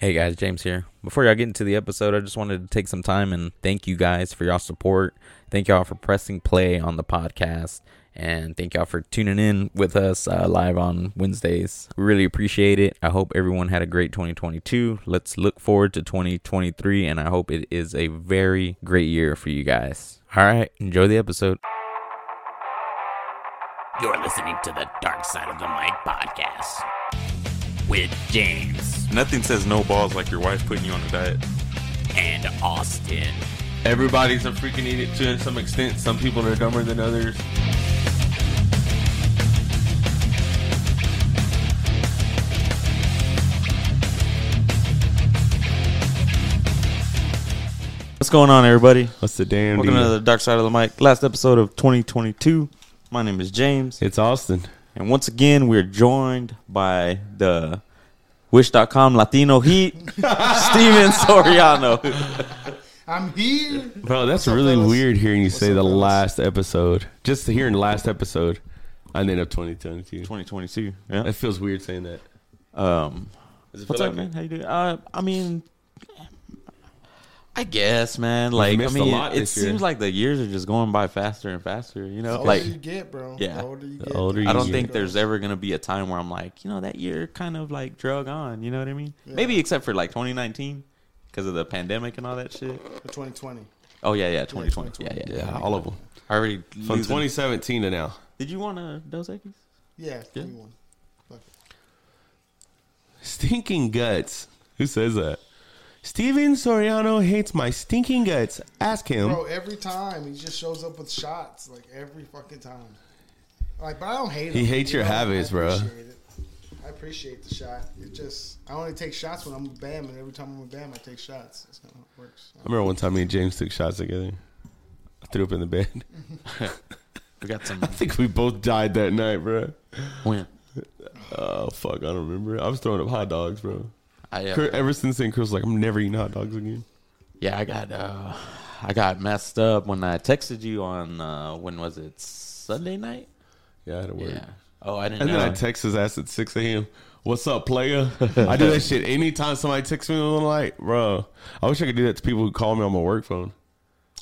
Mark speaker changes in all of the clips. Speaker 1: Hey guys, James here. Before y'all get into the episode, I just wanted to take some time and thank you guys for y'all support. Thank y'all for pressing play on the podcast, and thank y'all for tuning in with us uh, live on Wednesdays. We really appreciate it. I hope everyone had a great 2022. Let's look forward to 2023, and I hope it is a very great year for you guys. All right, enjoy the episode.
Speaker 2: You're listening to the Dark Side of the Mic podcast with James
Speaker 3: Nothing says no balls like your wife putting you on a diet.
Speaker 2: and Austin.
Speaker 3: Everybody's a freaking idiot to some extent. Some people are dumber than others.
Speaker 1: What's going on, everybody?
Speaker 4: What's the damn
Speaker 1: Welcome to
Speaker 4: deal?
Speaker 1: the Dark Side of the Mic, last episode of 2022. My name is James.
Speaker 4: It's Austin.
Speaker 1: And once again, we're joined by the Wish.com Latino Heat, Steven Soriano.
Speaker 5: I'm here.
Speaker 4: Bro, that's
Speaker 5: What's up,
Speaker 4: really
Speaker 5: fellas?
Speaker 4: weird hearing you say
Speaker 5: up,
Speaker 4: the
Speaker 5: fellas?
Speaker 4: last episode. Just hearing last episode and then of 2022.
Speaker 1: 2022. Yeah.
Speaker 4: That feels weird saying that.
Speaker 1: Um,
Speaker 4: Does it
Speaker 1: what's
Speaker 4: feel
Speaker 1: up,
Speaker 4: like
Speaker 1: man? How you doing? Uh, I mean, I guess, man. Like, I
Speaker 4: missed a
Speaker 1: mean,
Speaker 4: lot
Speaker 1: it,
Speaker 4: this year.
Speaker 1: seems like the years are just going by faster and faster. You
Speaker 5: The
Speaker 1: know,
Speaker 5: older
Speaker 1: like
Speaker 5: you get, bro.
Speaker 1: yeah.
Speaker 5: The older you
Speaker 4: The
Speaker 5: get.
Speaker 4: older
Speaker 1: I
Speaker 4: you
Speaker 1: don't
Speaker 4: get.
Speaker 1: think there's ever gonna be a time where I'm like, you know, that year kind of like drug on. You know what I mean? Maybe except for like 2019 because of the pandemic and all that shit.
Speaker 5: For 2020.
Speaker 1: Oh yeah, yeah, 2020. Yeah, yeah, yeah.
Speaker 4: Yeah, all of them.
Speaker 1: I already
Speaker 4: From
Speaker 1: losing-
Speaker 4: 2017 to now.
Speaker 1: Did you want a Dos Equis?
Speaker 5: Yeah, 21.
Speaker 4: Stinking guts. Who says that? Steven Soriano hates my stinking guts. Ask him.
Speaker 5: Bro, every time he just shows up with shots, like every fucking time. Like, but I don't hate him.
Speaker 4: He hates
Speaker 5: you
Speaker 4: your habits,
Speaker 5: I
Speaker 4: bro.
Speaker 5: appreciate it. I appreciate the shot. It just, I only take shots when I'm with Bam, and every time I'm with Bam, I take shots. That's how it works.
Speaker 4: I remember one time me and James took shots together. I threw up in the bed.
Speaker 1: We got some.
Speaker 4: I think we both died that night, bro.
Speaker 1: when
Speaker 4: Oh, fuck. I don't remember. I was throwing up hot dogs, bro.
Speaker 1: I
Speaker 4: Cur-
Speaker 1: uh,
Speaker 4: ever since then, Chris was like, I'm never eating hot dogs again.
Speaker 1: yeah, I got uh, I got messed up when I texted you on uh, when was it Sunday night?
Speaker 4: Yeah, I had to work.
Speaker 1: Yeah. Oh, I didn't
Speaker 4: And
Speaker 1: know.
Speaker 4: then I text his ass at 6 a.m. What's up, player? I do that shit anytime somebody texts me in the middle of the night, bro. I wish I could do that to people who call me on my work phone.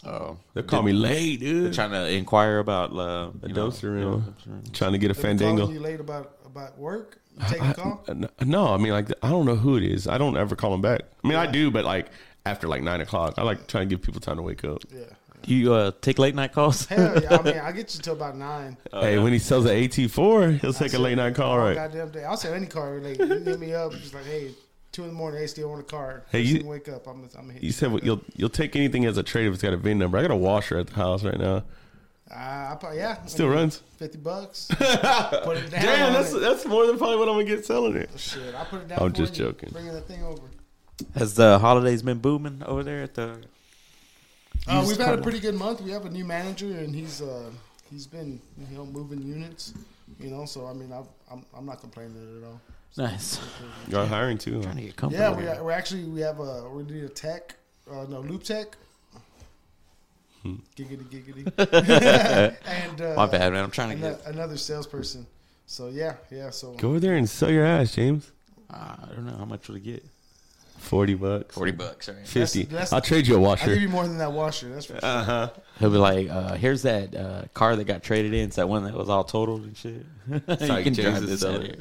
Speaker 1: oh,
Speaker 4: They call me late,
Speaker 1: they're
Speaker 4: dude.
Speaker 1: trying to inquire about uh,
Speaker 4: A
Speaker 1: you know,
Speaker 4: doser,
Speaker 1: yeah,
Speaker 4: room.
Speaker 1: doser.
Speaker 4: trying to get a
Speaker 5: They be calling
Speaker 4: fandango.
Speaker 5: you late about, about work? You take a call?
Speaker 4: N- No, I mean like I don't know who it is. I don't ever call them back. I mean I do, but like after like nine o'clock, I like trying to give people time to wake up.
Speaker 5: Yeah.
Speaker 1: Do you uh, take late night calls?
Speaker 5: Hell yeah. I mean, I get you till about 9.
Speaker 4: hey, when he sells an AT four, he'll take a late night call,
Speaker 5: All
Speaker 4: right?
Speaker 5: goddamn day. I'll sell any car. Like, you hit me up. Just like, hey, two in the morning. Hey, still want a car?
Speaker 4: Hey,
Speaker 5: Hey,
Speaker 4: you-
Speaker 5: you wake up. I'm, I'm gonna hit
Speaker 4: You said what, you'll you'll take anything as a trade if it's got a VIN number. I got a washer at the house right now.
Speaker 5: Uh, I probably yeah.
Speaker 4: Still
Speaker 5: I mean,
Speaker 4: runs.
Speaker 5: Fifty bucks. put it down.
Speaker 4: Damn,
Speaker 5: on
Speaker 4: that's
Speaker 5: it. Oh,
Speaker 4: that's more than probably what I'm gonna get selling it.
Speaker 5: shit. I put it down.
Speaker 4: I'm
Speaker 5: for
Speaker 4: just
Speaker 5: you.
Speaker 4: joking.
Speaker 5: Bringing the thing over.
Speaker 1: Has the holidays been booming over there at the?
Speaker 5: Uh,
Speaker 1: just
Speaker 5: we've had
Speaker 1: kinda-
Speaker 5: a pretty good month. We have a new manager, and he's uh, he's been you know moving units. You know, so I mean, I've, I'm I'm not complaining at all.
Speaker 1: Nice.
Speaker 4: You're hiring too. huh?
Speaker 1: Trying to get comfortable.
Speaker 5: Yeah, we
Speaker 1: here.
Speaker 5: are, we're actually we have a we need a tech, uh, no loop tech.
Speaker 4: Hmm.
Speaker 5: Giggity giggity. and uh,
Speaker 1: My bad, man. I'm trying to
Speaker 5: ano-
Speaker 1: get.
Speaker 5: another salesperson. So yeah, yeah. So
Speaker 4: Go over there and sell your ass, James.
Speaker 1: Uh, I don't know how much will it get.
Speaker 4: Forty bucks.
Speaker 1: Forty bucks, right?
Speaker 4: Fifty.
Speaker 5: That's- that's-
Speaker 4: I'll trade you a
Speaker 5: I give
Speaker 4: washer.
Speaker 5: you more than that washer. That's for sure.
Speaker 1: He'll be like, uh, "Here's that uh, car that got traded in. It's that one that was all totaled and shit. you
Speaker 4: like
Speaker 1: can drive
Speaker 4: Jesus
Speaker 1: this out
Speaker 4: selling.
Speaker 1: here.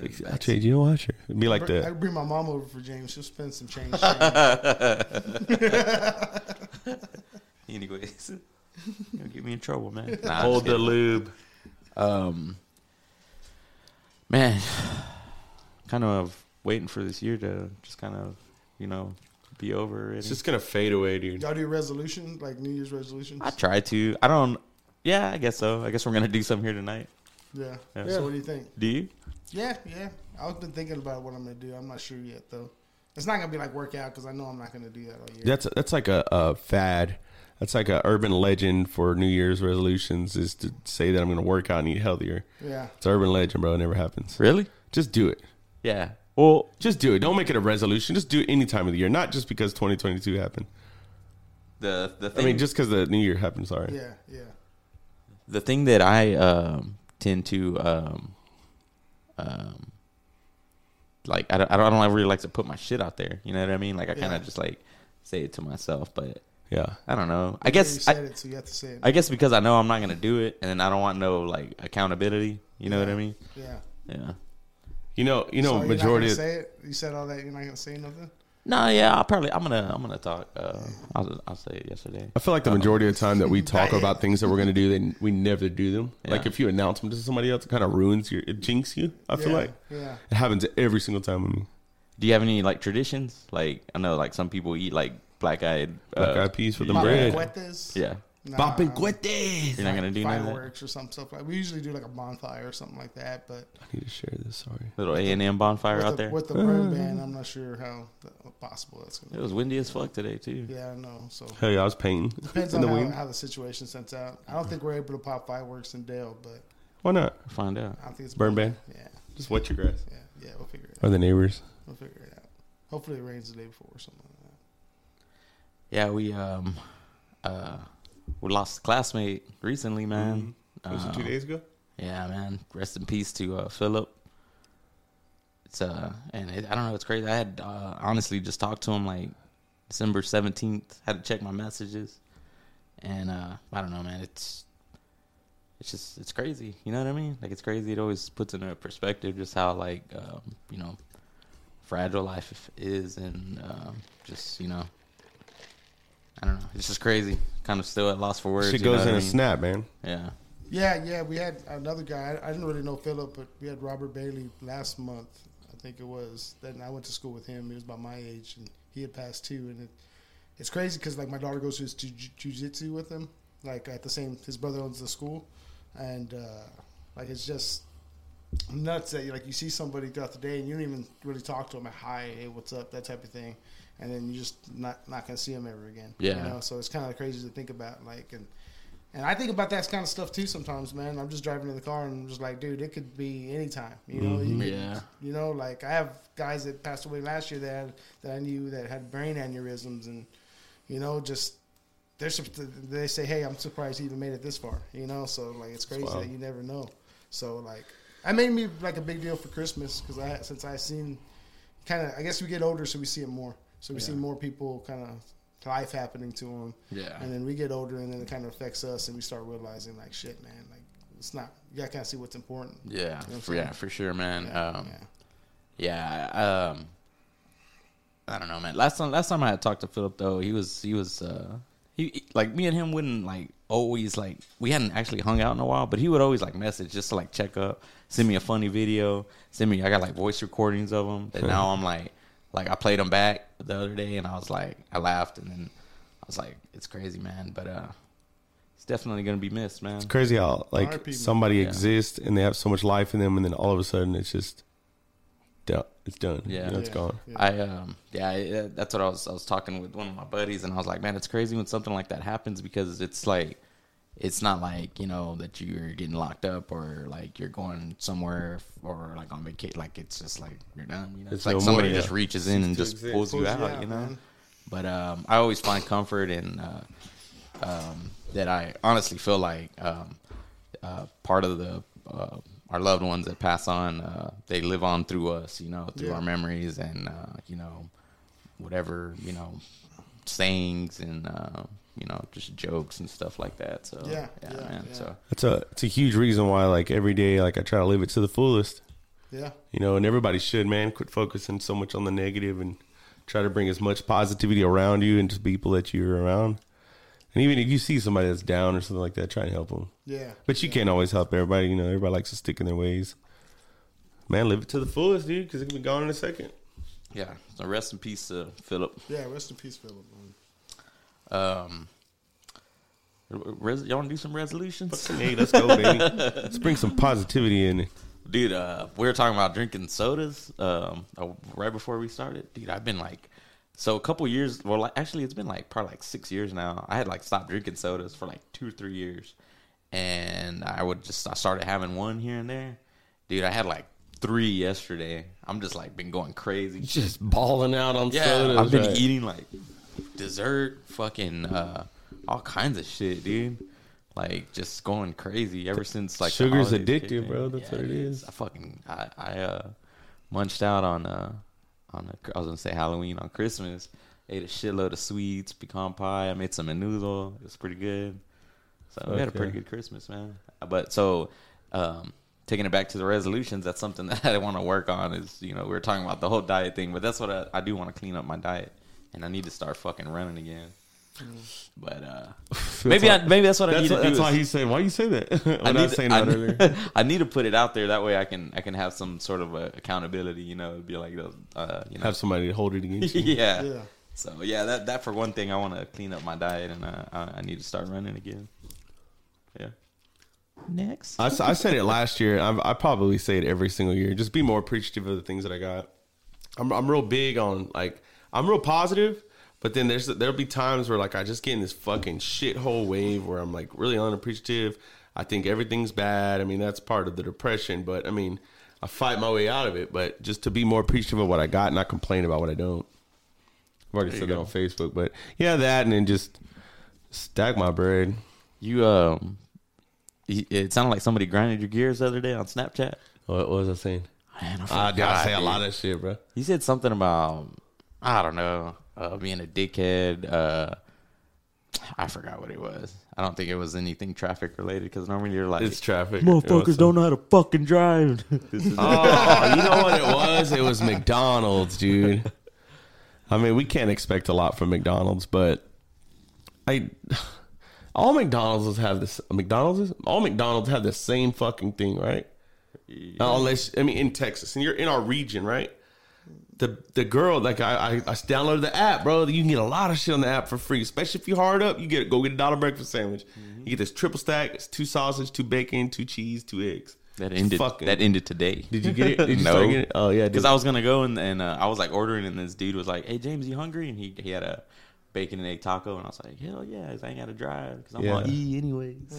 Speaker 1: Yeah,
Speaker 4: I'll trade you a washer. It'd be like
Speaker 5: Br-
Speaker 4: the
Speaker 5: I'd bring my mom over for James. She'll spend some change. James.
Speaker 1: Anyways, you'll get me in trouble, man.
Speaker 4: hold the lube.
Speaker 1: um, man, kind of waiting for this year to just kind of, you know, be over. already.
Speaker 4: It's just gonna fade away, dude.
Speaker 5: Y'all do resolutions like New Year's resolutions?
Speaker 1: I try to. I don't. Yeah, I guess so. I guess we're gonna do something here tonight.
Speaker 5: yeah.
Speaker 1: Yeah.
Speaker 5: So what do you think?
Speaker 1: Do you?
Speaker 5: Yeah, yeah. I've been thinking about what I'm gonna do. I'm not sure yet though. It's not gonna be like workout because I know I'm not gonna do that all year.
Speaker 4: That's that's like a, a fad. That's like a urban legend for New Year's resolutions is to say that I'm gonna work out and eat healthier.
Speaker 5: Yeah.
Speaker 4: It's an urban legend, bro. It never happens.
Speaker 1: Really?
Speaker 4: Just do it.
Speaker 1: Yeah.
Speaker 4: Well, just do it. Don't make it a resolution. Just do it any time of the year, not just because 2022 happened.
Speaker 1: The the
Speaker 4: I
Speaker 1: thing.
Speaker 4: mean, just because the new year happened. Sorry.
Speaker 5: Yeah. Yeah.
Speaker 1: the thing that I um, tend to um, um,
Speaker 6: like I don't, I don't I don't really like to put my shit out there. You know what I mean? Like I kind
Speaker 5: Yeah.
Speaker 6: of just like say it to myself, but
Speaker 4: Yeah.
Speaker 6: I don't know. I
Speaker 5: You
Speaker 6: guess
Speaker 5: said
Speaker 6: I,
Speaker 5: it, so you have to say it.
Speaker 6: I guess because I know I'm not gonna do it, and then I don't want no like accountability. You know what I mean?
Speaker 5: yeah.
Speaker 6: Yeah.
Speaker 4: You know, you know,
Speaker 5: so
Speaker 4: majority.
Speaker 5: You're not
Speaker 4: Of,
Speaker 5: gonna say it. You said all that. You're not gonna say nothing.
Speaker 6: No, yeah, I'll probably I'm gonna I'm gonna talk. Uh, I'll I'll say it yesterday.
Speaker 4: I feel like the majority of the time that we talk about things that we're gonna do, then we never do them. Like
Speaker 6: Yeah.
Speaker 4: if you announce them to somebody else, it kind of ruins your, it jinx you. I feel
Speaker 5: yeah.
Speaker 4: like
Speaker 5: Yeah.
Speaker 4: it happens every single time with me.
Speaker 6: Do you have any like traditions? Like I know like some people eat like black eyed
Speaker 4: Black eyed peas for the
Speaker 5: Papi
Speaker 4: bread.
Speaker 5: Cuetes?
Speaker 6: Yeah,
Speaker 5: Nah,
Speaker 6: you're not gonna do none of that.
Speaker 5: fireworks or some stuff like. We usually do like a bonfire or something like that, but
Speaker 4: I need to share this. Sorry.
Speaker 6: Little A and M bonfire
Speaker 5: with,
Speaker 6: out
Speaker 5: the,
Speaker 6: there.
Speaker 5: with the burn ban, I'm not sure how that, possible that's gonna.
Speaker 6: It was windy as fuck today too.
Speaker 5: be. Yeah, I know. So
Speaker 4: Hell yeah, I was painting
Speaker 5: depends
Speaker 4: in
Speaker 5: on
Speaker 4: the
Speaker 5: how,
Speaker 4: wind.
Speaker 5: how the situation sets out. I don't think we're able to pop fireworks in Dale, but
Speaker 4: Why not?
Speaker 6: Find out.
Speaker 5: I don't think it's
Speaker 4: Burn ban.
Speaker 5: Yeah,
Speaker 4: Just wet your grass.
Speaker 5: yeah, yeah. We'll figure it. out.
Speaker 4: Or the neighbors.
Speaker 5: We'll figure it out. Hopefully, it rains the day before or something like that.
Speaker 6: Yeah, we um uh we lost a classmate recently, man.
Speaker 5: Mm-hmm.
Speaker 4: Was it two
Speaker 6: Uh,
Speaker 4: days ago?
Speaker 6: Yeah, man. Rest in peace to uh, Philip. It's uh, and it, I don't know. It's crazy. I had uh, honestly just talked to him like December seventeenth. Had to check my messages, and uh, I don't know, man. It's it's just it's crazy. You know what I mean? Like it's crazy. It always puts into perspective just how like um, you know fragile life is, and um, just you know. I don't know. It's just crazy. Kind of still at loss for words.
Speaker 4: Shit
Speaker 6: you know
Speaker 4: goes
Speaker 6: what
Speaker 4: in
Speaker 6: I
Speaker 4: a
Speaker 6: mean?
Speaker 4: snap, man.
Speaker 6: Yeah.
Speaker 5: Yeah, yeah, we had another guy. I, I didn't really know Philip, but we had Robert Bailey last month, I think it was. Then I went to school with him. He was about my age, and he had passed too. And it, it's crazy because like my daughter goes to his ju- ju- jujitsu with him, like at the same. His brother owns the school, and uh, like it's just nuts that you like you see somebody throughout the day and you don't even really talk to them. Like, Hi, hey, what's up? That type of thing, and then you just not not gonna see them ever again.
Speaker 6: Yeah.
Speaker 5: You know, so it's kind of crazy to think about. Like and. And I think about that kind of stuff too sometimes, man. I'm just driving in the car and I'm just like, dude, it could be anytime. You know, you, could-
Speaker 6: Mm-hmm. Yeah.
Speaker 5: you know, like I have guys that passed away last year that had, that I knew that had brain aneurysms and you know, just they're sup- they say, hey, I'm surprised he even made it this far. You know, so like it's crazy that you never know. So like, I made me like a big deal for Christmas because I since I seen kind of I guess we get older so we see it more. So we see more people kind of life happening to them.
Speaker 6: Yeah.
Speaker 5: And then we get older and then it kind of affects us and we start realizing like shit, man, like it's not you gotta kind of see what's important.
Speaker 6: Yeah,
Speaker 5: what I'm
Speaker 6: for, yeah,
Speaker 5: saying?
Speaker 6: for sure, man. um,
Speaker 5: yeah.
Speaker 6: yeah. um, I don't know, man. Last time, last time I had talked to Philip, though, he was he was uh, he- he like me and him wouldn't like always like we hadn't actually hung out in a while, but he would always like message just to like check up, send me a funny video, send me I got like voice recordings of him that now I'm like like I played them back the other day and I was like I laughed and then I was like it's crazy, man, but uh, it's definitely gonna be missed, man.
Speaker 4: Crazy how like
Speaker 5: RIP, man.
Speaker 4: somebody
Speaker 6: Yeah.
Speaker 4: exists and they have so much life in them, and then all of a sudden it's just, do- it's done.
Speaker 6: Yeah.
Speaker 4: You know, it's
Speaker 5: Yeah.
Speaker 4: gone.
Speaker 5: Yeah.
Speaker 6: I um yeah, I, that's what I was I was talking with one of my buddies and I was like, man, it's crazy when something like that happens because it's like it's not like, you know, that you're getting locked up or like you're going somewhere or like on vacation like it's just like you're done, you know. It's,
Speaker 4: It's
Speaker 6: like
Speaker 4: no more,
Speaker 6: somebody
Speaker 4: yeah.
Speaker 6: just reaches in and just
Speaker 4: exist.
Speaker 6: pulls you
Speaker 5: Pulls you
Speaker 6: out,
Speaker 5: out,
Speaker 6: you know.
Speaker 5: man.
Speaker 6: But um I always find comfort in uh um, that I honestly feel like um, uh, part of the uh, our loved ones that pass on, uh, they live on through us, you know, through
Speaker 5: Yeah.
Speaker 6: our memories and uh, you know whatever you know sayings and uh, you know just jokes and stuff like that. So
Speaker 5: Yeah, yeah,
Speaker 6: man.
Speaker 5: yeah.
Speaker 6: So
Speaker 4: It's a it's a huge reason why like every day like I try to live it to the fullest.
Speaker 5: Yeah.
Speaker 4: You know, and everybody should, man. Quit focusing so much on the negative and try to bring as much positivity around you and to people that you're around. And even if you see somebody that's down or something like that, try and help them.
Speaker 5: Yeah.
Speaker 4: But you can't always help everybody. You know, everybody likes to stick in their ways. Man, live it to the fullest, dude, because it can be gone in a second.
Speaker 6: yeah. So rest in peace to Philip.
Speaker 5: Yeah, rest in peace, Philip. man.
Speaker 6: Um, res- y'all want to do some resolutions?
Speaker 4: Hey, let's go, baby. Let's bring some positivity in it.
Speaker 6: dude uh we were talking about drinking sodas um uh, right before we started dude i've been like so a couple years well like, actually it's been like probably like six years now i had like stopped drinking sodas for like two or three years and i would just i started having one here and there dude i had like three yesterday i'm just like been going crazy
Speaker 4: Just balling out on
Speaker 6: yeah, I've been eating like dessert, fucking uh, all kinds of shit, dude. Like just going crazy ever since like the
Speaker 4: Sugar's
Speaker 6: holidays
Speaker 4: addictive,
Speaker 6: kicked in.
Speaker 4: bro. That's what it is.
Speaker 6: I fucking I I uh munched out on uh on a, I was gonna say Halloween on Christmas. Ate a shitload of sweets, pecan pie. I made some menudo. It was pretty good. So we had a
Speaker 4: Fuck
Speaker 6: pretty
Speaker 4: yeah.
Speaker 6: good Christmas, man. Uh, But so um taking it back to the resolutions, that's something that I want to work on. Is you know we were talking about the whole diet thing, but that's what I, I do want to clean up my diet, and I need to start fucking running again. But uh maybe I, maybe that's what I
Speaker 4: That's,
Speaker 6: need to
Speaker 4: Mm. why-
Speaker 6: do.
Speaker 4: that's
Speaker 6: is-
Speaker 4: why he said. Why you say that? when I,
Speaker 6: I need,
Speaker 4: was saying
Speaker 6: I,
Speaker 4: that earlier.
Speaker 6: I need to put it out there. That way, I can I can have some sort of a accountability. You know, be like, uh, you know,
Speaker 4: Have somebody to hold it against you.
Speaker 6: yeah.
Speaker 5: Yeah.
Speaker 6: So yeah, that that for one thing, I want to clean up my diet, and uh, I, I need to start running again. Yeah. Next.
Speaker 4: I, s- I said it last year. I, I probably say it every single year. Just be more appreciative of the things that I got. I'm, I'm real big on like I'm real positive, but then there's there'll be times where like I just get in this fucking shithole wave where I'm like really unappreciative. I think everything's bad. I mean that's part of the depression, but I mean I fight my way out of it. But just to be more appreciative of what I got, and not complain about what I don't. I've already said that on Facebook, but yeah, that and then just stack my bread.
Speaker 6: You um, y- it sounded like somebody grinded your gears the other day on Snapchat.
Speaker 4: What was I saying?
Speaker 6: Man, I
Speaker 4: I, dude, I
Speaker 6: forgot,
Speaker 4: say a
Speaker 6: dude.
Speaker 4: lot of shit, bro.
Speaker 6: He said something about I don't know uh, being a dickhead. Uh, I forgot what it was. I don't think it was anything traffic related because normally you're like,
Speaker 4: It's traffic.
Speaker 2: Motherfuckers don't know how to fucking drive.
Speaker 4: Oh, you know what it was? It was McDonald's, dude. I mean, we can't expect a lot from McDonald's, but I all McDonald's have this. McDonald's is- all McDonald's have the same fucking thing, right? Uh, Unless I mean, in Texas, and you're in our region, right? The the girl, like I, I, I downloaded the app, bro. You can get a lot of shit on the app for free, especially if you hard up. You get go get a dollar breakfast sandwich.
Speaker 6: Mm-hmm.
Speaker 4: You get this triple stack. It's two sausage, two bacon, two cheese, two eggs.
Speaker 6: that ended.
Speaker 4: fucking-
Speaker 6: That ended today.
Speaker 4: Did you get it? Did you
Speaker 6: No.
Speaker 4: start getting it? Oh yeah, dude.
Speaker 6: Because I was gonna go and, and uh, I was like ordering, and this dude was like, "Hey James, you hungry?" And he he had a bacon and egg taco, and I was like, "Hell yeah, 'cause I ain't gotta drive because I'm
Speaker 4: Yeah.
Speaker 6: on E anyways."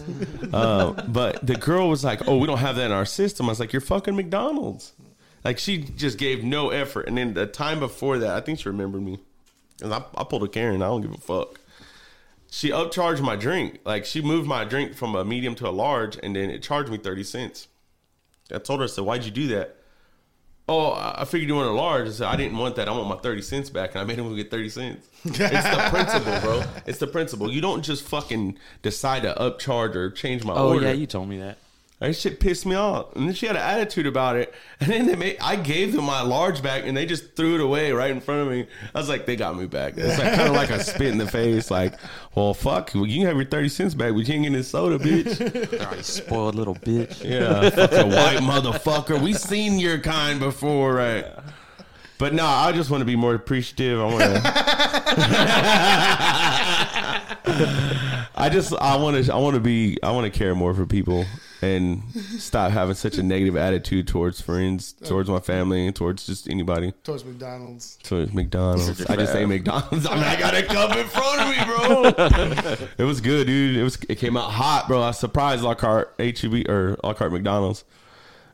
Speaker 4: Um, but the girl was like, "Oh, we don't have that in our system." I was like, "You're fucking McDonald's." Like she just gave no effort. And then the time before that, I think she remembered me, and I, I pulled a Karen. I don't give a fuck. She upcharged my drink. Like she moved my drink from a medium to a large, and then it charged me thirty cents. I told her, I said, "Why'd you do that?" Oh, I I figured you wanted a large. I said, I didn't want that. I want my 30 cents back. And I made him go get 30 cents. It's the principle, bro. It's the principle. You don't just fucking decide to upcharge or change my
Speaker 6: oh
Speaker 4: order.
Speaker 6: yeah, you told me that.
Speaker 4: That shit pissed me off. And then she had an attitude about it. And then they made, I gave them my large back and they just threw it away right in front of me. I was like, they got me back. It's like kind of like a spit in the face. Like, well, fuck, well, you can have your 30 cents back, but you ain't getting this soda, bitch.
Speaker 6: You spoiled little bitch.
Speaker 4: Yeah, fucking white motherfucker. We seen your kind before, right? But no, I just want to be more appreciative. I want to. I just I want to I want to be I want to care more for people and stop having such a negative attitude towards friends, towards my family, and towards just anybody,
Speaker 5: Towards McDonald's.
Speaker 4: towards McDonald's. I just ate McDonald's. I mean, I got a cup in front of me, bro. It was good, dude. It was it came out hot, bro. I surprised Lockhart HEB or Lockhart McDonald's.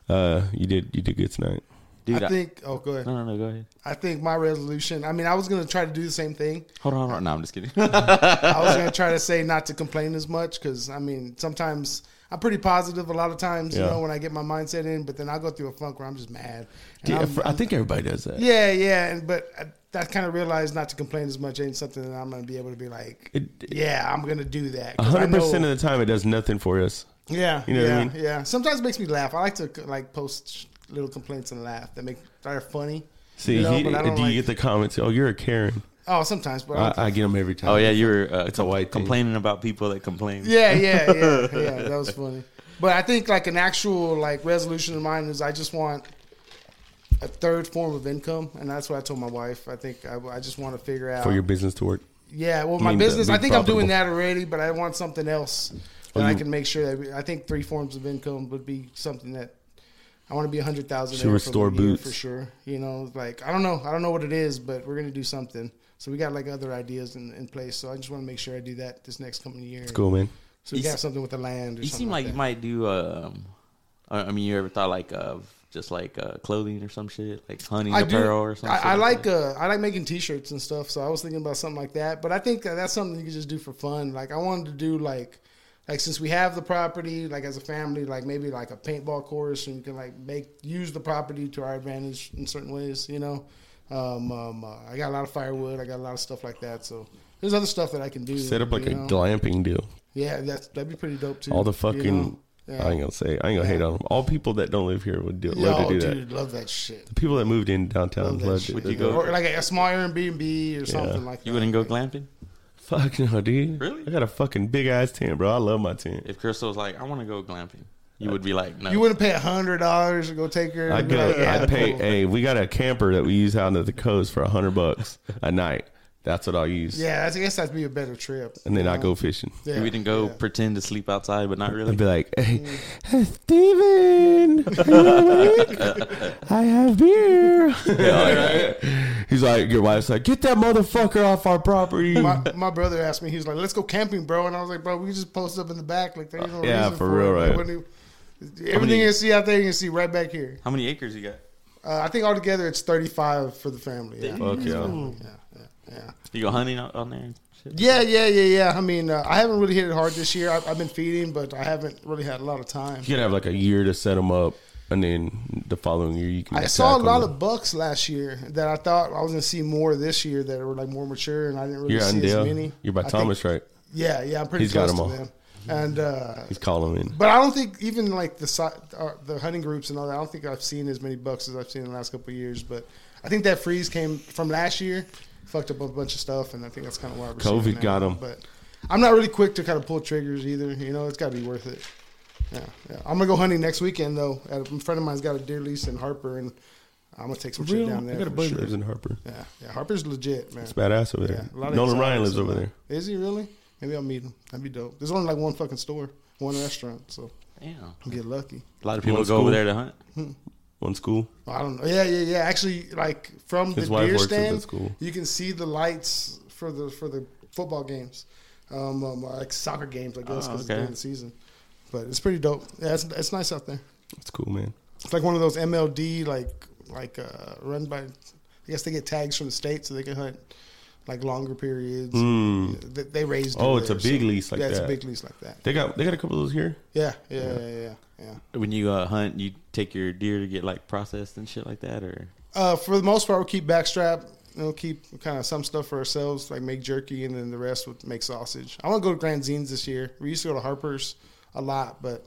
Speaker 4: Uh, you did you did good tonight.
Speaker 6: Dude,
Speaker 5: I
Speaker 6: I
Speaker 5: think. Oh, go
Speaker 6: no,
Speaker 5: ahead.
Speaker 6: no, no, go ahead.
Speaker 5: I think my resolution. I mean, I was gonna try to do the same thing.
Speaker 6: Hold on, hold on. No, I'm just kidding.
Speaker 5: I was gonna try to say not to complain as much because I mean sometimes I'm pretty positive a lot of times you
Speaker 4: Yeah.
Speaker 5: know when I get my mindset in, but then I go through a funk where I'm just mad. And
Speaker 4: Yeah,
Speaker 5: I'm-
Speaker 4: fr- I think everybody does that.
Speaker 5: yeah, yeah, and but I, I kind of realized not to complain as much ain't something that I'm gonna be able to be like,
Speaker 4: It- it-
Speaker 5: yeah, I'm gonna do that. 'Cause I
Speaker 4: hundred percent
Speaker 5: know-
Speaker 4: of the time, it does nothing for us.
Speaker 5: yeah,
Speaker 4: you know what
Speaker 5: yeah,
Speaker 4: I mean?
Speaker 5: yeah. Sometimes it makes me laugh. I like to like post sh- little complaints and laugh that make that are funny.
Speaker 4: See,
Speaker 5: you know,
Speaker 4: he-
Speaker 5: but I
Speaker 4: do
Speaker 5: don't
Speaker 4: you
Speaker 5: like-
Speaker 4: get the comments? Oh, you're a Karen.
Speaker 5: Oh, sometimes, but I don't
Speaker 4: I, I get them every time.
Speaker 6: oh yeah, you were. Uh,
Speaker 4: It's a white thing.
Speaker 6: complaining about people that complain.
Speaker 5: Yeah, yeah, yeah, yeah. That was funny. But I think like an actual like resolution of mine is I just want a third form of income, and that's what I told my wife. I think I, I just want to figure out.
Speaker 4: for your business to work.
Speaker 5: yeah, well, my
Speaker 4: mean,
Speaker 5: business.
Speaker 4: be
Speaker 5: I think I'm doing
Speaker 4: profitable.
Speaker 5: that already, but I want something else that
Speaker 4: Oh,
Speaker 5: I
Speaker 4: you-
Speaker 5: can make sure that we, I think three forms of income would be something that. I want to be a hundred thousand
Speaker 4: Should restore boots.
Speaker 5: for sure. You know, like I don't know, I don't know what it is, but we're gonna do something. So we got like other ideas in, in place. So I just want to make sure I do that this next coming year. Let's
Speaker 4: Cool, man.
Speaker 5: so you
Speaker 6: He's-
Speaker 5: got something with the land. Or
Speaker 6: You
Speaker 5: something
Speaker 6: seem like you
Speaker 5: that.
Speaker 6: might do. Um, I I mean, you ever thought like of just like uh, clothing or some shit, like hunting
Speaker 5: I do.
Speaker 6: apparel or something.
Speaker 5: I, I like uh, I like making T-shirts and stuff. So I was thinking about something like that. But I think that that's something you can just do for fun. Like I wanted to do like like since we have the property, like as a family, like maybe like a paintball course, and you can like make use the property to our advantage in certain ways. You know, um, um, uh, I got a lot of firewood. I got a lot of stuff like that. So there's other stuff that I can do.
Speaker 4: Set up like
Speaker 5: you
Speaker 4: a
Speaker 5: know?
Speaker 4: glamping deal.
Speaker 5: yeah. That's that'd be pretty dope too.
Speaker 4: All the
Speaker 5: you
Speaker 4: fucking.
Speaker 5: know? Yeah.
Speaker 4: I ain't gonna say. I ain't gonna hate on them. All people that don't live here would do, love to
Speaker 5: Yo,
Speaker 4: do that.
Speaker 5: dude, love that shit.
Speaker 4: The people that moved in downtown
Speaker 5: Love
Speaker 4: loved
Speaker 5: that
Speaker 4: love
Speaker 5: shit.
Speaker 4: it.
Speaker 5: dude.
Speaker 4: They go,
Speaker 5: or like a small Airbnb or something like that.
Speaker 1: You wouldn't go
Speaker 5: Like,
Speaker 1: glamping?
Speaker 4: Fuck no, dude.
Speaker 1: Really?
Speaker 4: I got a fucking big ass tent, bro. I love my tent.
Speaker 1: If Crystal was like, I want to go glamping, you would be like, no.
Speaker 5: You wouldn't pay hundred dollars to go take her.
Speaker 4: I
Speaker 5: and be
Speaker 4: go.
Speaker 5: like, yeah,
Speaker 4: I pay.
Speaker 5: cool.
Speaker 4: Hey, we got a camper that we use out at the coast for a hundred bucks a night. That's what I'll use.
Speaker 5: Yeah, I guess that'd be a better trip.
Speaker 4: And then
Speaker 5: you
Speaker 4: I
Speaker 5: know?
Speaker 4: go fishing.
Speaker 5: Yeah,
Speaker 1: you wouldn't go
Speaker 5: yeah.
Speaker 1: pretend to sleep outside, but not really.
Speaker 4: I'd be like, hey,
Speaker 5: Mm.
Speaker 4: Steven, are you awake? I have beer. He's like, your wife's like, get that motherfucker off our property.
Speaker 5: My, my brother asked me, he was like, "Let's go camping, bro," and I was like, "Bro, we can just post up in the back, like there's no
Speaker 4: Yeah,
Speaker 5: reason
Speaker 4: for real,
Speaker 5: it. Like,
Speaker 4: right?
Speaker 5: wouldn't you- everything you see out there, you can see right back here.
Speaker 1: How many acres you got?
Speaker 5: Uh, I think altogether it's 35 for the family. Yeah,
Speaker 4: Fuck yeah.
Speaker 5: yeah, yeah, yeah.
Speaker 1: You go hunting out on there? and shit?
Speaker 5: Yeah, yeah, yeah, yeah. I mean, uh, I haven't really hit it hard this year. I've, I've been feeding, but I haven't really had a lot of time.
Speaker 4: You can have like a year to set them up, and then the following year you can.
Speaker 5: I saw a
Speaker 4: attack
Speaker 5: lot
Speaker 4: 'em.
Speaker 5: of bucks last year that I thought I was going to see more this year that were like more mature, and I didn't really
Speaker 4: You're on
Speaker 5: see as
Speaker 4: Dale.
Speaker 5: many.
Speaker 4: You're by
Speaker 5: I think-
Speaker 4: Thomas, right?
Speaker 5: Yeah, yeah, I'm pretty
Speaker 4: He's got
Speaker 5: close
Speaker 4: 'em
Speaker 5: to
Speaker 4: all.
Speaker 5: them. And uh,
Speaker 4: He's calling in.
Speaker 5: But I don't think even like the si- uh, the hunting groups and all that. I don't think I've seen as many bucks as I've seen in the last couple of years. But I think that freeze came from last year, fucked up a bunch of stuff, and I think that's kind of why we're
Speaker 4: COVID
Speaker 5: seeing that.
Speaker 4: got 'em.
Speaker 5: But I'm not really quick to kind of pull triggers either. You know, it's got to be worth it. Yeah, yeah. I'm gonna go hunting next weekend though. A friend of mine's got a deer lease in Harper, and I'm gonna take some shit down
Speaker 4: I
Speaker 5: there.
Speaker 4: got a
Speaker 5: for
Speaker 4: buddy
Speaker 5: sure.
Speaker 4: that lives in Harper.
Speaker 5: Yeah, yeah. Harper's legit, man.
Speaker 4: It's badass over
Speaker 5: Yeah,
Speaker 4: there.
Speaker 5: a lot of
Speaker 4: Nolan
Speaker 5: exotics
Speaker 4: Ryan lives
Speaker 5: in
Speaker 4: over there.
Speaker 5: Is he really? Maybe I'll meet him. That'd be dope. There's only like one fucking store, one restaurant, so
Speaker 1: Damn.
Speaker 5: get lucky.
Speaker 1: A lot of
Speaker 4: You
Speaker 1: people
Speaker 4: want
Speaker 1: go over
Speaker 4: school?
Speaker 1: there to hunt.
Speaker 4: One school.
Speaker 5: I don't know. Yeah, yeah, yeah. Actually, like from
Speaker 4: His
Speaker 5: the
Speaker 4: wife
Speaker 5: deer
Speaker 4: works at the
Speaker 5: stand,
Speaker 4: school.
Speaker 5: you can see the lights for the for the football games, um, um like soccer games, I guess,
Speaker 1: Oh,
Speaker 5: because
Speaker 1: okay.
Speaker 5: during the season. But it's pretty dope. Yeah, it's, it's nice out there.
Speaker 4: It's cool, man.
Speaker 5: It's like one of those MLD like like uh, run by. I guess they get tags from the state so they can hunt like longer periods.
Speaker 4: Mm.
Speaker 5: They, they raise.
Speaker 4: Oh,
Speaker 5: deer
Speaker 4: it's a
Speaker 5: there,
Speaker 4: big lease like
Speaker 5: yeah, it's a
Speaker 4: that.
Speaker 5: big lease like that.
Speaker 4: They got they got a couple of those here.
Speaker 5: Yeah, yeah, yeah, yeah, yeah. yeah.
Speaker 1: When you uh, hunt, you take your deer to get like processed and shit like that, or
Speaker 5: Uh, for the most part, we'll keep backstrap. and We'll keep kind of some stuff for ourselves, like make jerky, and then the rest would make sausage. I want to go to Grand Zines this year. We used to go to Harper's a lot, but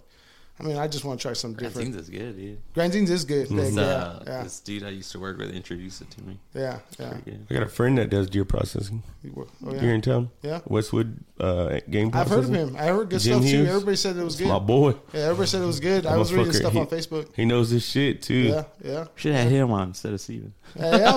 Speaker 5: I mean, I just want to try something
Speaker 1: Grand
Speaker 5: different.
Speaker 1: Zines is good, dude.
Speaker 5: Grand Zines is good.
Speaker 1: It's,
Speaker 5: Yeah,
Speaker 1: uh,
Speaker 5: yeah,
Speaker 1: This dude I used to work with introduced it to me.
Speaker 5: yeah, yeah.
Speaker 1: Pretty good.
Speaker 4: I got a friend that does deer processing
Speaker 5: You were- Oh,
Speaker 4: here
Speaker 5: yeah.
Speaker 4: in town.
Speaker 5: Yeah.
Speaker 4: Westwood uh, game.
Speaker 5: I've heard of
Speaker 4: Processing.
Speaker 5: him. I heard good
Speaker 4: Jim
Speaker 5: stuff
Speaker 4: Hughes?
Speaker 5: too. Everybody said it was good.
Speaker 4: My boy.
Speaker 5: Yeah, everybody said it was good. I was reading
Speaker 4: Motherfucker,
Speaker 5: stuff
Speaker 4: he-
Speaker 5: on Facebook.
Speaker 4: He knows this shit too.
Speaker 5: Yeah, yeah.
Speaker 1: Should have had him on instead of Steven.
Speaker 5: Yeah, yeah,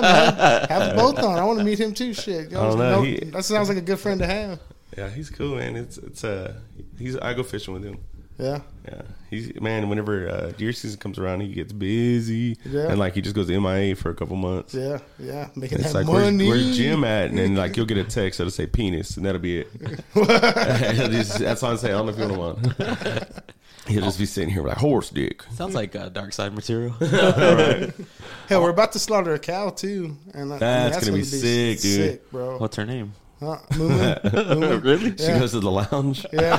Speaker 5: man. Have them both on. I want to meet him too. Shit.
Speaker 4: I don't know, he-
Speaker 5: that sounds like a good friend to have.
Speaker 4: Yeah, he's cool, man. It's it's uh he's I go fishing with him.
Speaker 5: Yeah.
Speaker 4: Yeah, he's man. Whenever uh, deer season comes around, he gets busy,
Speaker 5: Yeah.
Speaker 4: and like he just goes MIA for a couple months.
Speaker 5: Yeah, yeah, making
Speaker 4: And It's
Speaker 5: that
Speaker 4: like where's,
Speaker 5: money.
Speaker 4: where's Jim at, and then like you'll get a text that'll say penis, and that'll be it. He'll just- that's all I'm saying. I don't know if you want him on. He'll just be sitting here like horse dick.
Speaker 1: Sounds like uh, dark side material.
Speaker 5: Hell, we're about to slaughter a cow too, and I- I mean,
Speaker 4: That's gonna be sick, dude.
Speaker 5: bro.
Speaker 1: What's her name?
Speaker 5: Huh? Moomin?
Speaker 1: really?
Speaker 4: She
Speaker 5: Yeah.
Speaker 4: goes to the lounge.
Speaker 5: yeah,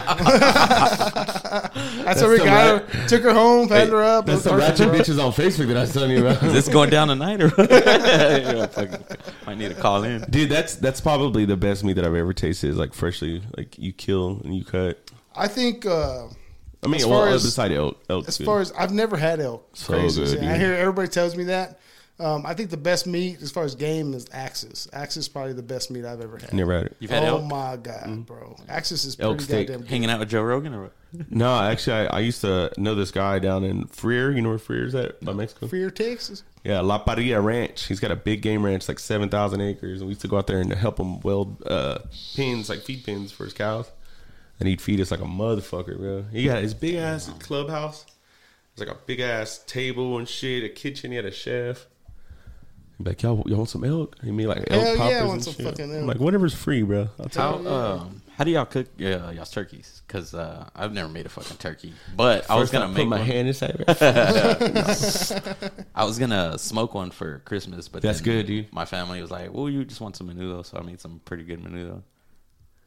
Speaker 5: that's where we
Speaker 4: the
Speaker 5: got her. Took her home, fed her up.
Speaker 4: That's
Speaker 5: it
Speaker 4: the
Speaker 5: was
Speaker 4: ratchet
Speaker 5: perfect, bro.
Speaker 4: bitches on Facebook that I was telling you about.
Speaker 1: Is this going down tonight or what? Yeah, fucking- Might need to call in.
Speaker 4: Dude, that's that's probably the best meat that I've ever tasted. Is like freshly, like you kill and you cut.
Speaker 5: I think uh,
Speaker 4: I mean,
Speaker 5: As
Speaker 4: well,
Speaker 5: far as-
Speaker 4: beside elk, elk
Speaker 5: as
Speaker 4: too.
Speaker 5: far as I've never had elk.
Speaker 4: So
Speaker 5: Crazy
Speaker 4: good,
Speaker 5: shit. I
Speaker 4: dude.
Speaker 5: hear everybody tells me that. Um, I think the best meat as far as game is axis. Axis is probably the best meat I've ever had.
Speaker 4: never had it.
Speaker 1: You've had
Speaker 5: oh
Speaker 1: elk
Speaker 5: my god, bro! Axis is pretty
Speaker 4: Elk steak.
Speaker 5: goddamn good.
Speaker 1: hanging out with Joe Rogan or what?
Speaker 4: No, actually, I, I used to know this guy down in Freer. You know where Freer is at? By Mexico?
Speaker 5: For your Texas,
Speaker 4: Yeah, La Parrilla Ranch. He's got a big game ranch, like 7,000 acres. And we used to go out there and help him weld uh, pins, like feed pins for his cows. And he'd feed us like a motherfucker, bro. He got his big ass clubhouse. It's like a big ass table and shit, a kitchen. He had a chef. He'd be like, y'all, y'all want some elk? He'd be like, elk
Speaker 5: Hell yeah, I
Speaker 4: poppers
Speaker 5: want
Speaker 4: and
Speaker 5: some
Speaker 4: shit.
Speaker 5: fucking
Speaker 4: I'm
Speaker 5: elk.
Speaker 4: like, whatever's free, bro. I'll take
Speaker 1: How um, how do y'all cook uh, y'all's turkeys? Because uh, I've never made a fucking turkey, but I was
Speaker 4: First,
Speaker 1: gonna
Speaker 4: put
Speaker 1: make
Speaker 4: my
Speaker 1: one.
Speaker 4: hand inside.
Speaker 1: I was gonna smoke one for Christmas, but
Speaker 4: That's
Speaker 1: then
Speaker 4: good, dude.
Speaker 1: My family was like, "Well, you just want some menudo," so I made some pretty good menudo.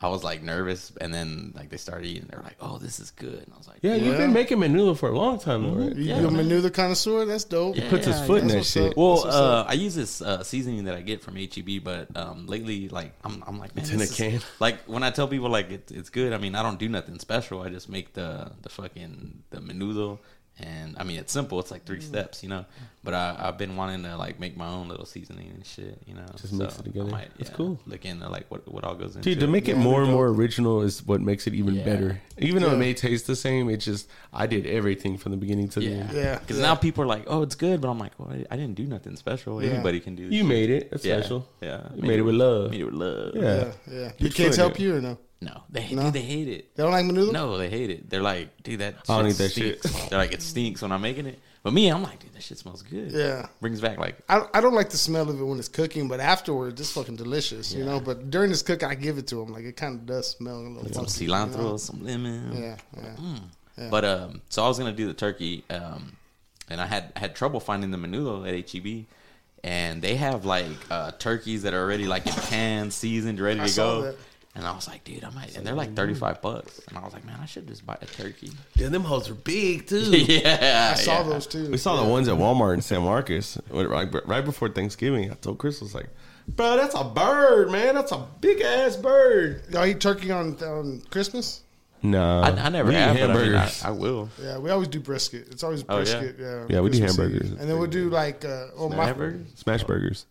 Speaker 6: I was like nervous, and then like they started eating. They were like, "Oh, this is good," and I was like,
Speaker 4: Yeah, you've been making manula for a long time, though, right?
Speaker 5: You a maneuver connoisseur? That's dope.
Speaker 6: Yeah.
Speaker 4: Puts his foot in
Speaker 5: that's
Speaker 4: that shit.
Speaker 5: what's up.
Speaker 6: Well,
Speaker 5: That's what's
Speaker 6: uh, I use this uh, seasoning that I get from HEB, but um, lately, like, I'm, I'm like, man,
Speaker 4: It's in
Speaker 6: this
Speaker 4: a
Speaker 6: is-
Speaker 4: can.
Speaker 6: Like when I tell people like it, it's good. I mean, I don't do nothing special. I just make the the fucking the menudo, and I mean, it's simple. It's like three
Speaker 4: Mm.
Speaker 6: steps, you know. But I, I've been wanting to like make my own little seasoning and shit, you know.
Speaker 4: Just mix it together. That's cool.
Speaker 6: Look into like what what all goes into.
Speaker 4: Dude, to
Speaker 6: it.
Speaker 4: make it more and more original is what makes it even
Speaker 6: Yeah.
Speaker 4: better. Even though
Speaker 5: Yeah.
Speaker 4: it may taste the same, it's just I did everything from the beginning to the
Speaker 6: yeah,
Speaker 4: end.
Speaker 5: Yeah.
Speaker 6: Because now people are like, oh, it's good, but I'm like, well, I, I didn't do nothing special.
Speaker 5: Yeah.
Speaker 6: Anybody can do. This
Speaker 4: You
Speaker 6: shit.
Speaker 4: made it. That's
Speaker 6: Yeah.
Speaker 4: special.
Speaker 6: Yeah,
Speaker 4: You made it with love.
Speaker 6: Made it with love.
Speaker 4: Yeah.
Speaker 5: yeah,
Speaker 6: uh,
Speaker 5: yeah. Your
Speaker 4: foot in
Speaker 5: kids help you or no?
Speaker 6: No, they
Speaker 5: No?
Speaker 6: dude, they hate it.
Speaker 5: They don't like maneuver?
Speaker 6: No, they hate it. They're like, dude, that
Speaker 4: I don't
Speaker 6: shit
Speaker 4: need that shit.
Speaker 6: stinks. They're like, it stinks when I'm making it. But me, I'm like, dude, that shit smells good.
Speaker 5: Yeah.
Speaker 6: Brings back like
Speaker 5: I, I don't like the smell of it when it's cooking, but afterwards it's fucking delicious, you know. But during this cook, I give it to them. Like it kind of does smell a little
Speaker 6: some
Speaker 5: funky, you
Speaker 6: cilantro, Mm.
Speaker 5: know?
Speaker 6: some lemon.
Speaker 5: Yeah, yeah.
Speaker 6: But um, so I was gonna do the turkey, um, and I had had trouble finding the menudo at HEB, and they have like uh, turkeys that are already like in cans, seasoned, ready to
Speaker 5: I
Speaker 6: go.
Speaker 5: saw that. Mm-hmm.
Speaker 6: And I was like, dude, I might. And they're like thirty five bucks. And I was like, man, I should just buy a turkey.
Speaker 4: Yeah, them hoes were big too.
Speaker 6: yeah,
Speaker 5: I saw
Speaker 6: Ah, yeah.
Speaker 5: those too.
Speaker 4: We saw the ones at Walmart in San Marcos right, right before Thanksgiving. I told Chris, I was like, bro, that's a bird, man. That's a big ass bird.
Speaker 5: Y'all eat turkey on on Christmas?
Speaker 4: No.
Speaker 6: I, I never
Speaker 4: we eat
Speaker 6: have but I mean, I,
Speaker 4: hamburgers.
Speaker 6: I will.
Speaker 5: Yeah, we always do brisket. It's always
Speaker 6: Oh, yeah?
Speaker 5: brisket. yeah.
Speaker 4: Yeah, we do
Speaker 5: Christmas Eve.
Speaker 4: hamburgers.
Speaker 5: and then we'll do like uh, oh my
Speaker 6: Hamburgers.
Speaker 4: Smash burgers.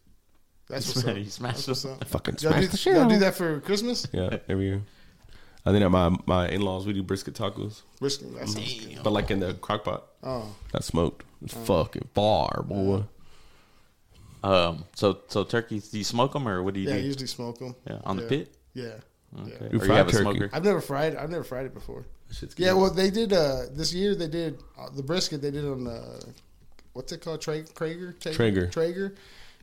Speaker 5: That's what's up.
Speaker 6: You smash
Speaker 5: That's what's
Speaker 6: them.
Speaker 5: up.
Speaker 4: Fucking
Speaker 5: Y'all
Speaker 4: smash
Speaker 5: do,
Speaker 4: the shit
Speaker 5: y'all
Speaker 4: out.
Speaker 5: do that for Christmas?
Speaker 4: Yeah, every year. And then at my, my in laws, we do brisket tacos,
Speaker 5: Brisket. That sounds good.
Speaker 4: but like in the crock pot.
Speaker 5: Oh,
Speaker 4: Not smoked. It's fucking far, boy.
Speaker 6: Um. So so turkeys, do you smoke them or what do you
Speaker 5: yeah. I
Speaker 6: do?
Speaker 5: usually smoke them.
Speaker 6: yeah, on
Speaker 5: yeah.
Speaker 6: the pit.
Speaker 5: Yeah.
Speaker 6: Okay.
Speaker 5: yeah.
Speaker 4: You
Speaker 6: Or you
Speaker 4: fry
Speaker 6: have a
Speaker 4: turkey.
Speaker 6: smoker.
Speaker 5: I've never fried. I've never fried it before.
Speaker 4: Shit's
Speaker 5: Yeah, well, they did uh, this year. They did uh, the brisket. They did on uh, what's it called? Tra- Traeger. Traeger.
Speaker 4: Traeger.
Speaker 5: Traeger.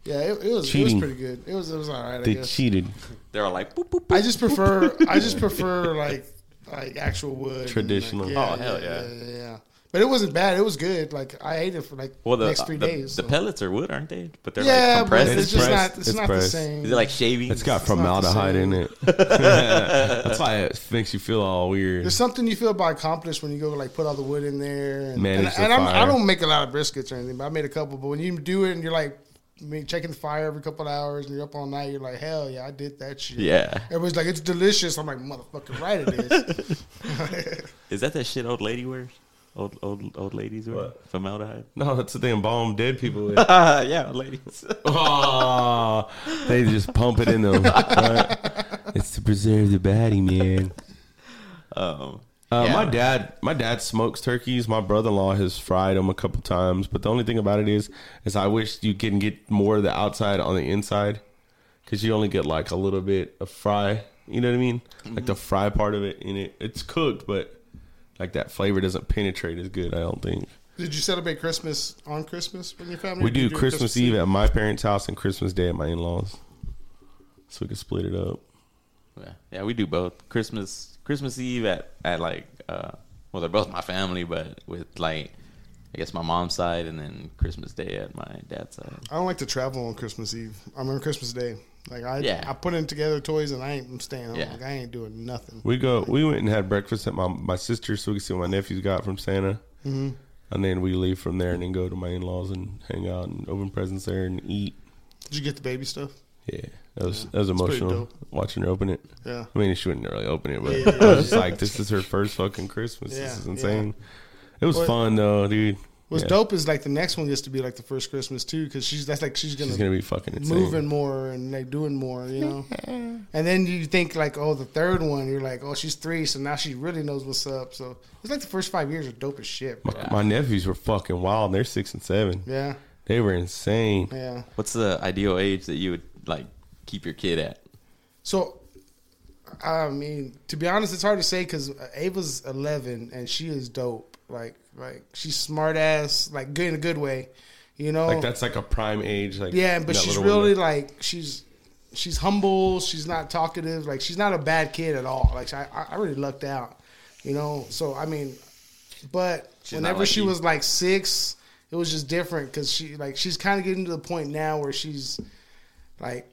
Speaker 5: Yeah, it, it was. It
Speaker 4: Cheating.
Speaker 5: was pretty good. It was. It was all right. I
Speaker 4: They
Speaker 5: guess.
Speaker 4: cheated.
Speaker 6: They're all like boop boop.
Speaker 5: I just prefer. I just prefer like like actual wood. and,
Speaker 4: Traditional.
Speaker 5: Like, yeah,
Speaker 6: Oh, hell yeah.
Speaker 5: yeah, yeah, yeah. But it wasn't bad. It was good. Like I ate it for like
Speaker 6: Well, the
Speaker 5: next three
Speaker 6: the,
Speaker 5: days.
Speaker 6: the
Speaker 5: so.
Speaker 6: pellets are wood, aren't they? But they're
Speaker 5: yeah,
Speaker 6: like compressed.
Speaker 5: but it's
Speaker 4: It's
Speaker 5: just
Speaker 4: pressed.
Speaker 5: not. It's,
Speaker 4: It's
Speaker 5: not
Speaker 4: pressed.
Speaker 5: the same.
Speaker 6: Is it like shavings?
Speaker 4: It's got
Speaker 5: not the
Speaker 4: formaldehyde
Speaker 5: same.
Speaker 4: in it. That's why it makes you feel all weird.
Speaker 5: There's something you feel about accomplished when you go like put all the wood in there. And,
Speaker 4: Manage
Speaker 5: and,
Speaker 4: the
Speaker 5: and I'm, I
Speaker 4: fire.
Speaker 5: don't make a lot of briskets or anything, but I made a couple. But when you do it and you're like I mean, checking the fire every couple of hours and you're up all night, you're like, hell yeah, I did that shit.
Speaker 6: Yeah.
Speaker 5: Everybody's like, it's delicious. I'm like, motherfucking right it is.
Speaker 6: Is that that shit old lady wears? Old old old ladies wear
Speaker 4: What? Uh,
Speaker 6: formaldehyde.
Speaker 4: No, that's what they embalm dead people with.
Speaker 6: Ah, yeah, old ladies.
Speaker 4: oh, they just pump it in them. Right? It's to preserve the body, man.
Speaker 6: um,
Speaker 4: Uh,
Speaker 6: Yeah.
Speaker 4: My dad, my dad smokes turkeys. My brother-in-law has fried them a couple times, but the only thing about it is, is I wish you can get more of the outside on the inside, because you only get like a little bit of fry. You know what I mean? Like the fry part of it in it. It's cooked, but like that flavor doesn't penetrate as good. I don't think.
Speaker 5: did you celebrate Christmas on Christmas with your family?
Speaker 4: We
Speaker 5: Or
Speaker 4: do
Speaker 5: did you it
Speaker 4: Christmas, Eve at my parents' house and Christmas Day at my in-laws, so we can split it up.
Speaker 6: yeah, yeah, we do both. Christmas Christmas Eve at at like uh, well, they're both my family, but with like I guess my mom's side, and then Christmas Day at my dad's side.
Speaker 5: I don't like to travel on Christmas Eve. I mean Christmas Day. Like I,
Speaker 6: Yeah.
Speaker 5: I put in together toys and I ain't I'm staying home.
Speaker 6: Yeah.
Speaker 5: Like I ain't doing nothing.
Speaker 4: We go. We went and had breakfast at my my sister's, so we could see what my nephews got from Santa.
Speaker 5: Mm-hmm.
Speaker 4: And then we leave from there and then go to my in laws and hang out and open presents there and eat.
Speaker 5: Did you get the baby stuff?
Speaker 4: Yeah, that was that was
Speaker 5: pretty
Speaker 4: emotional
Speaker 5: dope.
Speaker 4: watching her open it.
Speaker 5: Yeah.
Speaker 4: I mean, she wouldn't really open it, but
Speaker 5: Yeah,
Speaker 4: I was just like, this is her first fucking Christmas.
Speaker 5: Yeah,
Speaker 4: this is
Speaker 5: yeah.
Speaker 4: insane. It was
Speaker 5: Well-
Speaker 4: fun though, dude.
Speaker 5: What's
Speaker 4: Yeah.
Speaker 5: dope is like the next one gets to be like the first Christmas too, because she's that's like she's gonna,
Speaker 4: She's gonna be fucking insane.
Speaker 5: moving more and like doing more, you know. and then you think like, oh, the third one, you're like, oh, she's three, so now she really knows what's up. So it's like the first five years are dope as shit.
Speaker 4: My, my nephews were fucking wild. They're six and seven.
Speaker 5: Yeah,
Speaker 4: They were insane.
Speaker 5: yeah.
Speaker 6: What's the ideal age that you would like keep your kid at?
Speaker 5: So, I mean, to be honest, it's hard to say because Ava's 11 and she is dope. Like, like she's smart ass, like good in a good way, you know.
Speaker 4: Like that's like a prime age. Like
Speaker 5: Oh. Yeah, but
Speaker 4: that
Speaker 5: she's
Speaker 4: little one.
Speaker 5: really like she's she's humble. She's not talkative. Like she's not a bad kid at all. Like I I- I really lucked out, you know. So I mean, but
Speaker 6: She's not
Speaker 5: whenever
Speaker 6: like
Speaker 5: she
Speaker 6: you.
Speaker 5: was like six, it was just different because she like she's kind of getting to the point now where she's like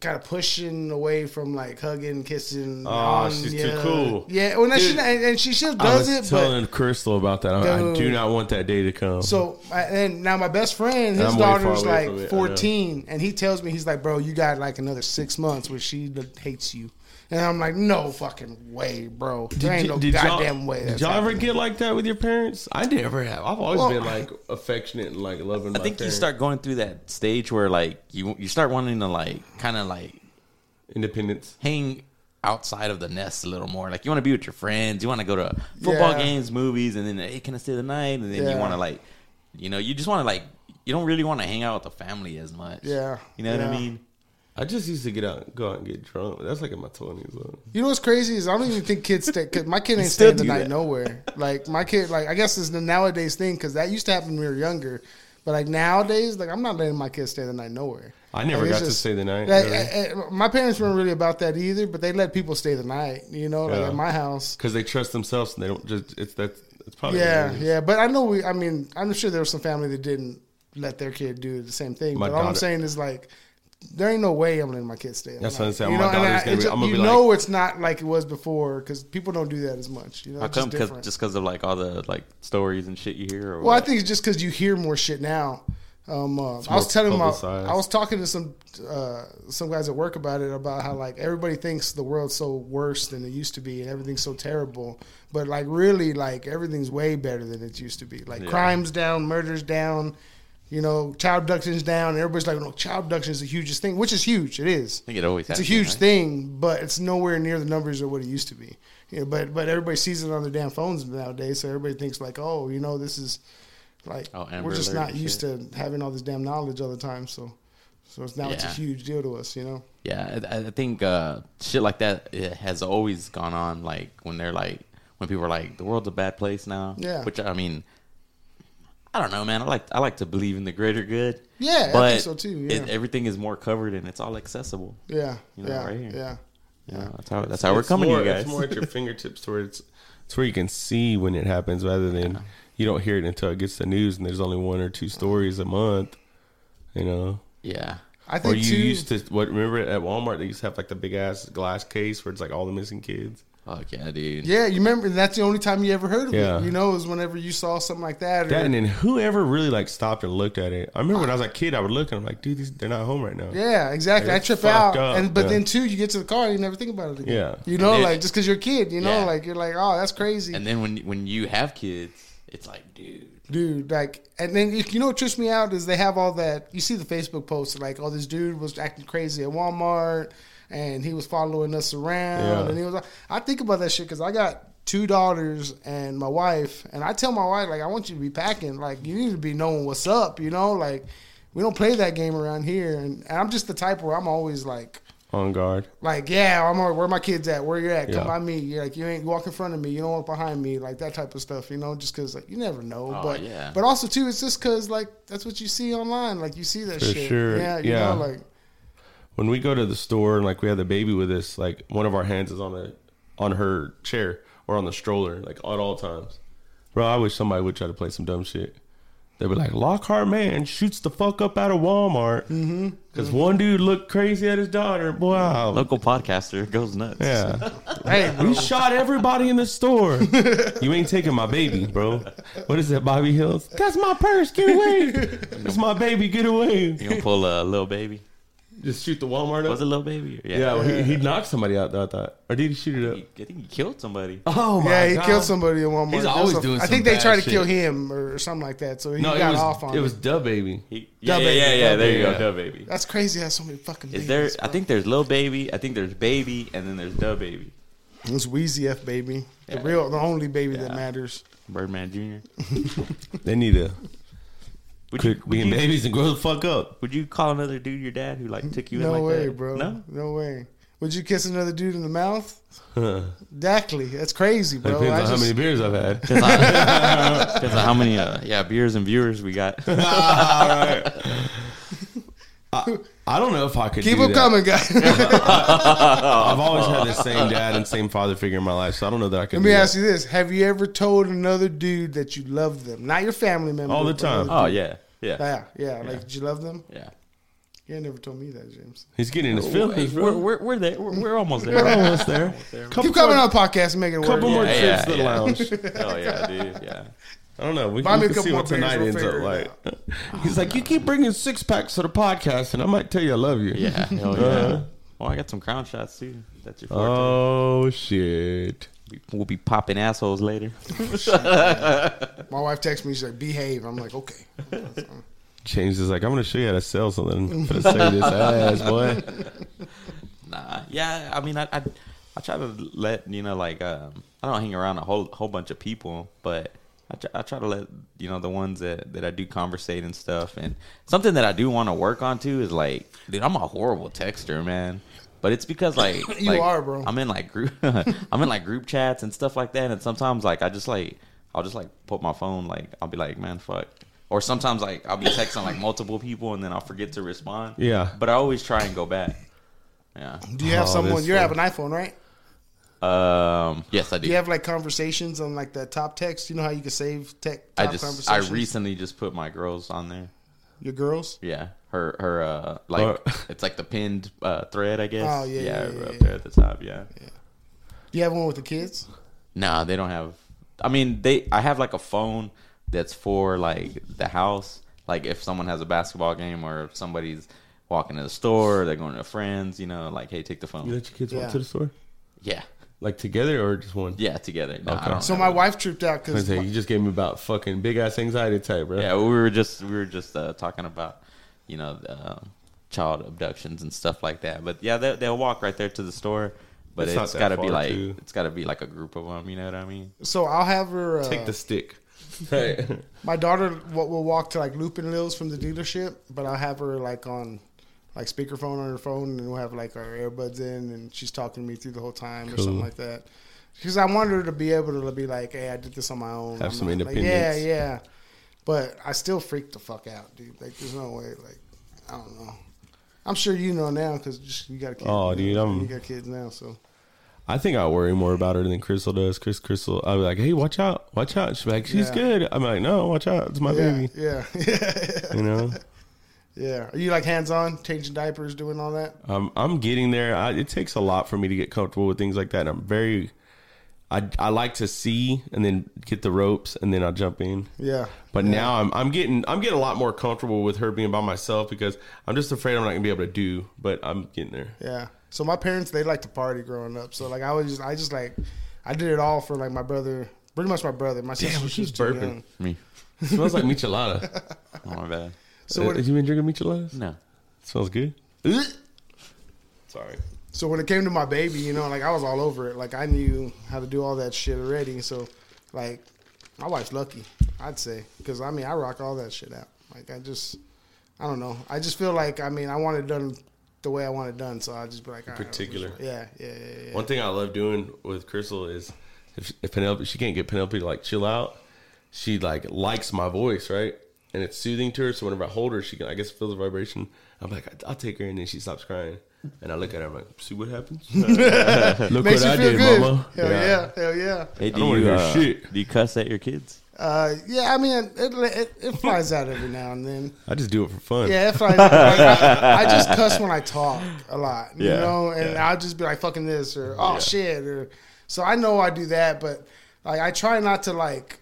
Speaker 5: kind of pushing away from like hugging, kissing.
Speaker 4: Oh,
Speaker 5: on
Speaker 4: she's too
Speaker 5: ya.
Speaker 4: cool.
Speaker 5: Yeah, well, now she
Speaker 4: Dude.
Speaker 5: not- and, and she still
Speaker 4: I was
Speaker 5: does it, but
Speaker 4: telling Crystal about that. I, I do
Speaker 5: Dude.
Speaker 4: not want that day to come.
Speaker 5: so I- and now my best friend,
Speaker 4: And
Speaker 5: his
Speaker 4: I'm way far
Speaker 5: daughter's
Speaker 4: away from it, I know.
Speaker 5: like fourteen, and he tells me he's like, bro, you got like another six months where she l- hates you. And I'm like, no fucking way, bro. There ain't
Speaker 4: y-
Speaker 5: no
Speaker 4: y'all-
Speaker 5: goddamn way.
Speaker 4: Did
Speaker 5: that's
Speaker 4: y'all ever
Speaker 5: happening."
Speaker 4: get like that with your parents? I never have. I've always
Speaker 5: Well-
Speaker 4: been like affectionate and like loving.
Speaker 6: I think you start going through that stage where like you you start wanting to like kind of like
Speaker 4: independence.
Speaker 6: hang outside of the nest a little more. Like you want to be with your friends, you want to go to football
Speaker 5: Yeah.
Speaker 6: games, movies, and then hey, can I stay the night? And then you
Speaker 5: Yeah.
Speaker 6: want to like, you know, you just want to like, you don't really want to hang out with the family as much.
Speaker 5: Yeah.
Speaker 6: you know what I
Speaker 5: Yeah.
Speaker 6: mean.
Speaker 4: I just used to get out, go out and get drunk. That's like in my twenties.
Speaker 5: You know what's crazy is I don't even think kids stay. Cause my kid ain't
Speaker 6: still
Speaker 5: staying the
Speaker 6: do
Speaker 5: night
Speaker 6: that.
Speaker 5: nowhere. Like my kid, like I guess it's the nowadays thing because that used to happen when we were younger. But like nowadays, like I'm not letting my kids stay the night nowhere.
Speaker 4: I never
Speaker 5: Like, it's
Speaker 4: got to stay the night,
Speaker 5: like,
Speaker 4: really.
Speaker 5: I- I- my parents weren't really about that either, but they let people stay the night. You know, like
Speaker 4: Yeah.
Speaker 5: at my house.
Speaker 4: because they trust themselves and they don't just. It's that. It's probably
Speaker 5: Yeah,
Speaker 4: what it is.
Speaker 5: yeah. But I know we. I mean, I'm sure there was some family that didn't let their kid do the same thing.
Speaker 4: My
Speaker 5: but all I'm
Speaker 4: daughter-
Speaker 5: saying is like. There ain't no way I'm letting my kids stay. at
Speaker 4: That's
Speaker 5: night.
Speaker 4: what I'm saying.
Speaker 5: You
Speaker 4: My
Speaker 5: know, and
Speaker 4: daughter's gonna
Speaker 5: I-
Speaker 4: be-
Speaker 5: it's-
Speaker 4: I'm gonna
Speaker 5: you
Speaker 4: be like-
Speaker 5: know it's not like it was before because people don't do that as much. You know,
Speaker 6: How
Speaker 5: it's
Speaker 6: come?
Speaker 5: just
Speaker 6: Cause,
Speaker 5: different.
Speaker 6: just because of like all the like stories and shit you hear. Or
Speaker 5: Well, I
Speaker 6: what?
Speaker 5: think it's just because you hear more shit now. Um, uh, I was
Speaker 4: more
Speaker 5: telling my,
Speaker 4: publicized.
Speaker 5: I was talking to some uh, some guys at work about it about how like everybody thinks the world's so worse than it used to be and everything's so terrible, but like really like everything's way better than it used to be. Like crimes down, murders down, you know, child abductions down. Everybody's like, no, child abduction is the hugest thing, which is huge. It is.
Speaker 6: I think it always
Speaker 5: It's a
Speaker 6: has
Speaker 5: huge
Speaker 6: been, right?
Speaker 5: thing, but it's nowhere near the numbers of what it used to be. You know, but but everybody sees it on their damn phones nowadays, so everybody thinks like, oh, you know, this is like
Speaker 6: Oh, Amber
Speaker 5: we're just
Speaker 6: Alert
Speaker 5: not
Speaker 6: and
Speaker 5: used to having all this damn knowledge all the time. So so it's now it's a
Speaker 6: Yeah.
Speaker 5: huge deal to us, you know.
Speaker 6: Yeah, I, I think uh, shit like that it has always gone on. Like when they're like, when people are like, the world's a bad place now.
Speaker 5: Yeah.
Speaker 6: Which I mean, I don't know, man. I like I like to believe in the greater good.
Speaker 5: Yeah, I
Speaker 6: but
Speaker 5: think so too, yeah.
Speaker 6: it- everything is more covered and it's all accessible.
Speaker 5: Yeah,
Speaker 6: You know,
Speaker 5: yeah,
Speaker 6: right here.
Speaker 5: yeah.
Speaker 6: You know, that's how that's how we're
Speaker 4: It's
Speaker 6: coming
Speaker 4: more,
Speaker 6: to you guys.
Speaker 4: It's more at your fingertips where it's it's where you can see when it happens rather than you don't hear it until it gets the news and there's only one or two stories a month. You know.
Speaker 6: yeah.
Speaker 5: I
Speaker 4: Or
Speaker 5: think
Speaker 4: you
Speaker 5: too.
Speaker 4: used to what? Remember at Walmart they used to have like the big ass glass case where it's like all the missing kids.
Speaker 6: Fuck yeah, dude.
Speaker 5: yeah, you remember that's the only time you ever heard of
Speaker 4: Yeah.
Speaker 5: it. You know, is whenever you saw something like that. Or,
Speaker 4: That and then whoever really like stopped and looked at it. I remember when I was a kid, I would look and I'm like, dude, these, they're not home right now.
Speaker 5: yeah, exactly.
Speaker 4: They're
Speaker 5: I trip
Speaker 4: fucked
Speaker 5: out,
Speaker 4: up,
Speaker 5: and but
Speaker 4: yeah.
Speaker 5: then too, you get to the car, and you never think about it again.
Speaker 4: Yeah.
Speaker 5: you know,
Speaker 6: And it-
Speaker 5: like just because you're a kid, you know,
Speaker 6: Yeah.
Speaker 5: like you're like, oh, that's crazy.
Speaker 6: And then when when you have kids, it's like, dude.
Speaker 5: dude. Like, and then you know what trips me out is they have all that. You see the Facebook posts like, oh, this dude was acting crazy at Walmart, and he was following us around,
Speaker 4: Yeah.
Speaker 5: and he was. I think about that shit because I got two daughters and my wife, and I tell my wife like, I want you to be packing. Like, you need to be knowing what's up. You know, like we don't play that game around here, and, and I'm just the type where I'm always like.
Speaker 4: On guard.
Speaker 5: Like, yeah, I'm all, where my kids at? Where you at? Come
Speaker 4: Yeah.
Speaker 5: by me. You're like, you ain't walk in front of me. You don't walk behind me. Like that type of stuff, you know, just because like, you never know.
Speaker 6: Oh,
Speaker 5: but
Speaker 6: yeah.
Speaker 5: but also too, it's just because like that's what you see online. Like you see that
Speaker 4: For
Speaker 5: shit.
Speaker 4: sure.
Speaker 5: Yeah, you
Speaker 4: Yeah.
Speaker 5: know, like
Speaker 4: when we go to the store and like we have the baby with us, like one of our hands is on a on her chair or on the stroller, like at all times. Bro, I wish somebody would try to play some dumb shit. They'd be like, Lockhart man shoots the fuck up out of Walmart because one dude looked crazy at his daughter. Wow,
Speaker 6: Local podcaster goes nuts.
Speaker 4: yeah,
Speaker 5: hey,
Speaker 4: we shot everybody in the store. you ain't taking my baby, bro. What is that, Bobby Hills? That's my purse. Get away. That's my baby. Get away.
Speaker 6: You gonna pull a little baby?
Speaker 4: Just shoot the Walmart up.
Speaker 6: Was it little baby? Yeah.
Speaker 4: Yeah, well, he, he knocked somebody out. though, I thought, or did he shoot it
Speaker 6: He- I think he killed somebody.
Speaker 4: up? Oh
Speaker 5: yeah, he killed somebody at Walmart.
Speaker 4: He's
Speaker 5: There's
Speaker 4: always
Speaker 5: a-
Speaker 4: doing
Speaker 5: I think
Speaker 4: some
Speaker 5: they tried
Speaker 4: bad
Speaker 5: to kill
Speaker 4: shit.
Speaker 5: him or something like that. So he
Speaker 4: No, it
Speaker 5: got
Speaker 4: was
Speaker 5: off on
Speaker 4: it
Speaker 5: it.
Speaker 4: was Dub Baby.
Speaker 6: He, yeah,
Speaker 5: Baby,
Speaker 6: yeah, yeah,
Speaker 5: Dub
Speaker 6: There you
Speaker 4: Baby.
Speaker 6: go, Dub baby.
Speaker 5: that's crazy. Has so many fucking.
Speaker 6: Is
Speaker 5: Babies,
Speaker 6: there? I
Speaker 5: bro.
Speaker 6: think there's Lil Baby. I think there's Baby, and then there's Dub Baby.
Speaker 5: it's Wheezy F baby, the real, the only baby that matters.
Speaker 6: Birdman Jr.
Speaker 4: They need to
Speaker 6: Would you,
Speaker 4: quit
Speaker 6: would,
Speaker 4: being
Speaker 6: you,
Speaker 4: babies and grow the fuck up.
Speaker 6: would you call another dude your dad who like took you
Speaker 5: No
Speaker 6: in like
Speaker 5: way,
Speaker 6: that?
Speaker 5: bro.
Speaker 6: No.
Speaker 5: way. Would you kiss another dude in the mouth?
Speaker 4: Depends
Speaker 5: Exactly. That's crazy, bro.
Speaker 4: on
Speaker 5: I
Speaker 4: how
Speaker 5: just-
Speaker 4: many beers I've had.
Speaker 6: Depends on, depends on how many uh, yeah beers and viewers we got.
Speaker 4: I don't know if I could
Speaker 5: Keep
Speaker 4: do
Speaker 5: them
Speaker 4: that.
Speaker 5: coming, guys. Let
Speaker 4: I've always had the same dad and same father figure in my life, so I don't know that I could.
Speaker 5: me
Speaker 4: do
Speaker 5: ask
Speaker 4: that.
Speaker 5: you this: Have you ever told another dude that you love them? Not your family member.
Speaker 4: All the
Speaker 5: but
Speaker 4: time.
Speaker 5: another-
Speaker 6: Oh yeah, yeah,
Speaker 5: Yeah, yeah. Like, did you love them?
Speaker 6: yeah.
Speaker 5: You ain't never told me that, James.
Speaker 4: He's getting
Speaker 5: Oh,
Speaker 4: his feelings,
Speaker 6: We're,
Speaker 4: bro.
Speaker 6: we're, we're there. We're, we're almost there.
Speaker 4: We're almost there. Couple
Speaker 5: Keep coming
Speaker 4: more-
Speaker 5: on the podcast and making it work.
Speaker 4: Couple more
Speaker 6: Yeah,
Speaker 4: trips
Speaker 6: yeah,
Speaker 4: to the
Speaker 6: yeah.
Speaker 4: lounge.
Speaker 6: Oh yeah, dude. Yeah.
Speaker 4: I don't know. We,
Speaker 5: Buy
Speaker 4: can- we
Speaker 5: me a
Speaker 4: can
Speaker 5: couple
Speaker 4: see
Speaker 5: more
Speaker 4: what tonight
Speaker 5: beers,
Speaker 4: ends
Speaker 5: we'll
Speaker 4: up
Speaker 5: figure it
Speaker 4: like. He's like, you keep bringing six packs to the podcast, and I might tell you I love you.
Speaker 6: Yeah. Hell yeah.
Speaker 4: Uh-huh.
Speaker 6: Well, I got some crown shots too. That's your forte.
Speaker 4: Oh shit.
Speaker 6: we'll be popping assholes later.
Speaker 5: My wife texts me. She's like, "Behave." I'm like, "Okay."
Speaker 4: James is like, I'm gonna show you how to sell something. I'm gonna save this ass, boy.
Speaker 6: Nah. Yeah. I mean, I, I I try to let you know, like, um, I don't hang around a whole whole bunch of people, but I try, I try to let you know the ones that that I do conversate and stuff. And something that I do want to work on too is like, dude, I'm a horrible texter, man. But it's because like
Speaker 5: You
Speaker 6: like,
Speaker 5: are, bro.
Speaker 6: I'm in like group. I'm in like group chats and stuff like that. And sometimes like I just like I'll just like put my phone like I'll be like man fuck. Or sometimes like I'll be texting like multiple people and then I'll forget to respond.
Speaker 4: Yeah.
Speaker 6: But I always try and go back. Yeah.
Speaker 5: Do you have
Speaker 4: Oh,
Speaker 5: someone?
Speaker 4: this
Speaker 5: You have an iPhone, right?
Speaker 6: Um. Yes, I do.
Speaker 5: Do you have like conversations on like that top text? You know how you can save tech.
Speaker 6: I
Speaker 5: Top
Speaker 6: just I
Speaker 5: conversations?
Speaker 6: recently just put my girls on there.
Speaker 5: your girls.
Speaker 6: Yeah. Her her uh like
Speaker 4: Oh.
Speaker 6: it's like the pinned uh thread I guess.
Speaker 5: Oh, yeah, yeah,
Speaker 6: up
Speaker 5: yeah,
Speaker 6: there at the top. Yeah.
Speaker 5: Do you have one with the kids?
Speaker 6: Nah, they don't have. I mean, they. I have like a phone that's for like the house. Like if someone has a basketball game or if somebody's walking to the store, they're going to friends. You know, like hey, take the
Speaker 4: You
Speaker 6: phone.
Speaker 4: let your kids
Speaker 5: Yeah.
Speaker 4: walk to the store,
Speaker 6: Yeah.
Speaker 4: like together or just one?
Speaker 6: Yeah, together. No,
Speaker 4: Okay.
Speaker 6: I don't
Speaker 5: So
Speaker 6: have
Speaker 5: my
Speaker 6: it.
Speaker 5: wife tripped out
Speaker 4: I was
Speaker 5: because
Speaker 4: gonna say, you just gave me about fucking big ass anxiety type, bro.
Speaker 6: Yeah, we were just we were just uh, talking about you know the, um, child abductions and stuff like that. But yeah, they, they'll walk right there to the store. But
Speaker 4: It's not
Speaker 6: it's
Speaker 4: that
Speaker 6: got to be
Speaker 4: far,
Speaker 6: like
Speaker 4: too.
Speaker 6: it's got to be like a group of them. You know what I mean?
Speaker 5: so I'll have her. Uh,
Speaker 4: Take the stick.
Speaker 5: My daughter will, will walk to like Lupin Lills from the dealership, but I'll have her like on like speakerphone on her phone, and we'll have like our earbuds in, and she's talking to me through the whole time or something like that. Because I wanted her to be able to be like, "Hey, I did this on my own."
Speaker 4: Have
Speaker 5: I'm
Speaker 4: some
Speaker 5: not- like, yeah,
Speaker 4: independence.
Speaker 5: yeah. But I still freak the fuck out, dude. Like, there's no way. Like, I don't know. I'm sure you know now because you got kids.
Speaker 4: Oh,
Speaker 5: you
Speaker 4: dude,
Speaker 5: know,
Speaker 4: I'm-
Speaker 5: you got kids now, so
Speaker 4: I think I worry more about her than Crystal does. Chris Crystal, I'll be like, hey, watch out, watch out. She's like, she's
Speaker 5: Yeah.
Speaker 4: good. I'm like, no, watch out, it's my
Speaker 5: yeah,
Speaker 4: baby.
Speaker 5: yeah, yeah,
Speaker 4: You know,
Speaker 5: yeah. Are you like hands on, changing diapers, doing all that?
Speaker 4: um, I'm getting there. I, it takes a lot for me to get comfortable with things like that. And I'm very, I, I like to see and then get the ropes and then I'll jump in.
Speaker 5: Yeah,
Speaker 4: But now I'm I'm getting I'm getting a lot more comfortable with her being by myself because I'm just afraid I'm not gonna be able to do. But I'm getting there.
Speaker 5: Yeah. So my parents they liked to party growing up. So like I was just I just like I did it all for like my brother, pretty much my brother. My sister was
Speaker 4: she's
Speaker 5: just too
Speaker 4: burping.
Speaker 5: young.
Speaker 6: Me.
Speaker 4: smells like michelada.
Speaker 6: Oh my bad.
Speaker 5: So when,
Speaker 4: Have you been drinking micheladas?
Speaker 6: No.
Speaker 4: smells good. Sorry.
Speaker 5: so when it came to my baby, you know, like I was all over it. Like I knew how to do all that shit already. So like my wife's lucky, I'd say, because I mean I rock all that shit out. Like I just I don't know. I just feel like I mean I want it done the way I want it done. So I just be like all right,
Speaker 4: particular.
Speaker 5: Yeah, yeah, yeah, yeah.
Speaker 4: One thing I love doing with Crystal is if, if Penelope she can't get Penelope to like chill out, she like likes my voice, right? And it's soothing to her. So whenever I hold her, she can I guess feel the vibration. I'm like, I'll take her, and then she stops crying. And I look at her, I'm like, see what happens. look
Speaker 5: Makes
Speaker 4: what
Speaker 5: you
Speaker 4: I
Speaker 5: feel
Speaker 4: did,
Speaker 5: good.
Speaker 4: mama.
Speaker 5: Hell yeah, hell yeah.
Speaker 6: Hey, do
Speaker 4: don't wanna
Speaker 6: you
Speaker 4: hear
Speaker 6: uh,
Speaker 4: shit.
Speaker 6: do you cuss at your kids?
Speaker 5: Uh, yeah, I mean, it, it, it flies out every now and then.
Speaker 4: I just do it for fun.
Speaker 5: Yeah, it flies out. Like, I, I just cuss when I talk a lot, you
Speaker 6: Yeah,
Speaker 5: know, and I'll just be like, fucking this, or oh shit, or so I know I do that, but like, I try not to, like,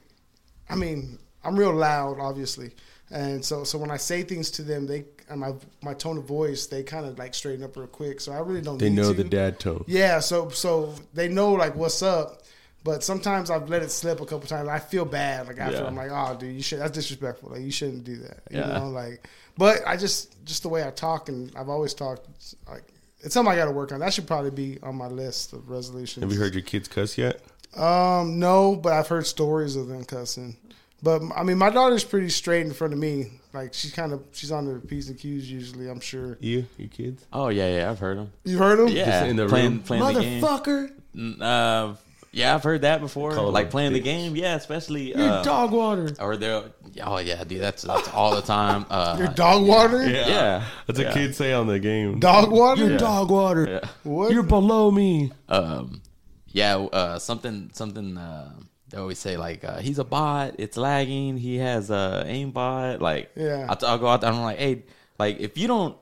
Speaker 5: I mean, I'm real loud, obviously. And so, so when I say things to them, they and my my tone of voice, they kind of like straighten up real quick. So I really don't.
Speaker 4: They
Speaker 5: need
Speaker 4: know
Speaker 5: to.
Speaker 4: the dad tone.
Speaker 5: Yeah, so so they know like what's up, but sometimes I've let it slip a couple times. I feel bad like after
Speaker 6: Yeah.
Speaker 5: I'm like, oh, dude, you should that's disrespectful. Like you shouldn't do that. You
Speaker 6: Yeah.
Speaker 5: know, like, but I just just the way I talk and I've always talked it's, like it's something I got to work on. That should probably be on my list of resolutions.
Speaker 4: Have you heard your kids cuss yet?
Speaker 5: Um, no, but I've heard stories of them cussing. But I mean, my daughter's pretty straight in front of me. Like she's kind of she's on her p's and q's usually. I'm sure
Speaker 4: You, your kids?
Speaker 6: Oh yeah, yeah. I've heard them.
Speaker 5: you heard them.
Speaker 6: Yeah,
Speaker 4: in the
Speaker 6: playing
Speaker 4: room?
Speaker 6: playing the game. N- Uh, yeah, I've heard that before.
Speaker 4: Call
Speaker 6: like
Speaker 4: them
Speaker 6: playing the
Speaker 4: bitch.
Speaker 6: game. Yeah, especially
Speaker 4: Your
Speaker 6: uh,
Speaker 4: dog water.
Speaker 6: or they're oh yeah, dude. That's that's all the time. Uh,
Speaker 5: Your dog water.
Speaker 6: Yeah.
Speaker 4: That's
Speaker 6: Yeah.
Speaker 4: a kid say on the game.
Speaker 5: Dog water.
Speaker 4: dog water.
Speaker 6: Yeah.
Speaker 5: What?
Speaker 4: You're below me.
Speaker 6: um yeah uh something something uh they always say like uh, he's a bot it's lagging he has a aim bot like
Speaker 5: Yeah.
Speaker 6: I t- I'll, go out there and i'm like hey like if you don't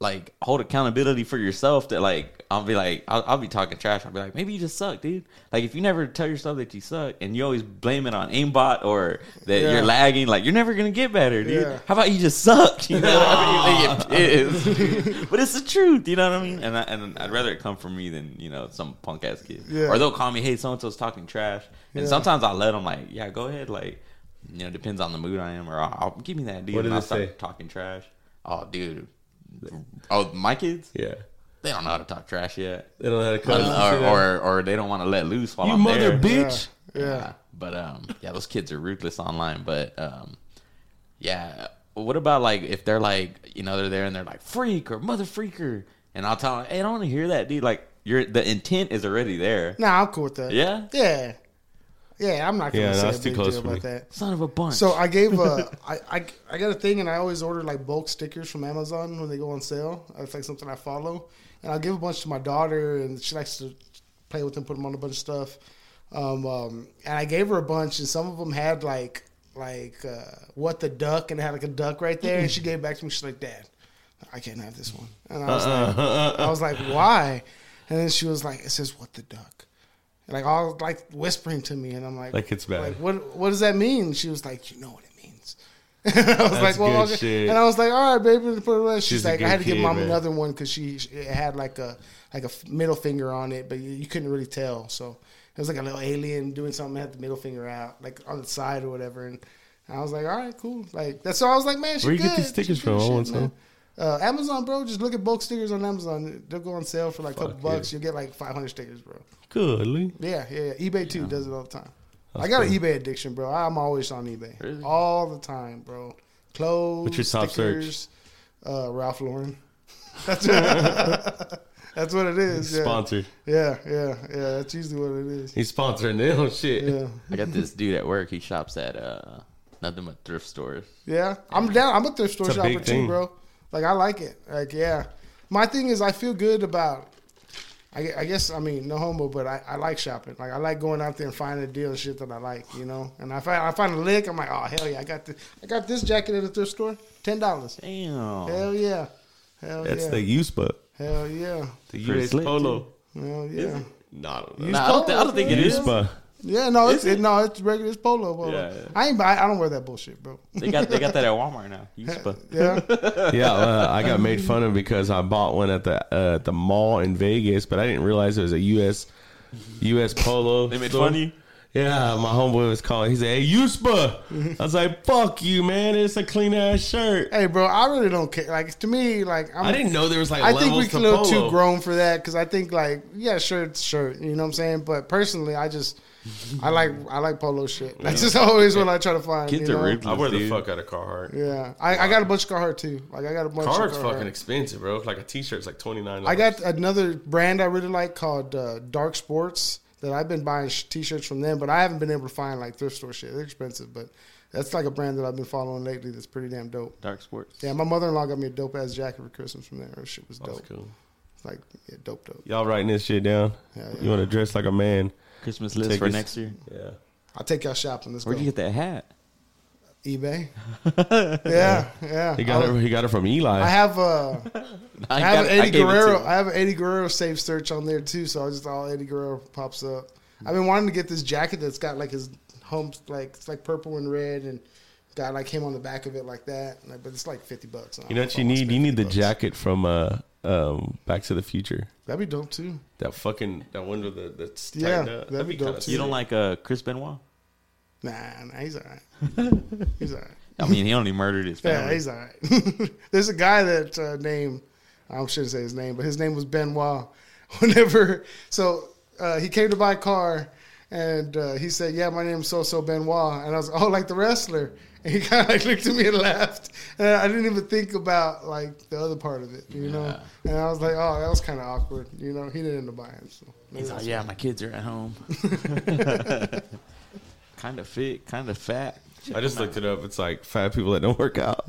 Speaker 6: like hold accountability for yourself that like I'll be like I'll, I'll be talking trash. I'll be like maybe you just suck, dude. Like if you never tell yourself that you suck and you always blame it on aimbot or that
Speaker 5: Yeah.
Speaker 6: you're lagging, like you're never gonna get better, dude.
Speaker 5: Yeah.
Speaker 6: How about you just suck? You know, what I mean? They get pissed. but it's the truth, you know what I mean? And I, and I'd rather it come from me than you know some punk ass kid.
Speaker 5: Yeah.
Speaker 6: Or they'll call me, hey, so and so's talking trash, and
Speaker 5: Yeah.
Speaker 6: sometimes I'll let them like, yeah, go ahead, like. You know, depends on the mood I am, or I'll, I'll give me that dude,
Speaker 4: What did
Speaker 6: and I'll
Speaker 4: it
Speaker 6: stop
Speaker 4: say?
Speaker 6: talking trash. Oh, dude. Oh, my kids?
Speaker 4: Yeah.
Speaker 6: They don't know how to talk trash yet,
Speaker 4: They don't know how to cut
Speaker 6: or, or or they don't want to let loose while
Speaker 4: you
Speaker 6: I'm
Speaker 4: mother
Speaker 6: there.
Speaker 4: bitch.
Speaker 5: Yeah.
Speaker 6: But um, yeah, those kids are ruthless online. But um, yeah, what about like if they're like you know they're there and they're like freak or mother freaker, and I'll tell them, hey, I don't want to hear that, dude. Like your the intent is already there.
Speaker 5: Nah, I'm cool with that.
Speaker 6: Yeah?
Speaker 5: Yeah. Yeah, I'm not gonna
Speaker 4: Yeah,
Speaker 5: say
Speaker 4: that's
Speaker 5: a
Speaker 4: too
Speaker 5: big
Speaker 4: close
Speaker 5: deal
Speaker 4: for
Speaker 5: about
Speaker 4: me.
Speaker 5: that.
Speaker 6: Son of a bunch.
Speaker 5: So I gave uh, I I- I got a thing, and I always order like bulk stickers from Amazon when they go on sale. It's like something I follow, and I give a bunch to my daughter, and she likes to play with them, put them on a bunch of stuff. Um, um, and I gave her a bunch, and some of them had like like uh, what the duck, and it had like a duck right there, and she
Speaker 6: Mm.
Speaker 5: gave it back to me. She's like, Dad, I can't have this one, and I was
Speaker 6: Uh-uh.
Speaker 5: like, I was like, why? And then she was like, it says what the duck. And like all like whispering to me, and I'm like,
Speaker 4: Like it's bad.
Speaker 5: Like what what does that mean? She was like, you know what it means. And I was like, well,
Speaker 4: good
Speaker 5: okay.
Speaker 4: shit.
Speaker 5: and I was like, all right, baby. Put it away. She's,
Speaker 4: She's a
Speaker 5: like, I
Speaker 4: good
Speaker 5: had to give
Speaker 4: kid,
Speaker 5: mom
Speaker 4: man.
Speaker 5: another one because she it had like a like a f- middle finger on it, but you, you couldn't really tell. So it was like a little alien doing something, had the middle finger out, like on the side or whatever. And I was like, all right, cool. Like that's so I was like, man, she
Speaker 4: Where you get
Speaker 5: good.
Speaker 4: these
Speaker 5: She
Speaker 4: stickers
Speaker 5: good
Speaker 4: from? I
Speaker 5: shit,
Speaker 4: want some.
Speaker 5: man. Uh, Amazon, bro. Just look at bulk stickers on Amazon. They'll go on sale for like a couple
Speaker 4: yeah.
Speaker 5: bucks. You'll get like 500 stickers, bro.
Speaker 4: Goodly.
Speaker 5: Yeah, yeah. yeah. eBay too does it all the time. I got an eBay addiction, bro. I'm always on eBay,
Speaker 6: Really?
Speaker 5: all the time, bro. Clothes.
Speaker 4: What's your top
Speaker 5: stickers, Uh, Ralph Lauren. That's what, that's what it is. Yeah.
Speaker 4: Sponsored.
Speaker 5: Yeah, yeah, yeah. That's usually what it is.
Speaker 4: He's sponsoring their own shit.
Speaker 5: Yeah,
Speaker 6: I got this dude at work. He shops at uh nothing but thrift stores.
Speaker 5: yeah. I'm down. I'm a thrift store
Speaker 4: It's a
Speaker 5: shopper
Speaker 4: big thing.
Speaker 5: too, bro. Like I like it. Like yeah. My thing is I feel good about. I, gue- I guess I mean no homo, but I, I like shopping. Like I like going out there and finding a deal and shit that I like, you know. And if I, I find a lick, I'm like, oh hell yeah, I got this. I got this jacket at a thrift store, ten dollars.
Speaker 6: Damn.
Speaker 5: Hell yeah, hell
Speaker 4: That's
Speaker 5: yeah,
Speaker 4: the use but
Speaker 5: hell yeah,
Speaker 4: the
Speaker 6: Pretty
Speaker 4: US
Speaker 6: slick,
Speaker 4: polo.
Speaker 5: hell yeah.
Speaker 4: No, I don't know.
Speaker 5: Used
Speaker 6: Nah, I don't, thi- I
Speaker 5: polo,
Speaker 6: don't think
Speaker 5: bro.
Speaker 6: it is.
Speaker 4: Uspa.
Speaker 5: Yeah, no, it's it, no, it's regular it's polo. polo.
Speaker 6: Yeah, yeah.
Speaker 5: I ain't buy. I don't wear that bullshit, bro.
Speaker 6: They got they got that at Walmart now. Uspa.
Speaker 5: Yeah,
Speaker 4: yeah, uh, I got made fun of because I bought one at the uh, at the mall in Vegas, but I didn't realize it was a US US polo.
Speaker 6: They made
Speaker 4: store.
Speaker 6: fun of you.
Speaker 4: Yeah, my homeboy was calling. He said, "Hey, Uspa." I was like, "Fuck you, man! It's a clean ass shirt."
Speaker 5: hey, bro, I really don't care. Like to me, like I'm,
Speaker 4: I didn't know there was like
Speaker 5: I
Speaker 4: levels
Speaker 5: think
Speaker 4: to
Speaker 5: we a little
Speaker 4: polo.
Speaker 5: too grown for that because I think like yeah, sure, it's shirt. You know what I'm saying? But personally, I just I like I like polo shit. That's just always what I try to find.
Speaker 6: Kids
Speaker 5: you
Speaker 6: are
Speaker 5: know?
Speaker 6: ruthless.
Speaker 4: I wear the
Speaker 6: dude.
Speaker 4: fuck out of Carhartt.
Speaker 5: Yeah, I, I got a bunch of Carhartt too. Like I got a bunch
Speaker 4: Carhartt's
Speaker 5: of Carhartt.
Speaker 4: fucking expensive, bro. Like a t-shirt's like twenty nine.
Speaker 5: I got another brand I really like called uh, Dark Sports that I've been buying sh- t-shirts from them, but I haven't been able to find like thrift store shit. They're expensive, but that's like a brand that I've been following lately. That's pretty damn dope.
Speaker 6: Dark sports.
Speaker 5: Yeah, my mother-in-law got me a dope ass jacket for Christmas from there. Her shit was
Speaker 4: That's
Speaker 5: dope.
Speaker 4: cool.
Speaker 5: Like yeah, dope, dope.
Speaker 4: Y'all writing this shit down.
Speaker 5: Yeah, yeah.
Speaker 4: You want to dress like a man.
Speaker 6: Christmas list
Speaker 4: Take
Speaker 6: for
Speaker 4: this-
Speaker 6: next year.
Speaker 4: Yeah.
Speaker 5: I'll take y'all shopping. Let's
Speaker 6: Where'd
Speaker 5: go.
Speaker 6: you get that hat?
Speaker 5: eBay. yeah, yeah.
Speaker 4: He got
Speaker 5: I,
Speaker 4: it. He got it from Eli.
Speaker 5: I have uh, I, have
Speaker 6: got
Speaker 5: an
Speaker 6: it- I
Speaker 5: Eddie
Speaker 6: gave it to
Speaker 5: Guerrero.
Speaker 6: him.
Speaker 5: I have an Eddie Guerrero save search on there too. So I just all Eddie Guerrero pops up. I've been wanting to get this jacket that's got like his home like it's like purple and red and got like him on the back of it like that. Like, but it's like fifty bucks.
Speaker 4: you know what you need? You need the jacket from uh um Back to the Future.
Speaker 5: That'd be dope too.
Speaker 4: That fucking that one with the that's
Speaker 5: Yeah,
Speaker 4: tightened up.
Speaker 5: that'd be dope
Speaker 4: kinda
Speaker 5: too.
Speaker 4: sick.
Speaker 6: You don't like uh, Chris Benoit?
Speaker 5: Nah, nah, he's all right. he's all right.
Speaker 6: I mean, he only murdered his
Speaker 5: Yeah,
Speaker 6: family.
Speaker 5: he's all right. There's a guy that uh, name I shouldn't say his name, but his name was Benoit. Whenever so uh, he came to buy a car, and uh, he said, "Yeah, my name's so so Benoit," and I was, "Oh, like the wrestler." And he kind of like looked at me and laughed, and I didn't even think about like the other part of it, you know. And I was like, "Oh, that was kind of awkward," you know. He didn't end up buying. So
Speaker 6: He's like, yeah, my kids are at home. kind of fit, kind of fat.
Speaker 4: I just looked it up. It's like fat people that don't work out.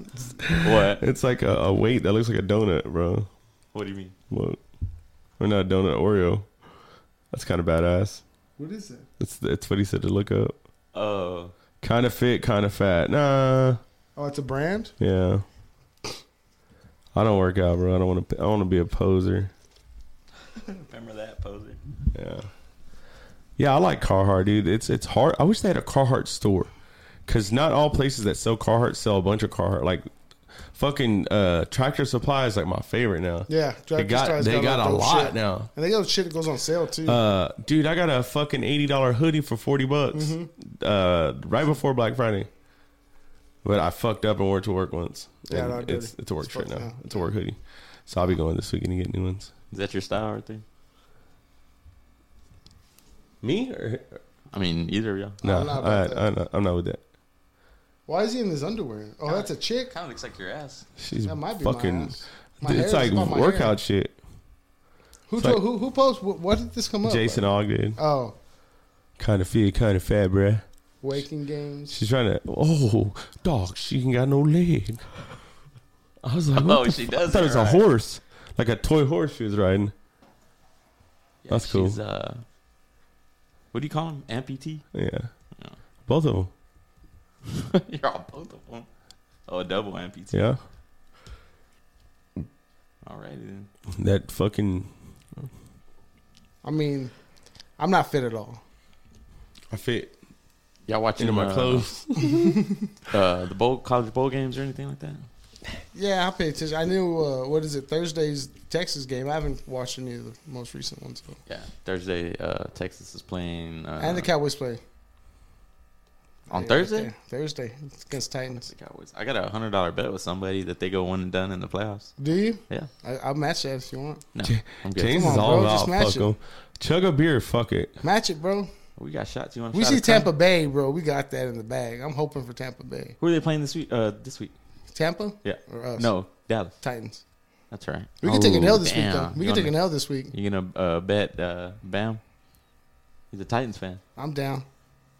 Speaker 6: What?
Speaker 4: It's like a, a weight that looks like a donut, bro.
Speaker 6: What do you mean?
Speaker 4: Well, or not a donut, Oreo. That's kind of badass.
Speaker 5: what is that?
Speaker 4: That's that's what he said to look up.
Speaker 6: Oh,
Speaker 4: Kind of fit, kind of fat. Nah,
Speaker 5: Oh, it's a brand.
Speaker 4: yeah. I don't work out, bro. I don't want to. I want to be a poser.
Speaker 6: Remember that poser?
Speaker 4: Yeah. Yeah, I like Carhartt, dude. It's it's hard. I wish they had a Carhartt store, cause not all places that sell Carhartt sell a bunch of Carhartt. Like, fucking uh, Tractor Supply is like my favorite now.
Speaker 5: Yeah,
Speaker 4: they
Speaker 5: Tractor
Speaker 4: got
Speaker 5: Supply's
Speaker 4: they
Speaker 5: got
Speaker 4: got,
Speaker 5: all
Speaker 4: a
Speaker 5: dope
Speaker 4: lot
Speaker 5: shit.
Speaker 4: now.
Speaker 5: And they got shit that goes on sale too.
Speaker 4: Uh, dude, I got a fucking eighty dollar hoodie for forty bucks,
Speaker 5: Mm-hmm.
Speaker 4: uh, right before Black Friday. But I fucked up and wore it to work once.
Speaker 5: Yeah,
Speaker 4: And
Speaker 5: no, I did
Speaker 4: it's
Speaker 5: it.
Speaker 4: it's a work
Speaker 5: It's
Speaker 4: shirt
Speaker 5: fucked
Speaker 4: now.
Speaker 5: now.
Speaker 4: It's a work hoodie, so I'll be going this weekend to get new ones.
Speaker 6: Is that your style right there?
Speaker 4: Me or
Speaker 6: I mean, either of y'all.
Speaker 4: no?
Speaker 5: I'm not about
Speaker 4: I,
Speaker 5: that.
Speaker 4: I, am not, I'm not with that.
Speaker 5: Why is he in his underwear? Oh, that's a chick.
Speaker 6: Kind of looks like your ass.
Speaker 4: She's
Speaker 5: That might be
Speaker 4: fucking.
Speaker 5: my ass. My hair
Speaker 4: it's
Speaker 5: is
Speaker 4: like
Speaker 5: about my
Speaker 4: workout
Speaker 5: hair.
Speaker 4: shit.
Speaker 5: Who
Speaker 4: it's like-
Speaker 5: told, who who posted? What, what did this come up?
Speaker 4: Jason
Speaker 5: with?
Speaker 4: Ogg did.
Speaker 5: Oh,
Speaker 4: Kind of fit, kind of fat, bruh.
Speaker 5: waking games.
Speaker 4: She's trying to. Oh, dog, she ain't got no leg. I was like, what
Speaker 6: Oh,
Speaker 4: the
Speaker 6: she
Speaker 4: fu-
Speaker 6: does
Speaker 4: I thought it was
Speaker 6: it,
Speaker 4: a
Speaker 6: right.
Speaker 4: horse, like a toy horse she was riding.
Speaker 6: Yeah,
Speaker 4: That's cool.
Speaker 6: she's, Uh, what do you call him? Amputee?
Speaker 4: Yeah, both of them.
Speaker 6: You're all both of them. Oh, a double amputee.
Speaker 4: Yeah,
Speaker 6: All right then.
Speaker 4: that fucking.
Speaker 5: I mean, I'm not fit at all.
Speaker 4: I fit
Speaker 6: Y'all watching
Speaker 4: into my
Speaker 6: uh,
Speaker 4: clothes.
Speaker 6: Uh, the bowl college bowl games or anything like that?
Speaker 5: Yeah, I pay attention. I knew uh, what is it Thursday's Texas game. I haven't watched any of the most recent ones.
Speaker 4: Uh,
Speaker 5: Though.
Speaker 6: Yeah. Thursday, uh, Texas is playing. Uh,
Speaker 5: and the Cowboys play
Speaker 6: on
Speaker 5: Yeah,
Speaker 6: Thursday.
Speaker 5: okay. Thursday it's against Titans.
Speaker 6: The Cowboys. I got a hundred dollar bet with somebody that they go one and done in the playoffs.
Speaker 5: Do you?
Speaker 6: Yeah.
Speaker 5: I, I'll match that if you want.
Speaker 6: No, I'm good.
Speaker 4: James
Speaker 5: Come
Speaker 4: is
Speaker 5: on,
Speaker 4: all
Speaker 5: bro, just
Speaker 4: about
Speaker 5: match
Speaker 4: fuck
Speaker 5: it.
Speaker 4: 'em. Chug a beer, fuck it.
Speaker 5: Match it, bro.
Speaker 6: We got shots. You want? a
Speaker 5: We
Speaker 6: shot
Speaker 5: see
Speaker 6: at time?
Speaker 5: Tampa Bay, bro. We got that in the bag. I'm hoping for Tampa Bay.
Speaker 6: Who are they playing this week? Uh, this week?
Speaker 5: Tampa?
Speaker 6: Yeah.
Speaker 5: Or us?
Speaker 6: No, Dallas.
Speaker 5: Titans.
Speaker 6: That's right.
Speaker 5: We can take an
Speaker 6: Oh,
Speaker 5: L this
Speaker 6: damn.
Speaker 5: week, though. We
Speaker 6: You
Speaker 5: can take
Speaker 6: wanna-
Speaker 5: an L this week.
Speaker 6: You gonna uh, bet uh, Bam? He's a Titans fan.
Speaker 5: I'm down.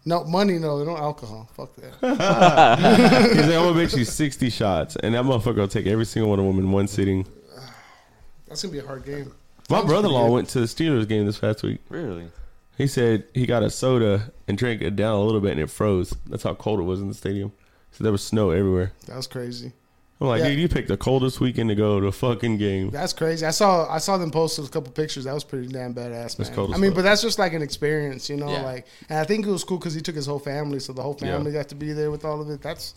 Speaker 5: No money, no, no alcohol. Fuck that.
Speaker 4: He's like, I'm gonna bet you sixty shots, and that motherfucker will take every single one of them in one sitting.
Speaker 5: That's gonna be a hard game.
Speaker 4: My
Speaker 5: Sounds
Speaker 4: brother-in-law
Speaker 5: pretty good.
Speaker 4: went to the Steelers game this past week.
Speaker 6: Really?
Speaker 4: He said he got a soda and drank it down a little bit and it froze. That's how cold it was in the stadium. So there was snow everywhere.
Speaker 5: That was crazy.
Speaker 4: I'm like,
Speaker 5: Yeah.
Speaker 4: dude, you picked the coldest weekend to go to a fucking game.
Speaker 5: That's crazy. I saw I saw them post a couple pictures. That was pretty damn badass, man.
Speaker 4: cold as
Speaker 5: I mean,
Speaker 4: fuck.
Speaker 5: but that's just like an experience, you know.
Speaker 6: Yeah.
Speaker 5: Like, and I think it was cool because he took his whole family, so the whole
Speaker 4: Yeah.
Speaker 5: family got to be there with all of it. That's,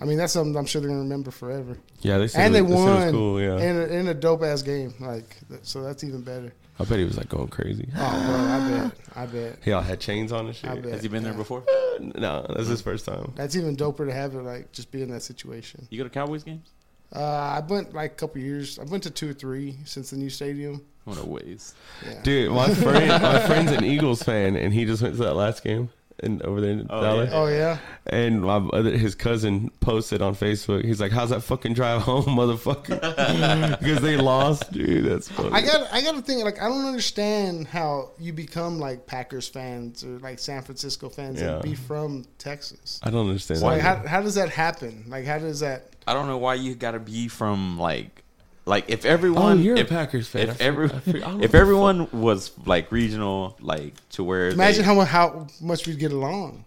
Speaker 5: I mean, that's something I'm sure they're gonna remember forever.
Speaker 4: Yeah, they said
Speaker 5: and
Speaker 4: it,
Speaker 5: they
Speaker 4: was- said it
Speaker 5: won
Speaker 4: was cool. Yeah,
Speaker 5: in a, in a dope ass game, like th- so that's even better.
Speaker 4: I bet he was like going crazy.
Speaker 5: Oh, bro, I bet, I bet.
Speaker 4: He all had chains on and shit.
Speaker 5: I bet.
Speaker 6: Has he been there before?
Speaker 4: No, that's his first time.
Speaker 5: That's even doper to have it like just be in that situation.
Speaker 6: You go to Cowboys games?
Speaker 5: Uh, I went like a couple years. I went to two or three since the new stadium.
Speaker 6: What a waste.
Speaker 5: Yeah.
Speaker 4: Dude, my friend, my friend's an Eagles fan, and he just went to that last game and over there in
Speaker 6: Oh,
Speaker 4: Dallas.
Speaker 5: Oh yeah,
Speaker 4: And my other, his cousin posted on Facebook. He's like, "How's that fucking drive home, motherfucker?" Because they lost, dude. That's funny.
Speaker 5: I got I got to think like I don't understand how you become like Packers fans or like San Francisco fans
Speaker 4: Yeah.
Speaker 5: and be from Texas.
Speaker 4: I don't understand.
Speaker 5: So, like,
Speaker 4: that.
Speaker 5: how how does that happen? Like how does that?
Speaker 6: I don't know why you gotta be from like, like if everyone.
Speaker 4: Oh, you're a
Speaker 6: if,
Speaker 4: Packers fan. I
Speaker 6: If,
Speaker 4: forgot-
Speaker 6: every,
Speaker 4: I forgot- I don't know
Speaker 6: if
Speaker 4: the
Speaker 6: everyone was like regional, like to where
Speaker 5: Imagine
Speaker 6: they-
Speaker 5: how how much we get along.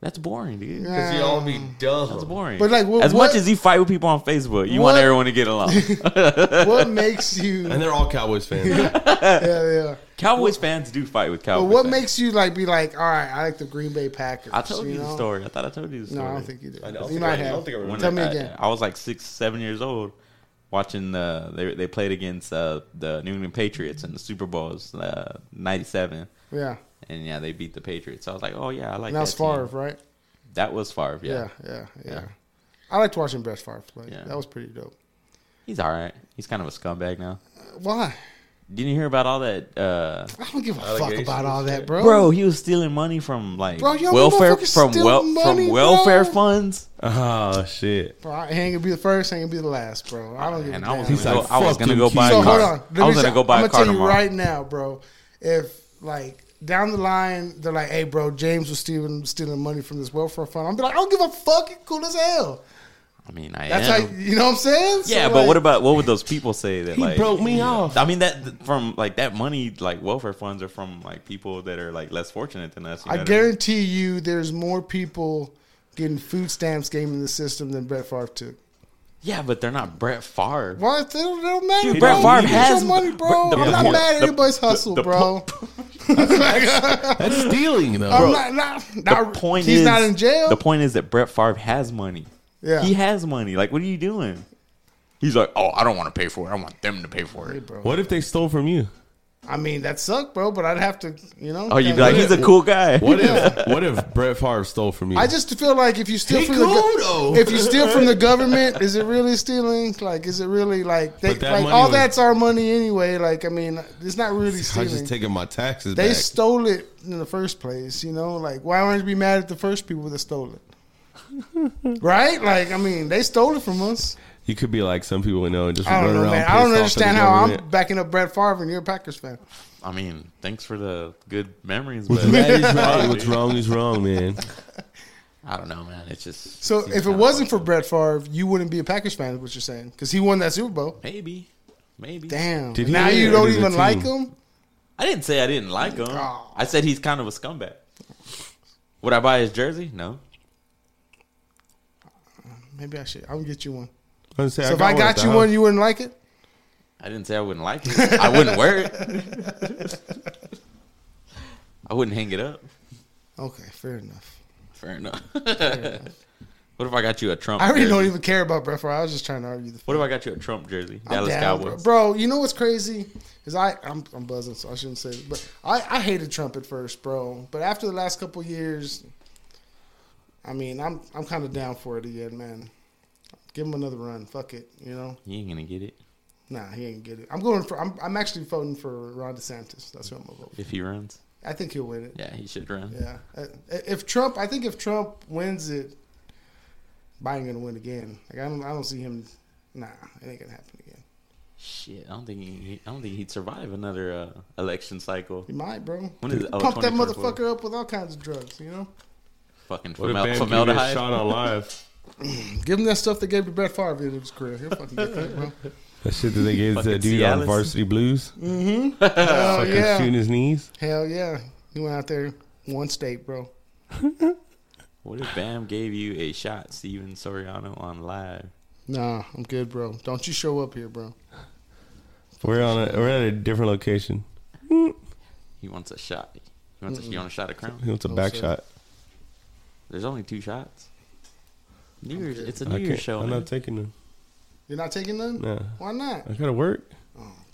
Speaker 6: that's boring, dude.
Speaker 4: Because you all be
Speaker 6: That's
Speaker 4: dumb.
Speaker 6: boring.
Speaker 5: But, like, wh-
Speaker 6: as
Speaker 5: what-
Speaker 6: much as you fight with people on Facebook, you want
Speaker 5: What?
Speaker 6: everyone to get along.
Speaker 5: What makes you?
Speaker 4: And
Speaker 5: yeah,
Speaker 4: they're all Cowboys fans.
Speaker 5: yeah.
Speaker 6: Cowboys fans do fight with
Speaker 5: But
Speaker 6: Cowboys.
Speaker 5: what
Speaker 6: fans.
Speaker 5: makes you like be like, all right, I like the Green Bay Packers.
Speaker 6: I told you, the
Speaker 5: know?
Speaker 6: story. I thought I told you the story.
Speaker 5: No, I don't think you did.
Speaker 4: I don't
Speaker 5: you
Speaker 4: think
Speaker 5: might
Speaker 4: I- I
Speaker 5: have.
Speaker 4: don't think I remember.
Speaker 6: When
Speaker 5: Tell me
Speaker 6: I,
Speaker 5: again.
Speaker 6: I was like six, seven years old, watching the they they played against uh, the New England Patriots in the Super Bowls uh, '97,
Speaker 5: yeah,
Speaker 6: and yeah, they beat the Patriots. So I was like, oh yeah, I like
Speaker 5: and that was
Speaker 6: team.
Speaker 5: Favre, right?
Speaker 6: That was Favre. Yeah.
Speaker 5: Yeah, yeah, yeah.
Speaker 6: Yeah.
Speaker 5: I liked watching Brett Favre play.
Speaker 6: Yeah.
Speaker 5: That was pretty dope.
Speaker 6: he's all right. He's kind of a scumbag now.
Speaker 5: Why?
Speaker 6: Didn't you hear about all that? Uh,
Speaker 5: I don't give a fuck
Speaker 4: Allegations
Speaker 5: about all that, bro.
Speaker 6: bro, he was stealing money from like
Speaker 5: Oh. Bro, y'all be
Speaker 6: welfare
Speaker 5: motherfuckers
Speaker 6: from
Speaker 5: stealing
Speaker 6: wel-
Speaker 5: money,
Speaker 6: from welfare
Speaker 5: bro.
Speaker 6: funds.
Speaker 4: oh shit!
Speaker 5: Bro, I ain't gonna be the first. I ain't gonna be the last, bro. I don't give a
Speaker 6: And I was
Speaker 5: damn.
Speaker 4: He's
Speaker 6: gonna
Speaker 4: like,
Speaker 6: go, I was
Speaker 4: "Fuck
Speaker 6: gonna
Speaker 4: you,
Speaker 6: go
Speaker 4: Keith."
Speaker 6: buy a
Speaker 5: so
Speaker 6: car.
Speaker 5: hold on. Let
Speaker 6: I
Speaker 5: me
Speaker 6: was gonna
Speaker 5: say-
Speaker 6: go buy
Speaker 5: I'm
Speaker 6: a
Speaker 5: gonna
Speaker 6: car
Speaker 5: tell you
Speaker 6: tomorrow.
Speaker 5: right now, bro. If like down the line they're like, "Hey, bro, James was stealing stealing money from this welfare fund," I'm be like, "I don't give a fuck. It's cool as hell."
Speaker 6: I mean, I
Speaker 5: That's
Speaker 6: am.
Speaker 5: how you know what I'm saying. So,
Speaker 6: Yeah, but what
Speaker 5: like,
Speaker 6: about what would those people say that
Speaker 4: He
Speaker 6: like
Speaker 4: broke me off.
Speaker 6: I mean that from like that money like welfare funds are from like people that are like less fortunate than us. You know
Speaker 5: I
Speaker 6: what mean?
Speaker 5: guarantee you, there's more people getting food stamps game in the system than Brett Favre took.
Speaker 6: Yeah, but they're not Brett Favre.
Speaker 5: Why it don't, it don't matter,
Speaker 6: Dude,
Speaker 5: bro.
Speaker 6: Brett Favre
Speaker 5: you
Speaker 6: has-
Speaker 5: get your money, bro.
Speaker 6: the-
Speaker 5: I'm
Speaker 6: the-
Speaker 5: not mad at
Speaker 6: the-
Speaker 5: anybody's hustle, bro.
Speaker 7: That's stealing, though.
Speaker 5: I'm not, not,
Speaker 6: The
Speaker 5: not-
Speaker 6: point
Speaker 5: he's
Speaker 6: is
Speaker 5: not in jail.
Speaker 6: The point is that Brett Favre has money.
Speaker 5: Yeah.
Speaker 6: he has money. Like, what are you doing?
Speaker 2: He's like, oh, I don't want to pay for it. I want them to pay for it.
Speaker 4: What if they stole from you?
Speaker 5: I mean, that sucked, bro. But I'd have to, you know.
Speaker 6: Oh, you'd be like, he's a cool guy.
Speaker 4: What if what if Brett Favre stole from you?
Speaker 5: I just feel like if you steal
Speaker 7: He
Speaker 5: from the
Speaker 7: cool,
Speaker 5: go-
Speaker 7: though.
Speaker 5: if you steal from the government, is it really stealing? Like, is it really like they
Speaker 4: But that
Speaker 5: like
Speaker 4: money
Speaker 5: all
Speaker 4: was-
Speaker 5: that's our money anyway? Like, I mean, it's not really
Speaker 4: I
Speaker 5: stealing.
Speaker 4: just taking my taxes
Speaker 5: they
Speaker 4: back.
Speaker 5: stole it in the first place, you know. Like, why aren't we mad at the first people that stole it? right? Like, I mean, they stole it from us.
Speaker 4: you could be like some people we know and just
Speaker 5: I
Speaker 4: run
Speaker 5: don't know,
Speaker 4: around.
Speaker 5: man. I don't understand how I'm backing up Brett Favre and you're a Packers fan.
Speaker 6: I mean, thanks for the good memories,
Speaker 4: What's
Speaker 6: but
Speaker 4: right is right. What's wrong is wrong, man.
Speaker 6: I don't know, man. It's just
Speaker 5: So if it wasn't for Brett Favre, you wouldn't be a Packers fan, is what you're saying, because he won that Super Bowl.
Speaker 6: maybe, maybe.
Speaker 5: Damn.
Speaker 4: Did he
Speaker 5: now
Speaker 4: win
Speaker 5: you
Speaker 4: or
Speaker 5: don't
Speaker 4: did the
Speaker 5: even
Speaker 4: team?
Speaker 5: like him.
Speaker 6: I didn't say I didn't like him.
Speaker 5: Oh.
Speaker 6: I said he's kind of a scumbag. Would I buy his jersey? No.
Speaker 5: Maybe I should. I'm gonna get you one.
Speaker 4: I say,
Speaker 5: So if I
Speaker 4: at
Speaker 5: got
Speaker 4: the
Speaker 5: you
Speaker 4: house.
Speaker 5: one, you wouldn't like it.
Speaker 6: I didn't say I wouldn't like it. I wouldn't wear it. I wouldn't hang it up.
Speaker 5: Okay, fair enough.
Speaker 6: Fair enough. what if I got you a Trump?
Speaker 5: I already
Speaker 6: jersey?
Speaker 5: don't even care about Brett Favre. I was just trying to argue the.
Speaker 6: What if I got you a Trump jersey?
Speaker 5: I'm
Speaker 6: Dallas
Speaker 5: down,
Speaker 6: Cowboys.
Speaker 5: Bro. Bro, you know what's crazy? Is I I'm, I'm buzzing, so I shouldn't say it. But I, I hated Trump at first, bro. But after the last couple years, I mean, I'm I'm kind of down for it again, man. Give him another run. Fuck it, you know.
Speaker 6: You ain't gonna get it
Speaker 5: Nah, he ain't get it. I'm going for. I'm, I'm actually voting for Ron DeSantis. That's who I'm gonna vote. For.
Speaker 6: if he runs.
Speaker 5: I think he'll win it.
Speaker 6: Yeah, he should run.
Speaker 5: Yeah. Uh, If Trump, I think if Trump wins it, Biden gonna win again. Like I don't, I don't see him. Nah, it ain't gonna happen again.
Speaker 6: Shit, I don't think he. I don't think he'd survive another uh, election cycle.
Speaker 5: He might, bro.
Speaker 6: When is it? Oh,
Speaker 5: Pump that
Speaker 6: 2024.
Speaker 5: motherfucker up with all kinds of drugs, you know.
Speaker 6: Fucking
Speaker 4: What if
Speaker 6: famel-
Speaker 4: Bam Bam gets
Speaker 6: formaldehyde.
Speaker 4: shot on live?
Speaker 5: Give him that stuff they gave to Brett Favre in his career. He'll fucking get that, bro.
Speaker 4: That shit that they gave to
Speaker 6: Fucking
Speaker 4: that dude
Speaker 6: Cialis.
Speaker 4: on Varsity Blues.
Speaker 5: Mm-hmm. Hell
Speaker 4: Fucking
Speaker 5: yeah,
Speaker 4: shooting his knees.
Speaker 5: hell yeah. He went out there one state, bro.
Speaker 6: What if Bam gave you a shot, Steven Soriano, on live?
Speaker 5: Nah, I'm good, bro. Don't you show up here, bro.
Speaker 4: We're on. A, we're at a different location.
Speaker 6: He wants a shot. He wants a, you want a shot of
Speaker 4: He
Speaker 6: crown.
Speaker 4: wants a
Speaker 5: No,
Speaker 4: back
Speaker 5: sir.
Speaker 4: shot.
Speaker 6: There's only two shots. New Year's, it's a
Speaker 4: I
Speaker 6: New Year's
Speaker 4: can't.
Speaker 6: show.
Speaker 4: I'm
Speaker 6: man.
Speaker 4: not taking them.
Speaker 5: You're not taking none.
Speaker 4: Nah,
Speaker 5: Why not,
Speaker 4: I gotta work.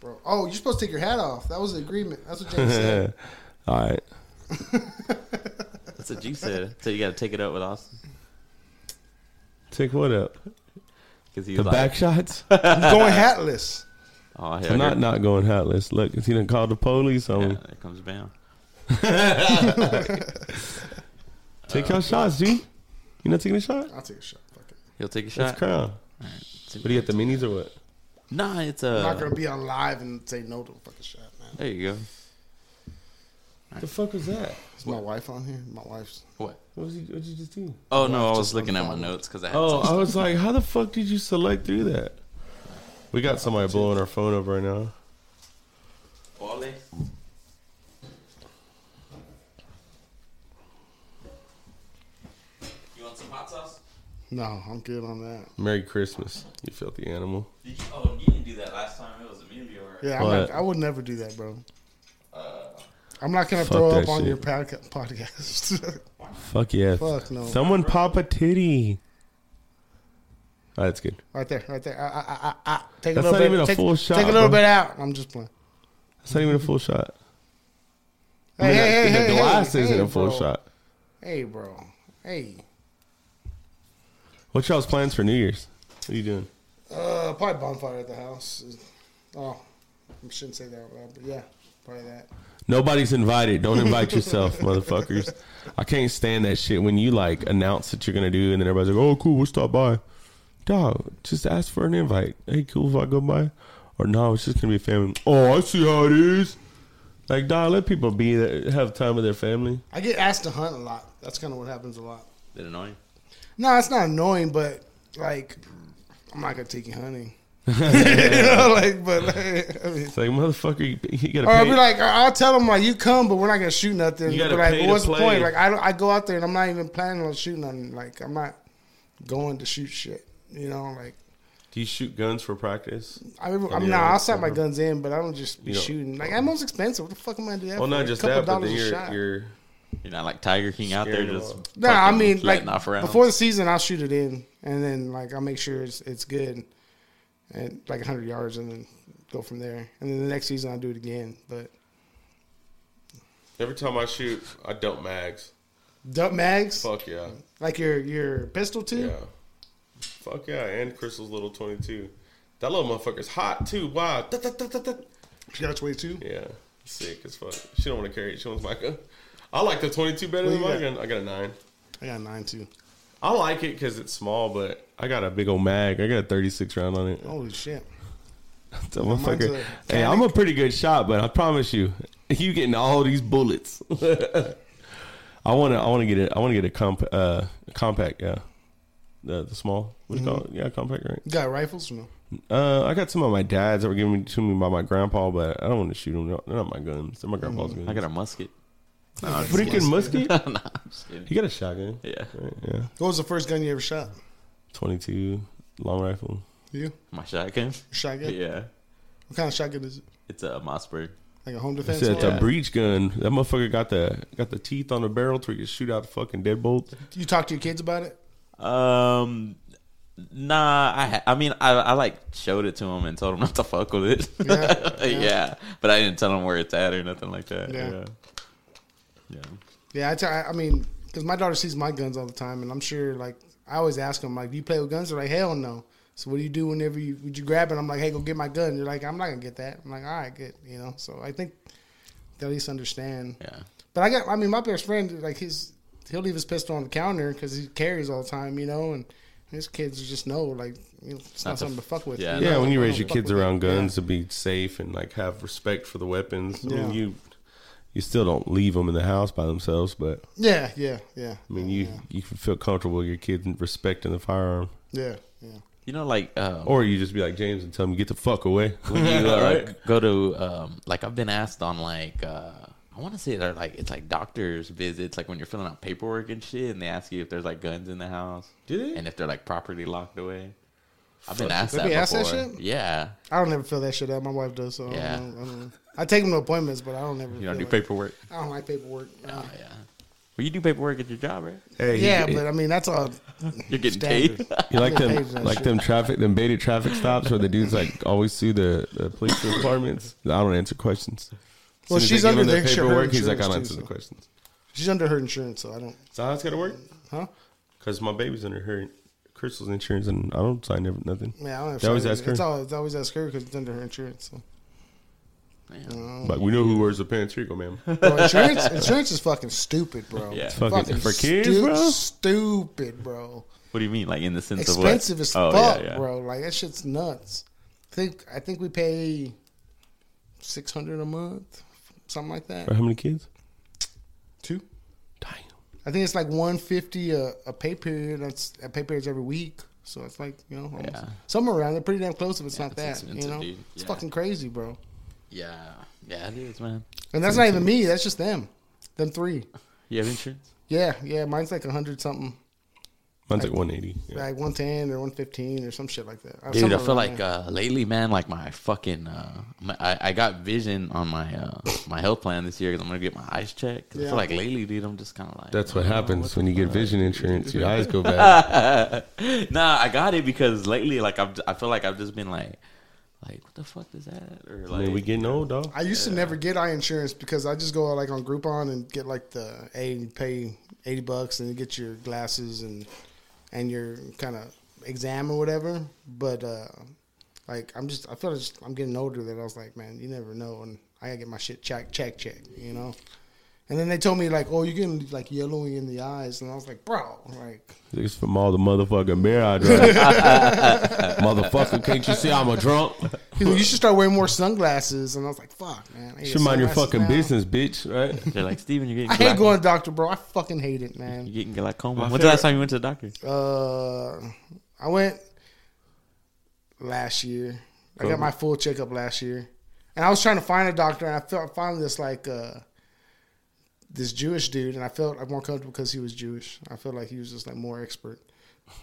Speaker 5: bro? Oh, you're supposed to take your hat off. That was the agreement. That's what James
Speaker 4: All
Speaker 5: said.
Speaker 4: right.
Speaker 6: That's what you said. So you got to take it up with Austin
Speaker 4: Take what up?
Speaker 6: because he's
Speaker 4: The
Speaker 6: like,
Speaker 4: back shots.
Speaker 5: I'm going hatless.
Speaker 6: oh hell,
Speaker 4: I'm not
Speaker 6: not,
Speaker 4: not going hatless. Look, he done called the police on
Speaker 6: yeah,
Speaker 4: me.
Speaker 6: there comes Bam.
Speaker 4: Take your shots, dude. You not taking a shot?
Speaker 5: I'll take a shot. Fuck it.
Speaker 6: He'll take a
Speaker 4: That's
Speaker 6: shot.
Speaker 4: crown. What do you get the minis or what?
Speaker 6: Nah, it's
Speaker 5: I'm not
Speaker 6: a.
Speaker 5: gonna be on live and say no to a fucking shot, man.
Speaker 6: There you go.
Speaker 4: What the fuck was that?
Speaker 5: Is my wife on here? My wife's.
Speaker 6: What?
Speaker 4: What was he? What did you just do?
Speaker 6: Oh no, I was looking at my notes because I had.
Speaker 4: Oh, I
Speaker 6: Oh,
Speaker 4: was like, how the fuck did you select through that? We got somebody blowing our phone up right now.
Speaker 6: You want some hot sauce?
Speaker 5: No, I'm good on that.
Speaker 4: Merry Christmas, you filthy animal.
Speaker 6: Did you, oh, you didn't do that last time. It was Emilio. Right?
Speaker 5: Yeah, I'm
Speaker 4: What?
Speaker 5: not, I would never do that, bro. I'm not gonna
Speaker 4: Fuck
Speaker 5: throw up
Speaker 4: that
Speaker 5: on
Speaker 4: shit.
Speaker 5: your podca- podcast.
Speaker 4: Fuck yes.
Speaker 5: Fuck no.
Speaker 4: Someone pop a titty. Oh, that's good.
Speaker 5: right there, right there. I, I, I, I, take
Speaker 4: That's
Speaker 5: a little
Speaker 4: not
Speaker 5: bit.
Speaker 4: even a
Speaker 5: take,
Speaker 4: full
Speaker 5: take
Speaker 4: shot,
Speaker 5: a little
Speaker 4: bro.
Speaker 5: bit out. I'm just playing.
Speaker 4: That's not even a full shot.
Speaker 5: Hey,
Speaker 4: I mean,
Speaker 5: hey,
Speaker 4: the-
Speaker 5: hey,
Speaker 4: the
Speaker 5: hey,
Speaker 4: glass
Speaker 5: hey,
Speaker 4: isn't
Speaker 5: hey,
Speaker 4: a full
Speaker 5: bro.
Speaker 4: shot.
Speaker 5: Hey, bro. Hey.
Speaker 4: What's y'all's plans for New Year's? What are you doing?
Speaker 5: Uh, probably bonfire at the house. Oh, I shouldn't say that out loud, but yeah, probably that.
Speaker 4: Nobody's invited. Don't invite yourself, motherfuckers. I can't stand that shit when you like announce that you're gonna do, and then everybody's like, "Oh, cool, we'll stop by." Dog, just ask for an invite. Hey, cool if I go by, or no, it's just gonna be family. Oh, I see how it is. Like, dog, let people be there, have time with their family.
Speaker 5: I get asked to hunt a lot. That's kind of what happens a lot.
Speaker 6: Did it annoy you?
Speaker 5: No, it's not annoying, but like, I'm not gonna take you hunting. you know, like, but like, I mean,
Speaker 4: It's like, motherfucker, you, you gotta.
Speaker 5: or I'll be
Speaker 4: pay-
Speaker 5: like, or I'll tell them like, you come, but we're not gonna shoot nothing.
Speaker 4: You gotta
Speaker 5: They'll be like,
Speaker 4: pay
Speaker 5: well,
Speaker 4: to
Speaker 5: what's the
Speaker 4: play.
Speaker 5: point? Like, I don't- I go out there and I'm not even planning on shooting nothing. Like, I'm not going to shoot shit. You know, like
Speaker 4: Do you shoot guns for practice?
Speaker 5: I remember, I'm
Speaker 4: Oh, yeah,
Speaker 5: not. I'll
Speaker 4: that's
Speaker 5: set my
Speaker 4: different.
Speaker 5: guns in, but I don't just be
Speaker 4: You don't- Oh.
Speaker 5: shooting. Like ammo's expensive. What the fuck am I gonna do that?
Speaker 4: Well,
Speaker 5: for?
Speaker 4: not
Speaker 5: A
Speaker 4: just
Speaker 5: couple
Speaker 4: that, but
Speaker 5: dollars
Speaker 4: then
Speaker 5: a
Speaker 4: you're,
Speaker 5: shot.
Speaker 4: you're
Speaker 6: You're not like Tiger King out there
Speaker 4: Scaring
Speaker 6: just.
Speaker 4: them off.
Speaker 5: No, I
Speaker 6: fucking
Speaker 5: mean like
Speaker 6: letting off rounds.
Speaker 5: before the season, I'll shoot it in, and then like I'll make sure it's it's good, at like 100 yards, and then go from there. And then the next season, I'll do it again. But
Speaker 4: every time I shoot, I dump mags.
Speaker 5: dump mags,
Speaker 4: Fuck yeah,
Speaker 5: like your your pistol too.
Speaker 4: yeah, fuck yeah, and Crystal's little twenty-two. That little motherfucker's hot too. Wow. Da, da, da, da, da.
Speaker 5: She got its way too.
Speaker 4: Yeah, sick as fuck. She don't want to carry it. She wants my gun. I like the twenty-two better
Speaker 5: What
Speaker 4: than
Speaker 5: you
Speaker 4: my
Speaker 5: got?
Speaker 4: gun. I got a nine.
Speaker 5: I got nine too.
Speaker 4: I like it because it's small, but I got a big old mag. I got a 36 round on it.
Speaker 5: Holy shit!
Speaker 4: That motherfucker.
Speaker 5: Oh, mine's a
Speaker 4: Hey, I'm a pretty good shot, but I promise you, you getting all these bullets. I wanna, I wanna get it. I wanna get a comp, uh, compact. Yeah, the the small. What
Speaker 5: Mm-hmm.
Speaker 4: do you call it? Yeah, compact. Right.
Speaker 5: You got rifles? No.
Speaker 4: Uh, I got some of my dad's that were given to me by my grandpa, but I don't want to shoot them. They're not my guns. They're my grandpa's
Speaker 5: Mm,
Speaker 4: guns.
Speaker 6: I got a musket.
Speaker 4: freaking musket.
Speaker 6: nah, I'm just kidding.
Speaker 4: He got a shotgun.
Speaker 6: Yeah,
Speaker 4: Right, yeah,
Speaker 5: What was the first gun you ever shot?
Speaker 4: 22 long rifle.
Speaker 5: You
Speaker 6: my shotgun. Yeah.
Speaker 5: shotgun? What kind of shotgun is it?
Speaker 6: it's a Mossberg.
Speaker 5: Like a home
Speaker 4: It's,
Speaker 5: defense?
Speaker 4: a-
Speaker 5: one?
Speaker 4: it's a breech gun. That motherfucker got the got the teeth on the barrel to where you can shoot out the fucking deadbolt.
Speaker 5: You talk to your kids about it?
Speaker 6: Um, nah, I ha- I mean I I like showed it to him and told him not to fuck with it.
Speaker 5: Yeah,
Speaker 6: Yeah,
Speaker 5: yeah.
Speaker 6: but I didn't tell him where it's at or nothing like that.
Speaker 5: Yeah.
Speaker 6: Yeah, yeah.
Speaker 5: Yeah, I tell- I I mean, because my daughter sees my guns all the time, and I'm sure, like, I always ask them, like, do you play with guns? They're like, hell no. So what do you do whenever you, would you grab it? I'm like, hey, go get my gun. They're like, I'm not going to get that. I'm like, all right, good. You know, so I think they at least understand.
Speaker 6: yeah.
Speaker 5: But I got, I mean, my best friend, like, he's, he'll leave his pistol on the counter because he carries all the time, you know, and his kids just know, like, you know, it's not,
Speaker 6: Not to
Speaker 5: something to fuck with.
Speaker 6: yeah,
Speaker 5: you
Speaker 4: Yeah,
Speaker 5: know?
Speaker 4: when you
Speaker 5: I
Speaker 4: raise
Speaker 5: don't
Speaker 4: your
Speaker 5: fuck
Speaker 4: kids
Speaker 5: with it.
Speaker 4: around
Speaker 5: Yeah.
Speaker 4: guns to be safe and like have respect for the weapons. I mean,
Speaker 5: Yeah.
Speaker 4: you you still don't leave them in the house by themselves, but
Speaker 5: Yeah, yeah, yeah.
Speaker 4: I mean, you you can feel comfortable with your kids and respecting the firearm,
Speaker 5: Yeah, yeah.
Speaker 6: You know, like um,
Speaker 4: or you just be like James and tell him get the fuck away.
Speaker 5: Oh,
Speaker 6: when you uh,
Speaker 4: All right.
Speaker 6: go to um, like I've been asked on like uh, I want to say they're like it's like doctors visits like when you're filling out paperwork and shit and they ask you if there's like guns in the house
Speaker 4: Do they?
Speaker 6: and if they're like properly locked away. I've been asked
Speaker 5: They
Speaker 6: that
Speaker 5: be asked
Speaker 6: before.
Speaker 5: that shit?
Speaker 6: Yeah,
Speaker 5: I don't ever fill that shit out. My wife does, so I,
Speaker 6: Yeah.
Speaker 5: don't, know- I, don't know. I take them to appointments, but I don't ever.
Speaker 6: you don't do
Speaker 5: feel like-
Speaker 6: paperwork.
Speaker 5: I don't like paperwork. Uh,
Speaker 6: Oh, yeah. Well, you do paperwork at your job, right?
Speaker 4: Hey, he-
Speaker 5: yeah, but I mean that's all.
Speaker 6: You're getting
Speaker 5: Standard.
Speaker 6: paid.
Speaker 4: You like
Speaker 5: Page
Speaker 4: them,
Speaker 5: that
Speaker 4: like
Speaker 5: shit.
Speaker 4: them traffic, them baited traffic stops where the dudes like always sue the, the police departments. I don't answer questions. As
Speaker 5: Well,
Speaker 4: soon as
Speaker 5: she's
Speaker 4: they give
Speaker 5: under
Speaker 4: him
Speaker 5: the
Speaker 4: their
Speaker 5: insur- her
Speaker 4: paperwork. He's like, I don't
Speaker 5: insurance too,
Speaker 4: answer the
Speaker 5: so.
Speaker 4: questions.
Speaker 5: She's under her insurance, so I don't.
Speaker 4: So how it's gonna work?
Speaker 5: Huh?
Speaker 4: Because my baby's under her Crystal's insurance, and I don't sign never, nothing.
Speaker 5: Yeah, I don't.
Speaker 4: They always ask her.
Speaker 5: It's always, it's always ask her because it's under her insurance. So.
Speaker 4: Like we know who wears the pants. Here you go, ma'am.
Speaker 5: Bro, insurance, insurance is fucking stupid, bro.
Speaker 6: Yeah. It's
Speaker 4: fucking- for kids, bro?
Speaker 5: Stupid, bro.
Speaker 6: What Oh, do you mean? Like in the sense
Speaker 5: Expensive
Speaker 6: of
Speaker 5: as
Speaker 6: what?
Speaker 5: fuck, bro. Like that shit's nuts. I think I think we pay six hundred a month, something like that.
Speaker 4: Or how many kids?
Speaker 5: Two.
Speaker 4: Damn.
Speaker 5: I think it's like one fifty a, a pay period. That's a pay periods every week, so it's like you know almost,
Speaker 6: Yeah.
Speaker 5: somewhere around. They're pretty damn close if it's not
Speaker 6: it's
Speaker 5: that. You
Speaker 6: expensive,
Speaker 5: know,
Speaker 6: dude.
Speaker 5: it's
Speaker 6: Yeah.
Speaker 5: fucking crazy, bro.
Speaker 6: Yeah, yeah, it is, man.
Speaker 5: And that's not even me. That's just them, them three.
Speaker 6: You have insurance?
Speaker 5: Yeah, yeah. Mine's like hundred something,
Speaker 4: Mine's like 180. Yeah.
Speaker 5: like one ten or one fifteen or some shit like that. Uh,
Speaker 6: Dude, I
Speaker 5: somewhere
Speaker 6: feel
Speaker 5: around
Speaker 6: like
Speaker 5: there.
Speaker 6: uh, lately, man, like my fucking, uh, my, I, I got vision on my uh, my health plan this year because I'm gonna get my eyes checked. 'Cause I
Speaker 5: Yeah.
Speaker 6: feel like lately, dude, I'm just kind of like
Speaker 4: That's what happens when you get vision insurance. Your eyes go bad.
Speaker 6: nah, I got it because lately, like I've, I feel like I've just been like, like what the fuck is that? Or
Speaker 4: I
Speaker 6: like
Speaker 4: mean, we getting old, dog.
Speaker 5: I used to never get eye insurance because I just go like on Groupon and get like the hey, you pay eighty bucks and you get your glasses and and your kind of exam or whatever. But uh like I'm just I feel like just, I'm getting older that I was like, man, you never know, and I gotta get my shit check check check, you know. And then they told me like, oh, you're getting like yellowy in the eyes, and I was like, bro, like
Speaker 4: It's from all the motherfucking beer I drank.
Speaker 7: Motherfucker, can't you see I'm a drunk?
Speaker 5: He's like, you should start wearing more sunglasses. And I was like, fuck, man. I hate
Speaker 4: Should mind your
Speaker 5: sunglasses
Speaker 4: fucking
Speaker 5: now.
Speaker 4: business, bitch. Right?
Speaker 6: they're like Steven, you're getting
Speaker 5: I hate
Speaker 6: glaucoma.
Speaker 5: going to the doctor, bro. I fucking hate it,
Speaker 6: You're
Speaker 5: man.
Speaker 6: getting glaucoma. When's the last time you went to the doctor?
Speaker 5: Uh, I went last year. I got my full checkup last year. And I was trying to find a doctor, and I felt found this like uh, this Jewish dude, and I felt like more comfortable because he was Jewish. I felt like he was just like more expert.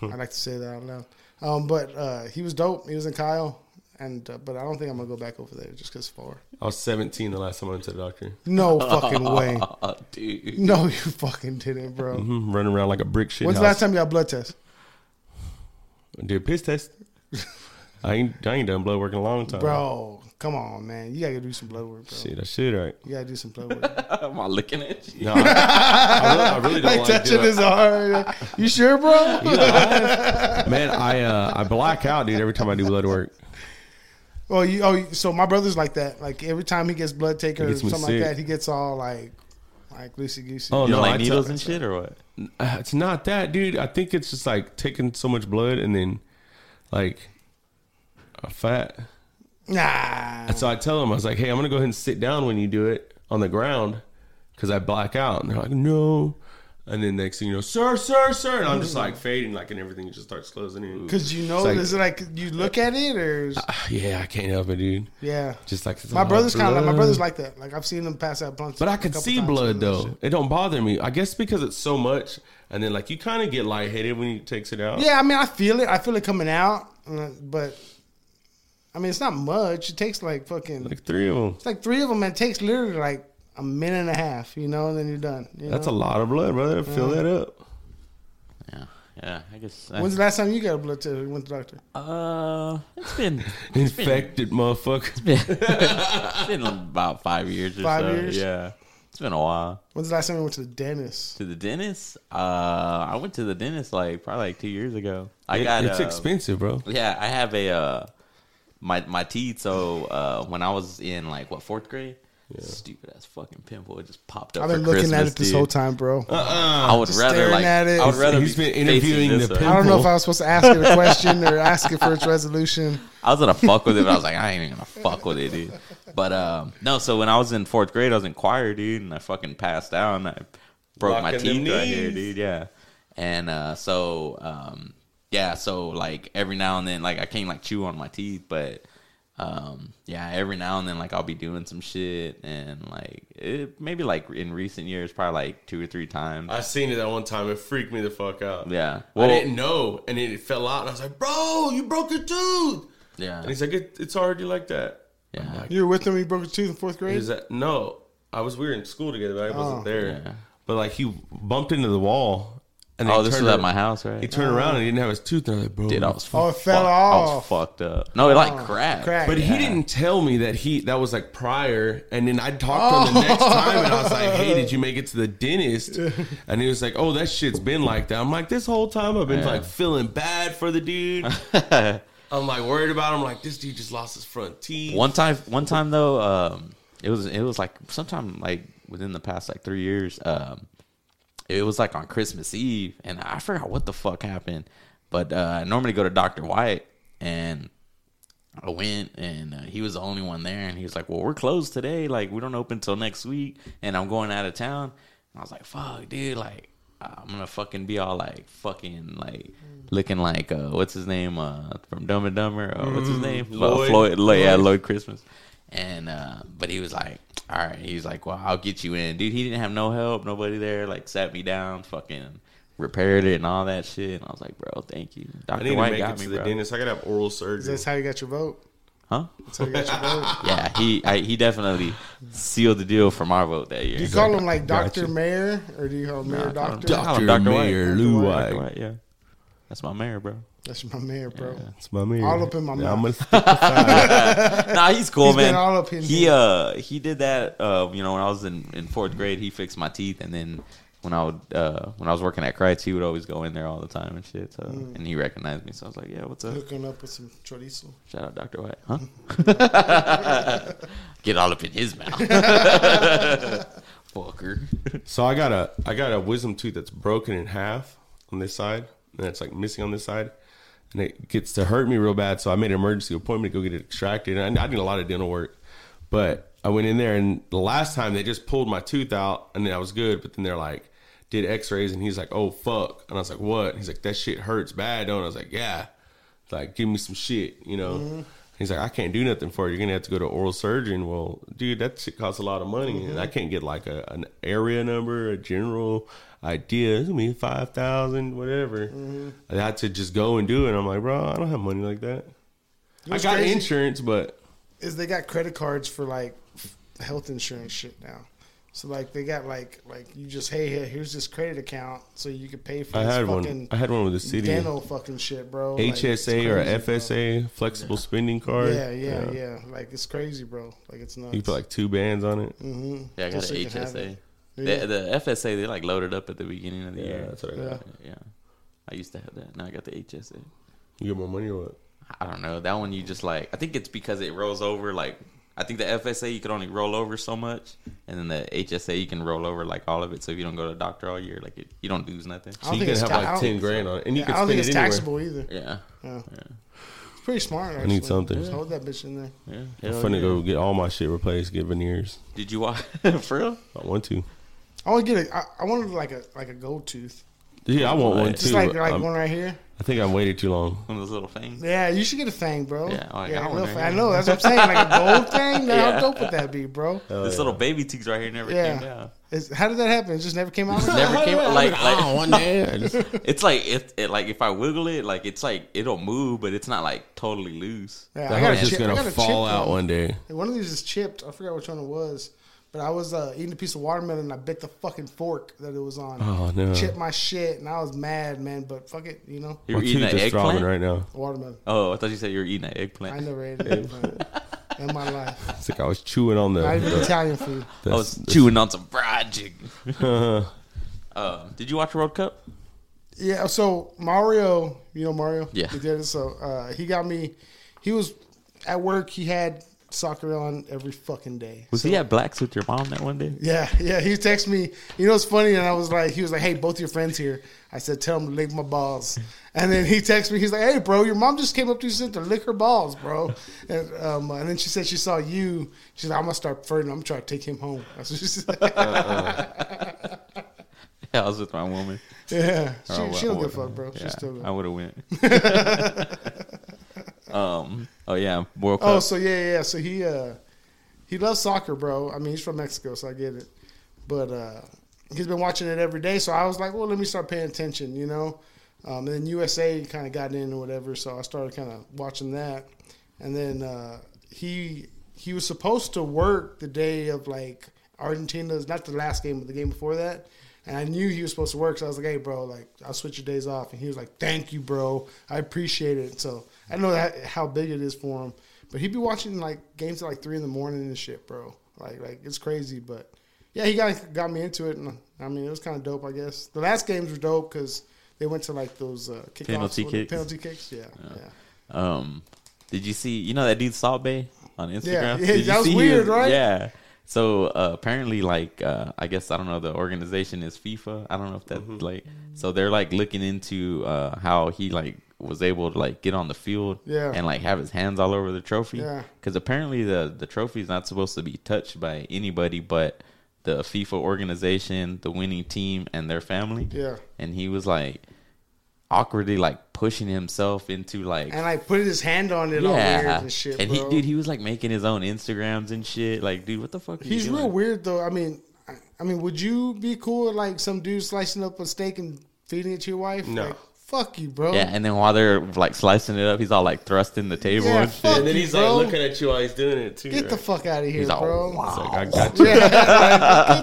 Speaker 5: I like to say that out loud. Um, but uh, he was dope. He was in Kyle, and uh, but I don't think I'm gonna go back over there just because far.
Speaker 4: I was 17 the last time I went to the doctor.
Speaker 5: No fucking way.
Speaker 6: Oh, dude.
Speaker 5: No, you fucking didn't, bro.
Speaker 4: Mm, Uh, running around like a brick shit.
Speaker 5: When's the
Speaker 4: house.
Speaker 5: last time you got a blood test?
Speaker 4: I did a piss test. I ain't, I ain't done blood work in a long time.
Speaker 5: Bro, come on, man. You gotta do some blood work, bro.
Speaker 4: Uh, Shit, I should, right?
Speaker 5: You gotta do some blood work.
Speaker 6: Am I looking at you?
Speaker 4: No, I, I really, I really don't
Speaker 5: like
Speaker 4: want to
Speaker 5: touching
Speaker 4: do it.
Speaker 5: his arm. You sure, bro?
Speaker 4: Man, I uh, I black out, dude, every time I do blood work.
Speaker 5: Well, you oh, you- so my brother's like that. Like every time he gets blood taken
Speaker 4: He
Speaker 5: or
Speaker 4: gets me
Speaker 5: something like
Speaker 4: sick.
Speaker 5: that, he gets all like, like loosey goosey.
Speaker 4: Oh,
Speaker 6: You
Speaker 4: no,
Speaker 6: don't
Speaker 4: I
Speaker 6: like
Speaker 4: tell-
Speaker 6: needles and shit or what?
Speaker 4: Uh, It's not that, dude. I think it's just like taking so much blood and then like a fat.
Speaker 5: nah.
Speaker 4: And so I tell them, I was like, hey, I'm going to go ahead and sit down when you do it on the ground because I black out. And they're like, no. And then next thing you know, sir, sir, sir. And I'm just like fading, like, and everything just starts closing in.
Speaker 5: Cause you know,
Speaker 4: It's like- "Ah,
Speaker 5: is it like you look at it or?
Speaker 4: Yeah, I can't help it, dude.
Speaker 5: yeah.
Speaker 4: Just like it's a
Speaker 5: My
Speaker 4: lot
Speaker 5: brother's kind of like my
Speaker 4: blood.
Speaker 5: brother's like that. Like I've seen him pass out blunts.
Speaker 4: But I
Speaker 5: a
Speaker 4: could
Speaker 5: couple
Speaker 4: see
Speaker 5: times
Speaker 4: blood
Speaker 5: and that
Speaker 4: though.
Speaker 5: shit.
Speaker 4: It don't bother me. I guess because it's so much, and then like you kind of get lightheaded when he takes it out.
Speaker 5: Yeah, I mean, I feel it. I feel it coming out, uh, but I mean, it's not much. It takes like fucking.
Speaker 4: like three of them.
Speaker 5: it's like three of them, and it takes literally like a minute and a half. You know, and then you're done. you
Speaker 4: That's a
Speaker 5: know?
Speaker 4: lot of blood, brother. Fill that up.
Speaker 6: Yeah, yeah. I guess.
Speaker 5: When's
Speaker 6: I,
Speaker 5: the last time you got a blood test? or You went to the doctor.
Speaker 6: uh, it's been
Speaker 4: Infected, motherfucker.
Speaker 6: it's been about five years or
Speaker 5: Five
Speaker 6: so.
Speaker 5: years?
Speaker 6: Yeah, it's been a while.
Speaker 5: When's the last time you went to the dentist?
Speaker 6: To the dentist. Uh, I went to the dentist like probably like two years ago. I got
Speaker 4: it's
Speaker 6: uh,
Speaker 4: expensive, bro.
Speaker 6: Yeah, I have a uh, my my teeth. So uh, when I was in like what fourth grade, stupid ass fucking pimple, it just popped up.
Speaker 5: I've been
Speaker 6: for
Speaker 5: looking
Speaker 6: Christmas,
Speaker 5: at it this
Speaker 6: dude.
Speaker 5: whole time, bro.
Speaker 4: Uh,
Speaker 6: I would
Speaker 5: Just
Speaker 6: rather
Speaker 5: staring
Speaker 6: like
Speaker 5: at it.
Speaker 6: I would rather
Speaker 4: He's
Speaker 6: be
Speaker 4: been
Speaker 6: facing
Speaker 4: interviewing
Speaker 6: this uh,
Speaker 4: the
Speaker 6: way.
Speaker 5: I don't know if I was supposed to ask it a question or ask it for its resolution.
Speaker 6: I was gonna fuck with it, but I was like, I ain't even gonna fuck with it, dude. But um, no, so when I was in fourth grade, I was in choir, dude, and I fucking passed out and I broke my
Speaker 4: Locking them
Speaker 6: teeth right here,
Speaker 4: knees.
Speaker 6: dude. Yeah, and uh, so um, yeah, so like every now and then, like I can't like chew on my teeth, but um, yeah, every now and then, like I'll be doing some shit, and like it maybe like in recent years, probably like two or three times.
Speaker 4: I seen it that one time. It freaked me the fuck out.
Speaker 6: yeah,
Speaker 4: I didn't know, and then it fell out, and I was like, "Bro, you broke your tooth."
Speaker 6: yeah,
Speaker 4: And he's like, it, "It's already like that."
Speaker 6: yeah.
Speaker 5: You were with him when you broke your tooth in fourth grade?
Speaker 4: Is that no? I was we were in school together, but I wasn't
Speaker 5: Oh.
Speaker 4: there.
Speaker 6: Yeah.
Speaker 4: But like he bumped into the wall, and
Speaker 6: oh,
Speaker 4: they
Speaker 6: this was
Speaker 4: turned
Speaker 6: at
Speaker 4: ar-
Speaker 6: my house,
Speaker 4: He
Speaker 6: right?
Speaker 4: turned around and he didn't have his tooth. And I was like, "Bro,
Speaker 6: Dude, I was
Speaker 5: Oh, it fell
Speaker 6: fucked- I
Speaker 5: off. Oh,
Speaker 6: was fucked up. No, it like cracked.
Speaker 5: cracked.
Speaker 4: But he didn't tell me that he that was like prior, and then I talked to him the next time, and I was like, "Hey, did you make it to the dentist?" And he was like, "Oh, that shit's been like that." I'm like, "This whole time I've been like feeling bad for the dude." I'm like worried about him. Like this dude just lost his front teeth.
Speaker 6: One time, one time though, um, it was it was like sometime like within the past like three years, um, it was like on Christmas Eve, and I forgot what the fuck happened. But uh, I normally go to Doctor White, and I went, and uh, he was the only one there, and he was like, "Well, we're closed today. Like, we don't open till next week, and I'm going out of town." And I was like, "Fuck, dude! Like, I'm gonna fucking be all like fucking like looking like uh, what's his name uh, from Dumb and Dumber? Uh, what's
Speaker 4: Mm,
Speaker 6: his name? Lloyd. Floyd, Lloyd. Yeah, Lloyd Christmas." And uh, but he was like, "All right," he was like, "Well, I'll get you in, dude." He didn't have no help, nobody there. Like, sat me down, fucking repaired it and all that shit. And I was like, "Bro, thank you,
Speaker 4: I
Speaker 6: Doctor
Speaker 4: need to
Speaker 6: White
Speaker 4: make it
Speaker 6: got
Speaker 4: to
Speaker 6: me,
Speaker 4: the
Speaker 6: bro."
Speaker 4: dentist. I gotta have oral surgery.
Speaker 5: That's how you got your vote.
Speaker 6: Huh?
Speaker 5: That's how you got your vote.
Speaker 6: Yeah, he I, he definitely sealed the deal for my vote that year.
Speaker 5: Do you call him like Dr. Mayor or do you call him Mayor
Speaker 6: I call him
Speaker 5: Doctor?
Speaker 6: Doc.
Speaker 7: Dr.
Speaker 6: Dr. White.
Speaker 7: Mayor Lou
Speaker 6: Dr.
Speaker 7: White.
Speaker 6: White, yeah. That's my mayor, bro.
Speaker 5: That's my mayor, bro.
Speaker 4: It's my mirror.
Speaker 5: All up in my
Speaker 4: Yeah, I'm
Speaker 5: mouth.
Speaker 4: gonna stick
Speaker 6: Nah, he's cool,
Speaker 5: He's
Speaker 6: man.
Speaker 5: been all up in
Speaker 6: he
Speaker 5: here.
Speaker 6: uh he did that uh you know when I was in, in fourth grade he fixed my teeth and then when I would uh when I was working at Kreitz he would always go in there all the time and shit so
Speaker 5: Mm.
Speaker 6: and he recognized me so I was like yeah what's up
Speaker 5: Hooking up with some chorizo.
Speaker 6: shout out Doctor White huh get all up in his mouth fucker
Speaker 4: So I got a I got a wisdom tooth that's broken in half on this side, and it's like missing on this side, and it gets to hurt me real bad. So I made an emergency appointment to go get it extracted. And I, I did a lot of dental work, but I went in there, and the last time they just pulled my tooth out, and then I was good. But then they're like, did X rays, and he's like, oh fuck, and I was like,
Speaker 5: Mm-hmm.
Speaker 4: what? He's like, that shit hurts bad, don't? it?" I was like, yeah, like give me some shit, you know. He's like, I can't do nothing for you. You're gonna have to go to oral surgeon. Well, dude, that shit costs a lot of money, and I
Speaker 5: Mm-hmm.
Speaker 4: can't get like a, an area number, a general idea. It's gonna be five thousand, whatever.
Speaker 5: Mm-hmm.
Speaker 4: I had to just go and do it. I'm like, bro, I don't have money like that. I
Speaker 5: what's
Speaker 4: got
Speaker 5: crazy?
Speaker 4: insurance, but
Speaker 5: is they got credit cards for like f- health insurance shit now. So like they got like like you just hey here, here's this credit account so you can pay for
Speaker 4: I
Speaker 5: this
Speaker 4: had
Speaker 5: fucking
Speaker 4: one. I had one with the city.
Speaker 5: dental fucking shit, bro. Like, it's
Speaker 4: HSA or
Speaker 5: crazy, bro.
Speaker 4: FSA flexible spending card.
Speaker 5: Yeah, yeah, yeah, Like it's crazy, bro. Like it's nuts.
Speaker 4: You can put like two bands on it.
Speaker 5: mm-hmm.
Speaker 6: Yeah, I got
Speaker 5: Just so
Speaker 6: an
Speaker 5: you can have
Speaker 6: HSA.
Speaker 5: it.
Speaker 6: The,
Speaker 5: Yeah.
Speaker 6: the FSA they like loaded up at the beginning of the
Speaker 4: Yeah,
Speaker 6: year.
Speaker 4: that's what I got.
Speaker 5: Yeah.
Speaker 6: Yeah, I used to have that. Now I got the HSA.
Speaker 4: You get more money or what?
Speaker 6: I don't know. That one you just like. I think it's because it rolls over. Like I think the FSA you can only roll over so much, and then the HSA you can roll over like all of it. So if you don't go to the doctor all year, like it, you don't lose nothing.
Speaker 5: I
Speaker 4: So
Speaker 5: don't
Speaker 4: you
Speaker 5: think
Speaker 4: can
Speaker 5: it's
Speaker 4: have
Speaker 5: ta- I
Speaker 4: like
Speaker 5: don't-
Speaker 4: ten grand on it, and you
Speaker 5: Yeah,
Speaker 4: can
Speaker 5: I don't
Speaker 4: spend
Speaker 5: think
Speaker 4: it
Speaker 5: it's
Speaker 4: anywhere.
Speaker 5: taxable either.
Speaker 6: Yeah,
Speaker 5: Yeah.
Speaker 6: yeah.
Speaker 5: It's pretty smart. Actually.
Speaker 4: need something.
Speaker 5: Just hold that bitch in there.
Speaker 6: yeah.
Speaker 4: I'm
Speaker 6: Hell
Speaker 4: finna
Speaker 6: yeah.
Speaker 4: go get all my shit replaced, get veneers.
Speaker 6: Did you watch for real?
Speaker 4: I want to.
Speaker 5: I want to get a. I, I wanted like a like a gold tooth,
Speaker 4: Yeah, I want one
Speaker 5: just
Speaker 4: too.
Speaker 5: like like
Speaker 4: I'm-
Speaker 5: one right here.
Speaker 4: I think I waited too long.
Speaker 6: One of those little things.
Speaker 5: Yeah, you should get a thing, bro.
Speaker 6: Yeah, I got
Speaker 5: I,
Speaker 6: one
Speaker 5: know,
Speaker 6: right
Speaker 5: I
Speaker 6: here.
Speaker 5: know. That's what I'm saying. Like a gold thing. Now,
Speaker 6: Yeah.
Speaker 5: How dope would that be, bro?
Speaker 6: this little baby teeth right here never
Speaker 5: Oh, Yeah.
Speaker 6: came down.
Speaker 5: It's, how did that happen? It just never came out.
Speaker 6: Never came like like
Speaker 7: one day. I just-
Speaker 6: it's like if it like if I wiggle it like it's like it'll move but it's not like totally loose.
Speaker 5: Yeah,
Speaker 4: That heart's
Speaker 5: a
Speaker 4: just
Speaker 5: chip- I got
Speaker 4: gonna
Speaker 5: a
Speaker 4: fall
Speaker 5: chipped
Speaker 4: out
Speaker 5: one.
Speaker 4: one day.
Speaker 5: One of these is chipped. I forgot which one it was. But I was uh, eating a piece of watermelon and I bit the fucking fork that it was on.
Speaker 4: Oh, no.
Speaker 5: Chipped my shit and I was mad, man. But fuck it, you know,
Speaker 6: You
Speaker 4: My
Speaker 6: were eating
Speaker 4: tooth
Speaker 6: an
Speaker 4: is throbbing
Speaker 6: eggplant.
Speaker 4: right now.
Speaker 5: watermelon.
Speaker 6: Oh, I thought you said you were eating an
Speaker 5: I
Speaker 6: eggplant.
Speaker 5: never ate it in my life.
Speaker 4: It's like I was chewing on the.
Speaker 5: Not even
Speaker 4: the
Speaker 5: Italian food.
Speaker 6: I
Speaker 4: that's- uh-huh.
Speaker 6: was chewing on some fried chicken. uh, did you watch World Cup?
Speaker 5: Yeah, so Mario, you know Mario?
Speaker 6: Yeah.
Speaker 5: He did it. So uh, he got me, he was at work, he had soccer on every fucking day.
Speaker 6: Was he at Blacks with your mom that one day?
Speaker 5: Yeah, yeah. He texted me. You know, it's funny. And I was like, he was like, hey, both your friends here. I said, tell them to lick my balls. And then he texted me. He's like, hey, bro, your mom just came up to you and said to lick her balls, bro. And, um, and then she said she saw you. She's like, I'm gonna start flirting. I'm gonna try to take him home. That's what she said.
Speaker 6: Yeah, I was with my woman.
Speaker 5: yeah, she,
Speaker 6: Oh,
Speaker 5: she
Speaker 6: well,
Speaker 5: don't give a
Speaker 6: well,
Speaker 5: fuck, bro.
Speaker 6: yeah,
Speaker 5: She's still
Speaker 6: I
Speaker 5: good.
Speaker 6: would have went. um. Oh yeah, World Cup.
Speaker 5: Oh, so yeah, yeah. So he uh, he loves soccer, bro. I mean, he's from Mexico, so I get it. But uh, he's been watching it every day. So I was like, well, let me start paying attention, you know. Um, and then USA kind of got in or whatever, so I started kind of watching that. And then uh, he he was supposed to work the day of like Argentina's not the last game, but the game before that. And I knew he was supposed to work, so I was like, "Hey, bro, like I'll switch your days off." And he was like, "Thank you, bro. I appreciate it." So I know that how big it is for him, but he'd be watching like games at like three in the morning and shit, bro. Like like it's crazy, but yeah, he got got me into it, and I mean it was kind of dope, I guess. The last games were dope because they went to like those uh, kickoffs
Speaker 6: Penalty
Speaker 5: with the
Speaker 6: kicks.
Speaker 5: penalty kicks, yeah, yeah.
Speaker 6: Um, did you see? You know that dude Salt Bay on
Speaker 5: Yeah,
Speaker 6: Instagram.
Speaker 5: yeah,
Speaker 6: Did you
Speaker 5: that was
Speaker 6: see he
Speaker 5: weird, right?
Speaker 6: Yeah. So uh, apparently, like, uh, I guess I don't know. The organization is FIFA. I don't know if that
Speaker 5: Mm-hmm.
Speaker 6: like. So they're like looking into uh, how he like was able to like get on the field
Speaker 5: Yeah.
Speaker 6: and like have his hands all over the trophy.
Speaker 5: Yeah.
Speaker 6: Because apparently the the trophy is not supposed to be touched by anybody but the FIFA organization, the winning team, and their family.
Speaker 5: Yeah.
Speaker 6: And he was like awkwardly like pushing himself into like
Speaker 5: And like putting his hand on it all weird and shit,
Speaker 6: and
Speaker 5: bro.
Speaker 6: he, dude, he was like making his own Instagrams and shit. Like, dude, what the fuck? Are
Speaker 5: He's
Speaker 6: you doing?
Speaker 5: real weird though. I mean, I, I mean, would you be cool with, like some dude slicing up a steak and feeding it to your wife?
Speaker 4: No.
Speaker 5: Like, fuck you, bro.
Speaker 6: Yeah, and then while they're like slicing it up, he's all like thrusting the table
Speaker 5: Yeah,
Speaker 6: and
Speaker 5: fuck
Speaker 6: shit.
Speaker 4: And then
Speaker 5: you,
Speaker 4: he's
Speaker 5: bro.
Speaker 4: like looking at you while he's doing it too.
Speaker 5: Get the
Speaker 4: right?
Speaker 5: fuck out of here,
Speaker 6: He's all,
Speaker 5: bro.
Speaker 4: It's like, I got you.
Speaker 5: Yeah, get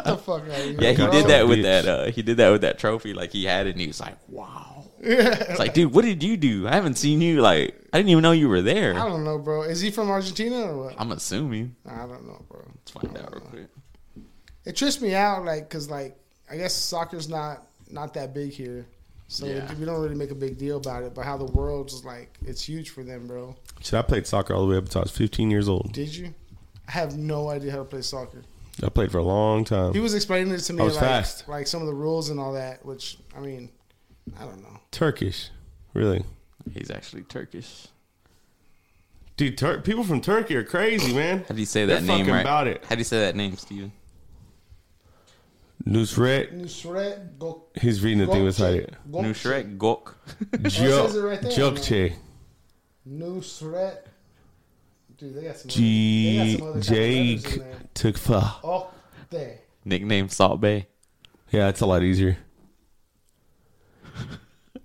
Speaker 5: the fuck out of here.
Speaker 6: Yeah, he
Speaker 5: bro.
Speaker 6: did that with
Speaker 4: Bitch.
Speaker 6: that. Uh, he did that with that trophy. Like he had it, and he was like, "Wow." It's like, dude, what did you do? I haven't seen you. Like, I didn't even know you were
Speaker 5: I
Speaker 6: there.
Speaker 5: don't know, bro. Is he from Argentina or what?
Speaker 6: I'm assuming.
Speaker 5: I don't know, bro.
Speaker 6: Let's find out real quick.
Speaker 5: It trips me out, like, cause like I guess soccer's not not that big here, so
Speaker 6: Yeah.
Speaker 5: we don't really make a big deal about it. But how the world's just like it's huge for them, bro.
Speaker 4: Shit, I played soccer all the way up until I was 15 years old.
Speaker 5: Did you? I have no idea how to play soccer.
Speaker 4: I played for a long time.
Speaker 5: He was explaining it to me
Speaker 4: I was
Speaker 5: like
Speaker 4: fast.
Speaker 5: like some of the rules and all that, which I mean, I don't know.
Speaker 4: Turkish, really,
Speaker 6: He's actually Turkish.
Speaker 4: dude. Tur- people from Turkey are crazy, man.
Speaker 6: How do you say that
Speaker 4: They're
Speaker 6: name?
Speaker 4: fucking
Speaker 6: Right?
Speaker 4: about it.
Speaker 6: How do you say that name, Steven?
Speaker 4: Nusret,
Speaker 5: Nusret Gok.
Speaker 4: he's reading the thing beside it.
Speaker 5: Gok-
Speaker 6: New Shrek Gok.
Speaker 5: Oh, it says it right there.
Speaker 4: Jokce.
Speaker 5: Nusret Dude, they got some. other- they
Speaker 4: G
Speaker 5: got some other kind of
Speaker 4: Jake
Speaker 5: letters in there.
Speaker 4: took fa.
Speaker 5: Oh, there.
Speaker 6: Nickname Salt Bay.
Speaker 4: Yeah, it's a lot easier.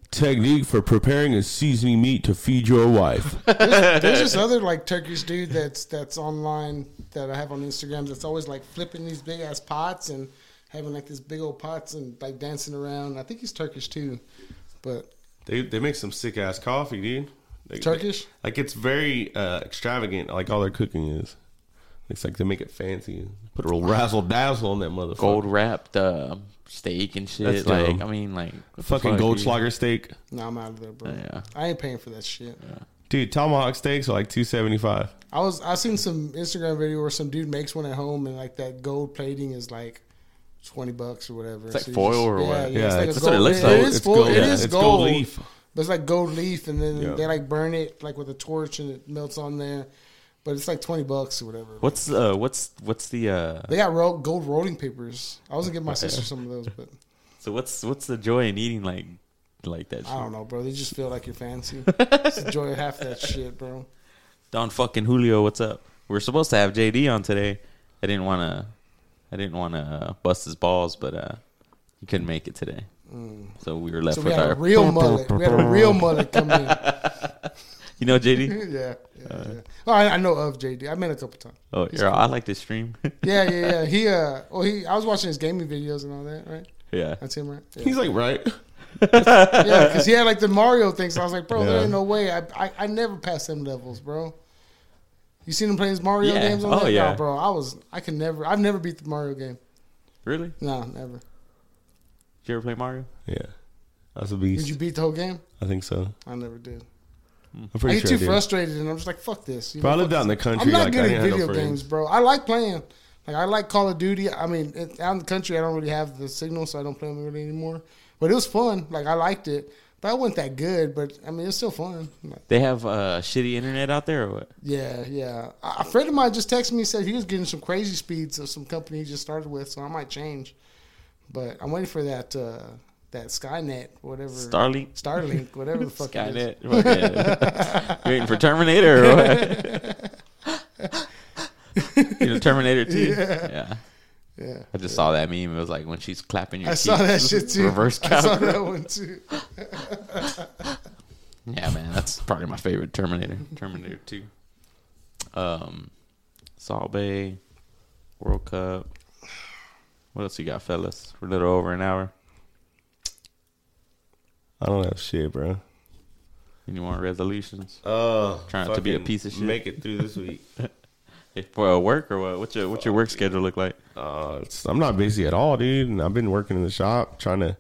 Speaker 4: Technique for preparing and seasoning meat to feed your wife.
Speaker 5: There's this other like Turkish dude that's that's online that I have on Instagram that's always like flipping these big ass pots and having like this big old pots and like dancing around. I think he's Turkish too, but
Speaker 4: They they make some sick ass coffee, dude. They-
Speaker 5: Turkish?
Speaker 4: like it's very uh, extravagant. Like all their cooking is. It's like they make it fancy. Put a little razzle dazzle on that motherfucker.
Speaker 6: Gold wrapped uh, steak and shit.
Speaker 4: That's
Speaker 6: like
Speaker 4: dumb.
Speaker 6: I mean, like what the
Speaker 4: fucking
Speaker 6: fuck, dude?
Speaker 4: Goldschlager steak,
Speaker 5: no, I'm out of there, bro.
Speaker 6: Yeah.
Speaker 5: I ain't paying for that shit.
Speaker 4: dude. Tomahawk steaks are like two seventy five.
Speaker 5: I was I seen some Instagram video where some dude makes one at home and like that gold plating is like twenty bucks or whatever.
Speaker 6: It's like
Speaker 5: you
Speaker 6: foil
Speaker 5: just-
Speaker 6: or what?
Speaker 5: Yeah, yeah,
Speaker 4: Yeah,
Speaker 5: it's like a
Speaker 4: that's
Speaker 6: what it
Speaker 5: gold-
Speaker 6: looks
Speaker 5: It
Speaker 6: like.
Speaker 5: is
Speaker 4: It's
Speaker 5: foil.
Speaker 4: gold-
Speaker 5: It
Speaker 4: yeah,
Speaker 5: is
Speaker 4: it's
Speaker 5: gold.
Speaker 4: gold leaf.
Speaker 5: But it's like gold leaf, and then
Speaker 4: Yeah.
Speaker 5: they like burn it like with a torch and it melts on there. But it's like twenty bucks or whatever.
Speaker 6: What's uh what's what's the uh
Speaker 5: They got ro- gold rolling papers. I was gonna give my sister some of those, but
Speaker 6: so what's what's the joy in eating like like that?
Speaker 5: I
Speaker 6: Shit?
Speaker 5: don't know, bro. They just feel like you're fancy. Just enjoy half that shit, bro.
Speaker 6: Don fucking Julio, what's up? We're supposed to have JD on today. I didn't want to, I didn't want to uh, bust his balls, but uh, he couldn't make it today. So we were left
Speaker 5: Mm. So we
Speaker 6: with
Speaker 5: had
Speaker 6: our,
Speaker 5: a real mullet. We had a real mullet come in. Yeah,
Speaker 6: you know, JD.
Speaker 5: yeah. yeah. Oh, I, I know of JD. I met him a couple times.
Speaker 6: Oh, you're, I like this stream.
Speaker 5: Yeah, yeah, yeah. He, uh, well, he. I was watching his gaming videos and all that, right?
Speaker 6: yeah,
Speaker 5: That's him, right? Yeah,
Speaker 4: He's like right.
Speaker 5: yeah, because he had like the Mario thing. So I was like, bro, there
Speaker 4: Yeah.
Speaker 5: ain't no way. I, I, I never passed them levels, bro. You seen him playing his Mario
Speaker 6: Yeah.
Speaker 5: games? On
Speaker 6: Oh,
Speaker 5: that? No,
Speaker 6: yeah.
Speaker 5: bro. I was, I could never. I've never beat the Mario game.
Speaker 6: really?
Speaker 5: No, never.
Speaker 6: Did you ever play Mario?
Speaker 4: Yeah, that's a
Speaker 5: Did
Speaker 4: beast.
Speaker 5: you beat the whole game?
Speaker 4: I think so.
Speaker 5: I never did.
Speaker 4: I'm
Speaker 5: I
Speaker 4: pretty
Speaker 5: get
Speaker 4: sure. I
Speaker 5: too
Speaker 4: did.
Speaker 5: frustrated, and I'm just like, "Fuck this." You
Speaker 4: Bro, I
Speaker 5: know,
Speaker 4: lived
Speaker 5: fuck
Speaker 4: out in the
Speaker 5: this.
Speaker 4: country,
Speaker 5: I'm not
Speaker 4: like, I
Speaker 5: good
Speaker 4: didn't
Speaker 5: at
Speaker 4: have no
Speaker 5: video
Speaker 4: friends.
Speaker 5: games, bro. I like playing. Like I like Call of Duty. I mean, it, out in the country, I don't really have the signal, so I don't play them really anymore. But it was fun. Like I liked it, but I wasn't that good. But I mean, it's still fun. Like,
Speaker 6: They have uh, shitty internet out there, or what?
Speaker 5: yeah, yeah. A a friend of mine just texted me and said he was getting some crazy speeds of some company he just started with, so I might change. But I'm waiting for that uh, that Skynet, whatever
Speaker 6: Starlink,
Speaker 5: Starlink, whatever the fuck it is.
Speaker 6: Skynet. Fuck yeah. You waiting for Terminator, or what? you know, Terminator Two. Yeah.
Speaker 5: Yeah.
Speaker 6: I just saw that meme. It was like when she's clapping your
Speaker 5: I
Speaker 6: cheeks.
Speaker 5: saw that shit too.
Speaker 6: Reverse
Speaker 5: I saw
Speaker 6: cowgirl.
Speaker 5: that one too.
Speaker 6: Yeah, man, that's probably my favorite Terminator. Terminator Two. Um, Salt Bay, World Cup. What else you got, fellas? We're a little over an hour.
Speaker 4: I don't have shit, bro.
Speaker 6: Any more resolutions
Speaker 4: Uh,
Speaker 6: Trying not to be a
Speaker 4: fucking
Speaker 6: piece of shit.
Speaker 4: Make it through this week.
Speaker 6: Hey, for uh, work or what? What's your what's your work schedule look like?
Speaker 4: Uh, it's, I'm not busy at all, dude. And I've been working in the shop trying to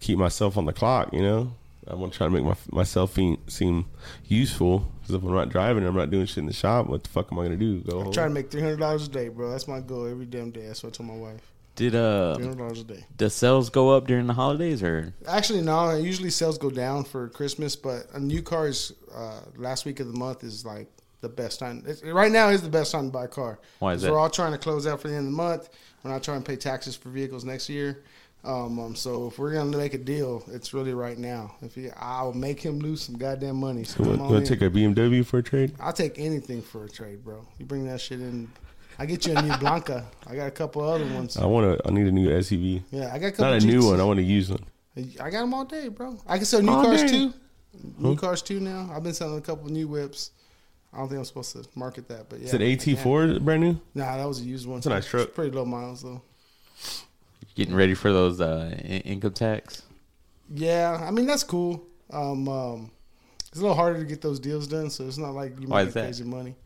Speaker 4: keep myself on the clock. You know, I'm gonna try to make my, myself seem, seem useful because if I'm not driving, I'm not doing shit in the shop. What the fuck am I gonna do? Go home?
Speaker 5: Trying to make three hundred dollars a day, bro. That's my goal every damn day. That's what I told my wife.
Speaker 6: Did uh
Speaker 5: Three hundred dollars a day.
Speaker 6: the sales go up during the holidays or
Speaker 5: Actually, no. Usually sales go down for Christmas, but a new car is uh, last week of the month is like the best time. It's, right now is the best time to buy a car.
Speaker 6: Why is
Speaker 5: 'Cause
Speaker 6: that?
Speaker 5: We're all trying to close out for the end of the month. We're not trying to pay taxes for vehicles next year. Um, um, so if we're gonna make a deal, it's really right now. If he, I'll make him lose some goddamn money. So
Speaker 4: You
Speaker 5: come
Speaker 4: want-
Speaker 5: on
Speaker 4: you
Speaker 5: in.
Speaker 4: want to take a BMW for a trade?
Speaker 5: I'll take anything for a trade, bro. You bring that shit in. I get you a new Blanca. I got a couple other ones.
Speaker 4: I want to. I need a new SUV.
Speaker 5: Yeah, I got a couple.
Speaker 4: Oh. Not a new
Speaker 5: Jeeps.
Speaker 4: one. I want to use one.
Speaker 5: I got them all day, bro. I can sell new
Speaker 4: All
Speaker 5: cars
Speaker 4: day.
Speaker 5: too. New cars too now. I've been selling a couple new whips. I don't think I'm supposed to market that, but yeah.
Speaker 4: Is it AT4 brand new?
Speaker 5: Nah, that was a used one. It's
Speaker 4: a nice truck.
Speaker 5: pretty low miles though.
Speaker 6: getting ready for those uh in- income tax?
Speaker 5: Yeah, I mean that's cool. Um, um, it's a little harder to get those deals done, so it's not like you
Speaker 6: Why is
Speaker 5: make
Speaker 6: that?
Speaker 5: crazy money.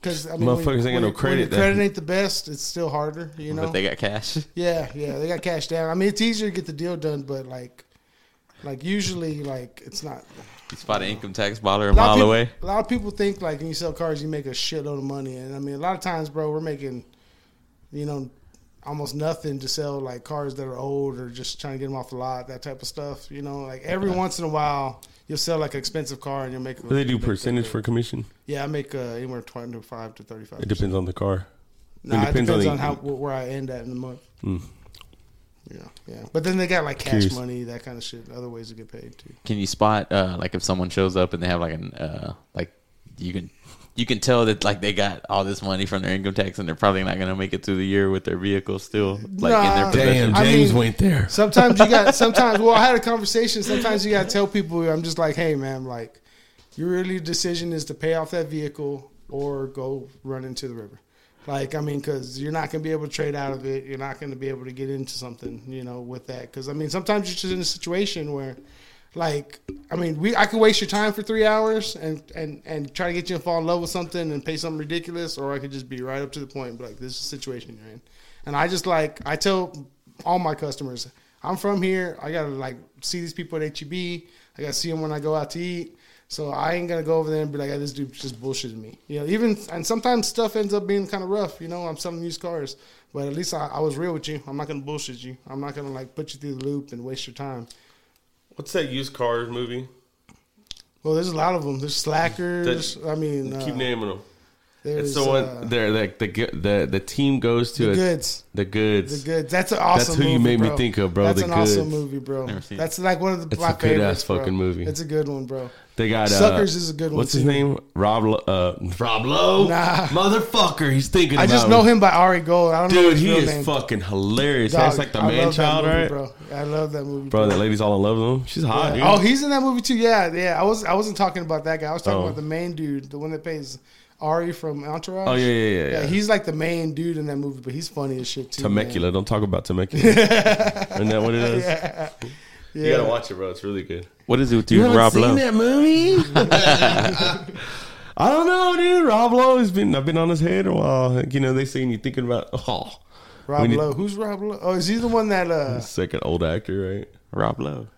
Speaker 5: Because I mean, when-
Speaker 4: Motherfuckers ain't got
Speaker 5: when
Speaker 4: no
Speaker 5: your-
Speaker 4: credit
Speaker 5: When
Speaker 4: then.
Speaker 5: your credit ain't the best. It's still harder, you know.
Speaker 6: But they got cash.
Speaker 5: Yeah, yeah, they got cash down. I mean, it's easier to get the deal done, but like, like usually, like it's not.
Speaker 6: You spot an income tax baller
Speaker 5: A lot,
Speaker 6: a
Speaker 5: of
Speaker 6: mile
Speaker 5: people,
Speaker 6: away.
Speaker 5: a lot of people think like when you sell cars, you make a shitload of money, and I mean, a lot of times, bro, we're making, you know, almost nothing to sell like cars that are old or just trying to get them off the lot, that type of stuff. You know, like every once in a while, you'll sell like an expensive car and you'll make.
Speaker 4: What do they do percentage for commission?
Speaker 5: Yeah, I make uh, anywhere twenty five to thirty five.
Speaker 4: It depends on the car. It
Speaker 5: Nah, it
Speaker 4: depends
Speaker 5: depends,
Speaker 4: on
Speaker 5: on,
Speaker 4: the-
Speaker 5: how wh- where I end at in the month.
Speaker 4: Mm.
Speaker 5: Yeah, yeah. But then they got like cash
Speaker 4: Curious.
Speaker 5: money, that kind of shit. Other ways to get paid too.
Speaker 6: Can you spot uh like if someone shows up and they have like an uh like you can you can tell that like they got all this money from their income tax and they're probably not gonna make it through the year with their vehicle still like in their
Speaker 5: Nah.
Speaker 6: possession.
Speaker 7: Damn,
Speaker 5: I
Speaker 7: James
Speaker 5: mean-
Speaker 7: went there.
Speaker 5: Sometimes you got. Sometimes, well, I had a conversation. Sometimes you got to tell people. I'm just like, hey, man, like, your really decision is to pay off that vehicle or go run into the river. Like, I mean, because you're not going to be able to trade out of it. You're not going to be able to get into something, you know, with that. Because I mean, sometimes you're just in a situation where, like, I mean, we I could waste your time for three hours and and and try to get you to fall in love with something and pay something ridiculous, or I could just be right up to the point, and be like, this is the situation you're in. And I just like I tell all my customers, I'm from here. I gotta like see these people at HEB. I gotta see them when I go out to eat. So I ain't gonna go over there and be like, "Hey, this dude just bullshitted me. You know, even and sometimes stuff ends up being kind of rough. You know, I'm selling used cars, but at least I, I was real with you. I'm not gonna bullshit you. I'm not gonna like put you through the loop and waste your time.
Speaker 4: What's that used cars movie?
Speaker 5: Well, there's a lot of them. There's slackers. I mean, uh,
Speaker 4: Keep naming them.
Speaker 5: there's
Speaker 4: It's the one.
Speaker 5: uh,
Speaker 4: they're like the gu- the the team goes to
Speaker 5: the
Speaker 4: a,
Speaker 5: goods.
Speaker 4: the goods.
Speaker 5: The goods. That's an awesome.
Speaker 4: who you
Speaker 5: movie,
Speaker 4: made me
Speaker 5: bro.
Speaker 4: think of, bro,
Speaker 5: That's
Speaker 4: The
Speaker 5: an
Speaker 4: Goods.
Speaker 5: awesome movie, bro.
Speaker 6: Never seen it.
Speaker 5: That's like one of the
Speaker 4: It's
Speaker 5: my
Speaker 4: a good-ass
Speaker 5: favorites, bro.
Speaker 4: fucking movie.
Speaker 5: It's a good one, bro.
Speaker 4: They got uh,
Speaker 5: Suckers is a good one,
Speaker 4: What's his
Speaker 5: too.
Speaker 4: name? Rob. Lo- Uh, Rob Lowe.
Speaker 5: Nah.
Speaker 4: motherfucker. He's thinking.
Speaker 5: I just
Speaker 4: about
Speaker 5: know
Speaker 4: me.
Speaker 5: him by Ari Gold. I don't know
Speaker 4: Dude,
Speaker 5: his
Speaker 4: he
Speaker 5: real
Speaker 4: is
Speaker 5: name.
Speaker 4: fucking hilarious.
Speaker 5: Dog,
Speaker 4: That's like the
Speaker 5: I love
Speaker 4: man
Speaker 5: that
Speaker 4: child,
Speaker 5: movie,
Speaker 4: right? Bro.
Speaker 5: Bro, I love that movie,
Speaker 4: that lady's all in love with him. She's hot,
Speaker 5: Yeah. Oh,
Speaker 4: dude.
Speaker 5: he's in that movie too. Yeah, yeah. I was I wasn't talking about that guy. I was talking
Speaker 4: Oh.
Speaker 5: about the main dude, the one that plays Ari from Entourage.
Speaker 4: Oh, yeah, yeah, yeah, yeah.
Speaker 5: He's like the main dude in that movie, but he's funny as shit too.
Speaker 4: Temecula. Don't talk about Temecula. Isn't that what it is?
Speaker 5: man.
Speaker 4: You
Speaker 5: Yeah.
Speaker 4: gotta watch it, bro. It's really good.
Speaker 6: What is it with you, and Rob Lowe?
Speaker 4: that movie? I don't know, dude. Rob Lowe has been. I've been on his head a while. Like, You know, they saying you thinking about. Oh,
Speaker 5: Rob
Speaker 4: We need-
Speaker 5: Lowe. Who's Rob Lowe? Oh, is he the one that uh?
Speaker 4: second old actor, right?
Speaker 6: Rob Lowe.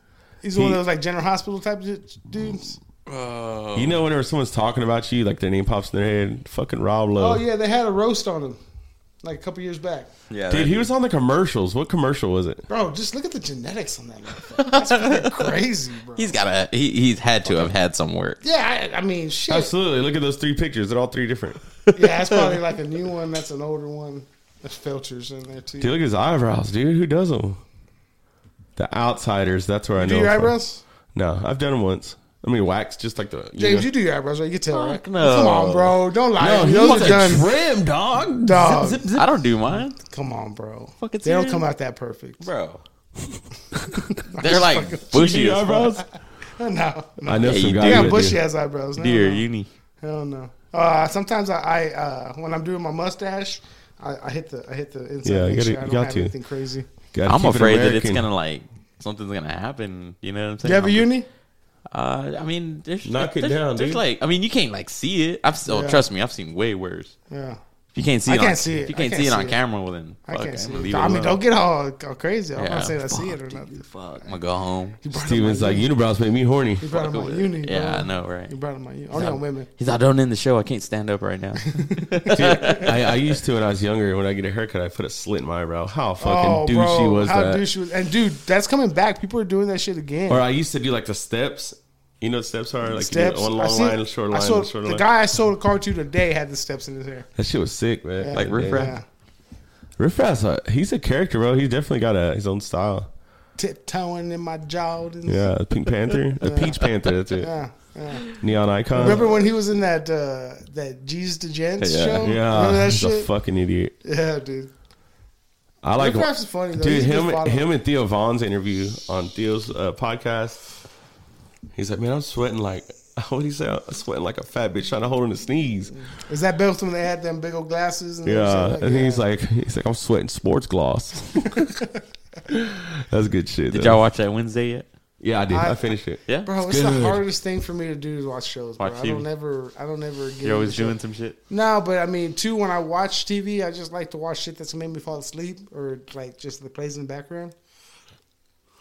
Speaker 5: He's the one
Speaker 4: He-
Speaker 5: of those like General Hospital type of dudes. Oh.
Speaker 4: You know, whenever someone's talking about you, like their name pops in their head. Fucking Rob Lowe.
Speaker 5: Oh yeah, they had a roast on him like a couple years back.
Speaker 6: Yeah,
Speaker 4: Dude, he was on the commercials. What commercial was it?
Speaker 5: Bro, just look at the genetics on that. motherfucker. That's fucking crazy, bro.
Speaker 6: he's got a he, he's had to have had some work.
Speaker 5: yeah, I, I mean, shit.
Speaker 4: Absolutely. Look at those three pictures. They're all three different.
Speaker 5: Yeah, that's probably like a new one. That's an older one. There's filters in there too.
Speaker 4: Dude, look at his eyebrows, dude. Who does them? The Outsiders. That's where I know.
Speaker 5: do your
Speaker 4: him from.
Speaker 5: eyebrows?
Speaker 4: No, I've done them once. I mean, wax just like the you
Speaker 5: James,
Speaker 4: know.
Speaker 5: you do your eyebrows, right? You can tell, right?
Speaker 6: no.
Speaker 5: Come on, bro. Don't lie.
Speaker 4: No, he
Speaker 5: to me. Those
Speaker 4: wants
Speaker 5: are
Speaker 4: a
Speaker 5: done.
Speaker 4: trim dog.
Speaker 5: Dog.
Speaker 6: I don't do mine,
Speaker 5: Come on, bro.
Speaker 6: Fucking
Speaker 5: They don't
Speaker 6: serious?
Speaker 5: come out that perfect.
Speaker 6: bro. They're like bushy as fuck.
Speaker 4: eyebrows.
Speaker 5: no, no.
Speaker 4: I know
Speaker 6: Yeah,
Speaker 4: some
Speaker 6: you
Speaker 4: guy.
Speaker 5: You
Speaker 4: who
Speaker 5: got
Speaker 4: would
Speaker 5: bushy
Speaker 4: do.
Speaker 5: ass eyebrows. No,
Speaker 6: Dear
Speaker 5: no.
Speaker 6: uni.
Speaker 5: Hell no. Uh, sometimes I, I uh, when I'm doing my mustache, I, I hit the I hit the inside.
Speaker 4: Yeah,
Speaker 5: Yeah,
Speaker 4: you
Speaker 5: make
Speaker 4: gotta-
Speaker 5: sure I
Speaker 4: you
Speaker 5: don't
Speaker 4: got
Speaker 5: have
Speaker 4: to.
Speaker 5: anything crazy.
Speaker 4: Gotta
Speaker 6: I'm
Speaker 4: keep it
Speaker 6: afraid that it's
Speaker 4: American.
Speaker 6: gonna like something's gonna happen. You know what I'm saying?
Speaker 5: You have a
Speaker 6: I'm-
Speaker 5: uni?
Speaker 6: Uh, I mean, there's,
Speaker 4: Knock it
Speaker 6: there's-
Speaker 4: down,
Speaker 6: there's
Speaker 4: dude.
Speaker 6: like, I mean, you can't like see it. I've oh,
Speaker 5: Yeah.
Speaker 6: trust me, I've seen way worse.
Speaker 5: Yeah.
Speaker 6: If you can't see,
Speaker 5: I
Speaker 6: it on,
Speaker 5: can't see it.
Speaker 6: If you
Speaker 5: I
Speaker 6: can't,
Speaker 5: can't
Speaker 6: see it
Speaker 5: see
Speaker 6: on
Speaker 5: it.
Speaker 6: camera, well then
Speaker 5: I
Speaker 6: fuck,
Speaker 5: can't see
Speaker 6: I'm gonna
Speaker 5: it.
Speaker 6: leave
Speaker 5: I mean,
Speaker 6: alone.
Speaker 5: don't get all, all crazy. I'm
Speaker 6: Yeah,
Speaker 5: not saying I see
Speaker 6: fuck,
Speaker 5: it or nothing.
Speaker 6: Fuck, I'm gonna go home.
Speaker 5: You brought up
Speaker 4: Steven's
Speaker 5: my
Speaker 4: like
Speaker 5: uni.
Speaker 4: unibrows make me horny.
Speaker 5: You brought up my uni.
Speaker 6: Yeah,
Speaker 5: bro.
Speaker 6: I know, right?
Speaker 5: You brought up my uni. Only on women.
Speaker 6: He's like, don't end the show. I can't stand up right now.
Speaker 4: Dude, I, I used to when I was younger. When I get a haircut, I put a slit in my eyebrow. How fucking douchey was
Speaker 5: Oh, how
Speaker 4: that?
Speaker 5: douchey was, and dude, that's coming back. People are doing that shit again.
Speaker 4: Or I used to do like the steps. You know what steps are like
Speaker 5: steps.
Speaker 4: You do one
Speaker 5: I
Speaker 4: long
Speaker 5: seen-
Speaker 4: line, short
Speaker 5: I
Speaker 4: line,
Speaker 5: saw-
Speaker 4: short
Speaker 5: the
Speaker 4: line.
Speaker 5: guy I sold a car to today had the steps in his hair.
Speaker 4: that shit was sick, man.
Speaker 5: Yeah.
Speaker 6: like riff
Speaker 5: Yeah,
Speaker 6: raff.
Speaker 4: Riff Raff's a, he's a character, bro. He's definitely got a, his own style.
Speaker 5: tiptoeing in my Jordans.
Speaker 4: Yeah, Pink Panther, a Peach Panther. That's it.
Speaker 5: Yeah, yeah.
Speaker 4: Neon icon.
Speaker 5: Remember when he was in that uh, that Jesus to Gents
Speaker 6: Yeah.
Speaker 5: show?
Speaker 4: Yeah,
Speaker 5: Remember that
Speaker 4: he's a
Speaker 5: shit?
Speaker 4: fucking idiot.
Speaker 5: yeah, dude.
Speaker 4: I like
Speaker 5: Riff Raff's is funny though.
Speaker 4: dude.
Speaker 5: He's a good
Speaker 4: Him,
Speaker 5: follower.
Speaker 4: him, and Theo Vaughn's interview on Theo's uh, podcast. He's like, man, I'm sweating like what do you say? I'm sweating like a fat bitch trying to hold on to sneeze.
Speaker 5: Is that Bill when they had them big old glasses? And
Speaker 4: Yeah,
Speaker 5: everything?
Speaker 4: and he's like, he's like, I'm sweating sports gloss. That's good shit.
Speaker 6: Did
Speaker 4: though.
Speaker 6: y'all watch that Wednesday yet?
Speaker 4: Yeah, I did. I,
Speaker 5: I-
Speaker 4: finished it.
Speaker 6: Yeah,
Speaker 5: Bro, it's, the hardest thing for me to do is watch shows. Bro.
Speaker 6: Watch
Speaker 5: I don't
Speaker 6: TV.
Speaker 5: ever, I don't ever get.
Speaker 6: You're always
Speaker 5: into
Speaker 6: doing
Speaker 5: shows.
Speaker 6: some shit.
Speaker 5: No, but I mean, too. When I watch TV, I just like to watch shit that's made me fall asleep or like just the plays in the background.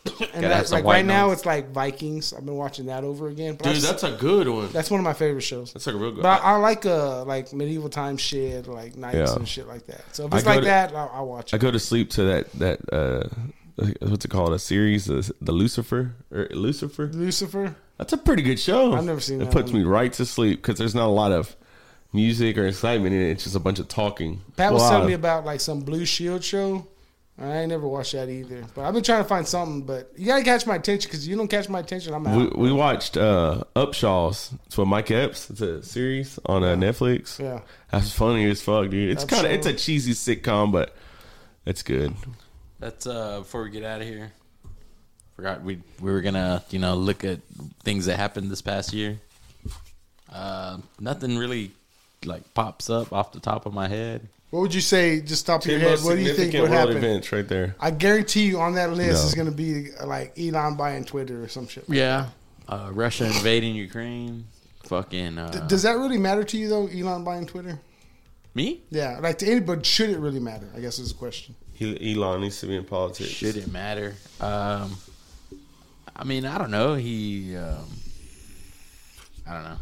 Speaker 5: And
Speaker 6: have
Speaker 5: that's
Speaker 6: some
Speaker 5: like
Speaker 6: white
Speaker 5: right now,
Speaker 6: noise.
Speaker 5: it's like Vikings. I've been watching that over again. But
Speaker 4: Dude,
Speaker 5: I've-
Speaker 4: that's a good one.
Speaker 5: that's one of my favorite shows.
Speaker 4: That's like a real good.
Speaker 5: But I, I like uh like medieval time shit, like knights
Speaker 4: Yeah.
Speaker 5: and shit like that. So if
Speaker 4: I
Speaker 5: it's
Speaker 4: go
Speaker 5: like
Speaker 4: to-
Speaker 5: that, I'll, I'll watch
Speaker 4: I
Speaker 5: it.
Speaker 4: go to sleep to that that uh, what's it called? A series, the, the Lucifer or Lucifer.
Speaker 5: Lucifer.
Speaker 4: That's a pretty good show.
Speaker 5: I've never seen
Speaker 4: it.
Speaker 5: that
Speaker 4: puts
Speaker 5: one.
Speaker 4: me right to sleep because there's not a lot of music or excitement in it. It's just a bunch of talking.
Speaker 5: Pat was
Speaker 4: Wow.
Speaker 5: telling me about like some Blue Shield show I ain't never watched that either. But I've been trying to find something. But you gotta catch my attention because you don't catch my attention, I'm out.
Speaker 4: We, we watched uh, Upshaw's. It's with Mike Epps. It's a series on uh, Netflix.
Speaker 5: Yeah.
Speaker 4: that's funny as fuck, dude. It's kind of it's a cheesy sitcom, but it's good.
Speaker 6: That's uh before we get out of here. Forgot we we were gonna, you know, look at things that happened this past year. Uh nothing really like pops up off the top of my head.
Speaker 5: what would you say? Just top of your
Speaker 4: Ten
Speaker 5: head.
Speaker 4: most
Speaker 5: What do you think
Speaker 4: significant
Speaker 5: would
Speaker 4: world
Speaker 5: happen?
Speaker 4: events right there.
Speaker 5: I guarantee you on that list
Speaker 4: No.
Speaker 5: is going to be uh, like Elon buying Twitter or some shit.
Speaker 6: Yeah. Uh Russia invading Ukraine. Fucking uh
Speaker 5: Does that really matter to you though? Elon buying Twitter?
Speaker 6: me?
Speaker 5: Yeah, like to anybody, should it really matter? I guess is the question.
Speaker 4: He, Elon needs to be in politics.
Speaker 6: Should it matter? Um I mean, I don't know. He um I don't know.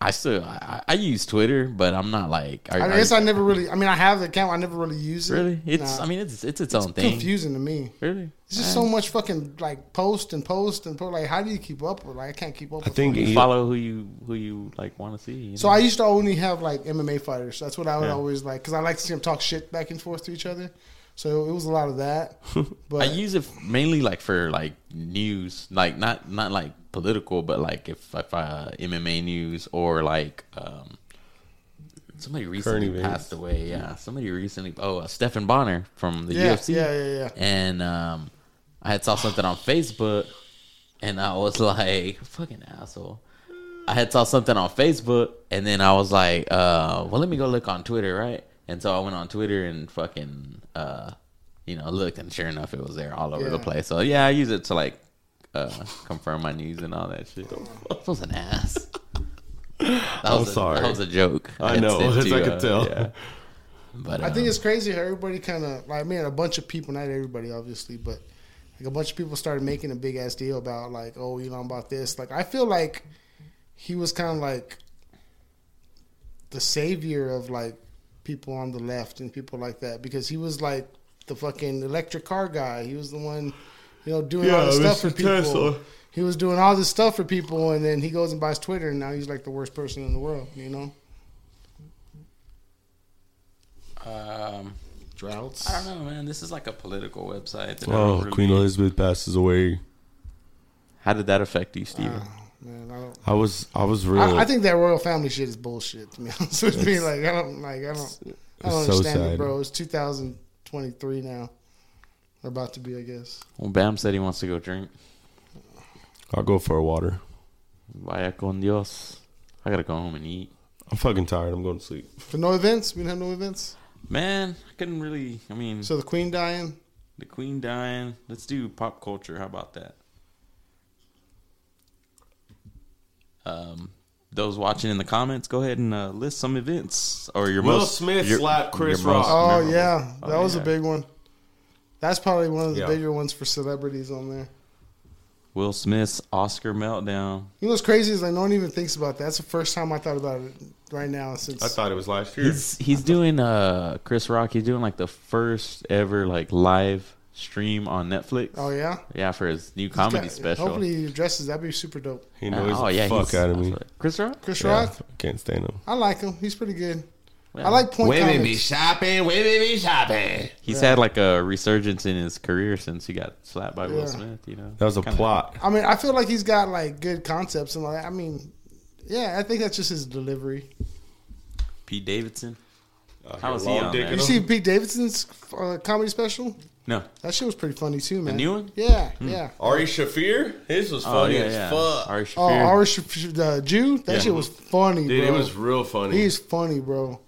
Speaker 6: I still I, I I use Twitter, but I'm not like are,
Speaker 5: I
Speaker 6: are-
Speaker 5: guess I never really. I mean, I have the account. I never really use it.
Speaker 6: Really? It's
Speaker 5: Nah.
Speaker 6: I mean it's it's its, own thing.
Speaker 5: confusing to me.
Speaker 6: Really?
Speaker 5: It's just so much fucking like post and post and post. Like, how do you keep up with? Like, I can't keep up.
Speaker 4: I
Speaker 5: with
Speaker 4: think
Speaker 5: all that.
Speaker 4: he,
Speaker 6: follow who you who you like want to see. you
Speaker 5: So
Speaker 6: know?
Speaker 5: I used to only have like MMA fighters. That's what I would
Speaker 4: Yeah.
Speaker 5: always like because I like to see them talk shit back and forth to each other. So it was a lot of that. But
Speaker 6: I use it mainly like for like news, like not not like political, but like if if uh, MMA news or like um somebody recently
Speaker 4: events.
Speaker 6: passed away. Yeah, somebody recently. Oh, uh, Stephen Bonner from the
Speaker 5: yeah,
Speaker 6: UFC.
Speaker 5: yeah, yeah, yeah.
Speaker 6: and um, I had saw something on Facebook, and I was like, "Fucking asshole." I had saw something on Facebook, and then I was like, uh, "Well, let me go look on Twitter, right?" And so I went on Twitter and fucking, uh, you know, looked, and sure enough, it was there all over the
Speaker 5: Yeah.
Speaker 6: place. So yeah, I use it to like uh, confirm my news and all that shit. That was an ass. That
Speaker 4: I'm
Speaker 6: was a-
Speaker 4: sorry.
Speaker 6: That was a joke.
Speaker 4: I
Speaker 6: had
Speaker 4: know,
Speaker 6: sent
Speaker 4: as
Speaker 6: to,
Speaker 4: I could
Speaker 6: uh,
Speaker 4: tell.
Speaker 6: yeah. But
Speaker 5: I think
Speaker 6: um,
Speaker 5: it's crazy how everybody kind of like I mean a bunch of people, not everybody obviously, but like a bunch of people started making a big ass deal about like oh Elon bought this. Like I feel like he was kind of like the savior of like people on the left and people like that because he was like the fucking electric car guy. He was the one you know doing all
Speaker 4: Yeah,
Speaker 5: this stuff for
Speaker 4: Mr.
Speaker 5: people.
Speaker 4: Tesla.
Speaker 5: He was doing all this stuff for people, and then he goes and buys Twitter, and now he's like the worst person in the world. You know,
Speaker 6: um,
Speaker 5: droughts.
Speaker 6: I don't know, man. This is like a political website. that I don't
Speaker 4: Oh,
Speaker 6: really-
Speaker 4: Queen Elizabeth passes away.
Speaker 6: How did that affect you, Steven?
Speaker 4: Uh,
Speaker 5: Man, I don't.
Speaker 4: I was I was real.
Speaker 5: I, I think that royal family shit is bullshit. To be honest with me, like I don't, like I don't, I don't
Speaker 4: it's so
Speaker 5: understand it,
Speaker 4: sad.
Speaker 5: bro. It's 2023 now. We're about to be, I guess.
Speaker 6: well, Bam said he wants to go drink.
Speaker 4: I'll go for a water.
Speaker 6: Vaya con Dios. I gotta go home and eat.
Speaker 4: I'm fucking tired. I'm going to sleep.
Speaker 5: For no events, we didn't have no events.
Speaker 6: Man, I couldn't really. I mean,
Speaker 5: So the queen dying.
Speaker 6: the Queen dying. Let's do pop culture. How about that? Um, those watching in the comments, go ahead and uh, list some events or your
Speaker 4: Will
Speaker 6: most.
Speaker 4: Smith
Speaker 6: your-
Speaker 4: slapped Chris
Speaker 6: your
Speaker 4: Rock.
Speaker 6: most
Speaker 5: Oh
Speaker 6: memorable.
Speaker 5: yeah,
Speaker 6: Oh,
Speaker 5: that was
Speaker 6: yeah.
Speaker 5: a big one. That's probably one of the
Speaker 4: Yeah.
Speaker 5: bigger ones for celebrities on there.
Speaker 6: Will Smith's Oscar meltdown.
Speaker 5: You know what's crazy is like no one even thinks about that. That's the first time I thought about it right now since.
Speaker 4: I thought it was last year.
Speaker 6: He's he's doing uh Chris Rock. He's doing like the first ever like live stream on Netflix.
Speaker 5: oh yeah,
Speaker 6: Yeah, for his new comedy
Speaker 5: Yeah,
Speaker 6: special.
Speaker 5: Hopefully he addresses. That'd be super dope.
Speaker 4: He
Speaker 6: Uh,
Speaker 4: knows the fuck
Speaker 6: he's-
Speaker 4: out of me.
Speaker 6: Chris Rock.
Speaker 5: Chris
Speaker 4: Yeah,
Speaker 5: Rock,
Speaker 4: can't stand him.
Speaker 5: I like him. He's pretty good.
Speaker 6: Yeah.
Speaker 5: I like point
Speaker 7: Women
Speaker 5: comics.
Speaker 7: be shopping. Women be shopping.
Speaker 6: He's had like a resurgence in his career since he got slapped by
Speaker 5: Yeah.
Speaker 6: Will Smith. You know,
Speaker 4: That was a
Speaker 6: Kinda-
Speaker 4: plot.
Speaker 5: I mean, I feel like he's got like good concepts and like I mean, yeah, I think that's just his delivery.
Speaker 6: Pete Davidson.
Speaker 4: Uh,
Speaker 6: How was he
Speaker 4: long
Speaker 6: on
Speaker 4: dick
Speaker 6: there?
Speaker 4: in
Speaker 5: You
Speaker 4: him.
Speaker 5: see Pete Davidson's uh, comedy special?
Speaker 6: No,
Speaker 5: That shit was pretty funny too, man.
Speaker 6: new one?
Speaker 5: Yeah,
Speaker 4: Hmm.
Speaker 5: yeah.
Speaker 4: Ari Shafir? His was funny as fuck.
Speaker 6: Oh, Ari
Speaker 5: Oh,
Speaker 6: Shaffir.
Speaker 5: Irish the Jew. That shit was funny,
Speaker 4: Dude,
Speaker 5: bro.
Speaker 4: it was real funny.
Speaker 5: He's funny, bro.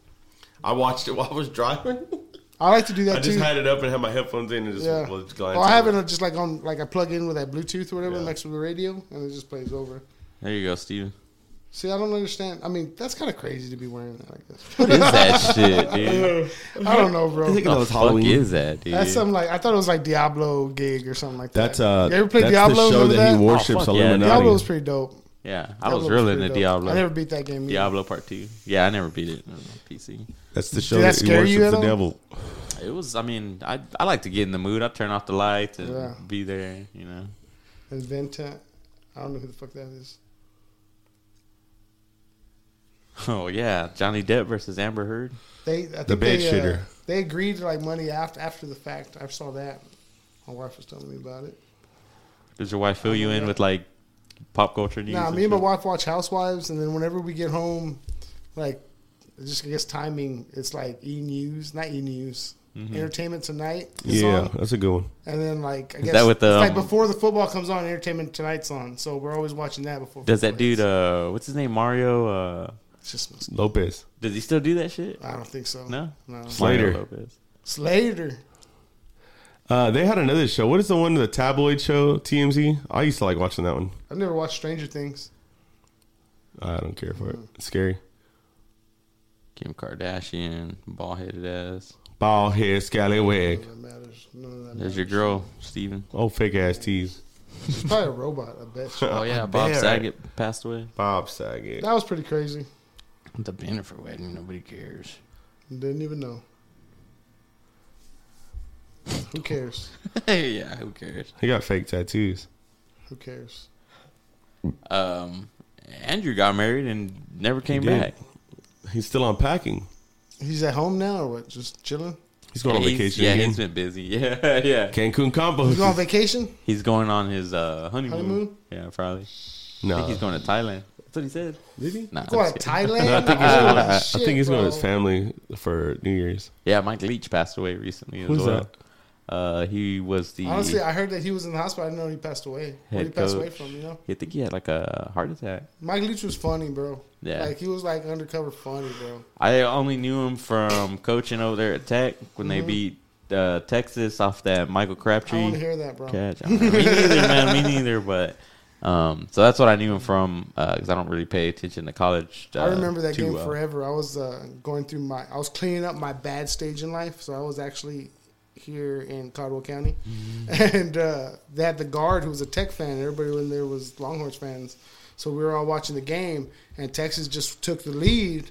Speaker 4: I watched it while I was driving.
Speaker 5: I like to do that
Speaker 4: I
Speaker 5: too.
Speaker 4: just had it up and had my headphones in and just
Speaker 5: yeah.
Speaker 4: was
Speaker 5: Oh,
Speaker 4: glancing.
Speaker 5: I have it on- just like on like I plug in with that Bluetooth or whatever
Speaker 4: Yeah.
Speaker 5: next to the radio, and it just plays over.
Speaker 6: There you go, Steven.
Speaker 5: See, I don't understand. I mean, that's kind of crazy to be wearing that like
Speaker 6: What
Speaker 5: this.
Speaker 6: is that shit, dude?
Speaker 5: I don't know, bro.
Speaker 6: What the fuck is that, dude?
Speaker 5: That's something like I thought it was like Diablo gig or something like that.
Speaker 4: That's uh,
Speaker 5: You ever played
Speaker 4: that's
Speaker 5: Diablo?
Speaker 4: the show
Speaker 5: Remember
Speaker 4: that, he
Speaker 5: that?
Speaker 4: worships
Speaker 6: Oh, fuck yeah,
Speaker 4: Illuminati.
Speaker 5: Diablo was pretty dope.
Speaker 6: yeah, I
Speaker 5: Diablo
Speaker 6: was really
Speaker 5: pretty
Speaker 6: into
Speaker 5: dope.
Speaker 6: Diablo.
Speaker 5: I never beat that game. either.
Speaker 6: Diablo Part Two. Yeah, I never beat it on PC.
Speaker 4: That's the show
Speaker 5: Did that
Speaker 4: that he
Speaker 5: scare you
Speaker 4: worships
Speaker 5: at
Speaker 4: the
Speaker 5: all?
Speaker 4: devil.
Speaker 6: It was. I mean, I I like to get in the mood. I turn off the lights and
Speaker 5: Yeah.
Speaker 6: be there. You know.
Speaker 5: Inventa. I don't know who the fuck that is.
Speaker 6: Oh yeah, Johnny Depp versus Amber Heard.
Speaker 5: They, I think
Speaker 4: The bed
Speaker 5: they, uh,
Speaker 4: shitter.
Speaker 5: they agreed to like money after after the fact. I saw that. My wife was telling me about it.
Speaker 6: Does your wife fill you in with like pop culture news?
Speaker 5: Nah,
Speaker 6: and
Speaker 5: me and my
Speaker 6: shit?
Speaker 5: wife watch Housewives, and then whenever we get home, like, just I guess timing, it's like E News, not E News, Entertainment Tonight. Is
Speaker 4: Mm-hmm. Yeah,
Speaker 5: on,
Speaker 4: that's a good one.
Speaker 5: and then like I guess
Speaker 6: that with the,
Speaker 5: it's like
Speaker 6: um,
Speaker 5: before the football comes on, Entertainment Tonight's on, so we're always watching that before.
Speaker 6: Does that
Speaker 5: football
Speaker 6: dude?
Speaker 5: hits.
Speaker 6: Uh, what's his name? Mario. Uh,
Speaker 5: It's just,
Speaker 4: Lopez.
Speaker 6: does he still do that shit?
Speaker 5: I don't think so.
Speaker 6: No.
Speaker 5: no.
Speaker 4: Slater.
Speaker 6: Mario Lopez.
Speaker 5: Slater.
Speaker 4: Uh, they had another show. What is the one, the tabloid show, TMZ? I used to like watching that one.
Speaker 5: I've never watched Stranger Things.
Speaker 4: I don't care for it. It's scary.
Speaker 6: Kim Kardashian, bald headed ass.
Speaker 4: Bald head, scallywag.
Speaker 5: None of that matters. None of that matters.
Speaker 6: There's your girl, Steven.
Speaker 4: Oh, fake ass tease.
Speaker 5: It's probably a robot. I bet. you.
Speaker 6: Oh yeah, Bob
Speaker 4: right?
Speaker 6: Saget passed away.
Speaker 4: Bob Saget.
Speaker 5: That was pretty crazy.
Speaker 6: The banner for wedding, nobody cares.
Speaker 5: Didn't even know. Who cares?
Speaker 6: yeah, who cares?
Speaker 4: He got fake tattoos.
Speaker 5: Who cares?
Speaker 6: Um, Andrew got married and never came
Speaker 4: did.
Speaker 6: back.
Speaker 4: He's still unpacking.
Speaker 5: He's at home now or what? Just chilling?
Speaker 4: He's going on
Speaker 6: He's-
Speaker 4: vacation
Speaker 6: yeah,
Speaker 4: again.
Speaker 6: he's been busy. Yeah, yeah.
Speaker 4: Cancun combo.
Speaker 5: He's on vacation?
Speaker 6: He's going on his uh, honeymoon.
Speaker 5: Honeymoon?
Speaker 6: Yeah, probably. I think
Speaker 4: No.
Speaker 6: he's going to Thailand. That's what he said.
Speaker 4: Did he?
Speaker 6: Nah, I'm
Speaker 5: Go
Speaker 6: just
Speaker 5: to
Speaker 6: kidding.
Speaker 5: Thailand?
Speaker 4: I think he's,
Speaker 5: Holy
Speaker 4: going, I
Speaker 5: shit,
Speaker 4: think he's going
Speaker 5: bro.
Speaker 4: with his family for New Year's.
Speaker 6: yeah, Mike Leach passed away recently as
Speaker 4: Who's
Speaker 6: well. Uh, he was the.
Speaker 5: Honestly, I heard that he was in the hospital. I didn't know he passed away. What
Speaker 6: Head
Speaker 5: he passed away
Speaker 6: coach.
Speaker 5: from, you know?
Speaker 6: I think he had like a heart attack.
Speaker 5: Mike Leach was funny, bro.
Speaker 6: Yeah.
Speaker 5: Like, he was like undercover funny, bro.
Speaker 6: I only knew him from coaching over there at Tech when they beat uh, Texas off that Michael
Speaker 5: Mm-hmm. I want to
Speaker 6: Crabtree
Speaker 5: hear that, bro.
Speaker 6: catch. I don't know. me neither, man. Me neither. But um, so that's what I knew him from because I don't really pay attention to college. Uh,
Speaker 5: I remember that
Speaker 6: too
Speaker 5: game
Speaker 6: well.
Speaker 5: forever. I was uh, going through my, I was cleaning up my bad stage in life. So I was actually here in Caldwell County,
Speaker 6: Mm-hmm.
Speaker 5: and uh, they had the guard who was a Tech fan. Everybody in there was Longhorns fans, so we were all watching the game. And Texas just took the lead,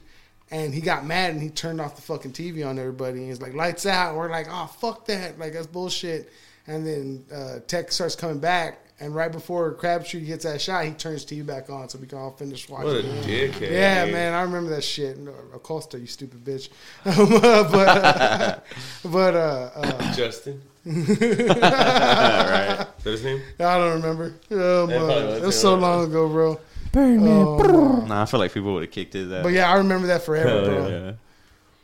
Speaker 5: and he got mad and he turned off the fucking TV on everybody. And he's like, "Lights out!" And we're like, "Oh fuck that! Like that's bullshit." And then uh, Tech starts coming back. And right before Crabtree gets that shot, he turns TV back on so we can all finish watching.
Speaker 4: What a
Speaker 5: the game.
Speaker 4: dickhead.
Speaker 5: Yeah, man, I remember that shit. No, Acosta, you stupid bitch. but uh, but uh, uh,
Speaker 4: Justin. Is that his name?
Speaker 5: I don't remember. Um,
Speaker 4: probably
Speaker 5: uh,
Speaker 4: was
Speaker 5: it was
Speaker 4: the
Speaker 5: so
Speaker 4: other
Speaker 5: long ago, bro. Um,
Speaker 6: Nah, I feel like people would have kicked his ass.
Speaker 5: But yeah, I remember that forever, bro.
Speaker 6: Oh, yeah.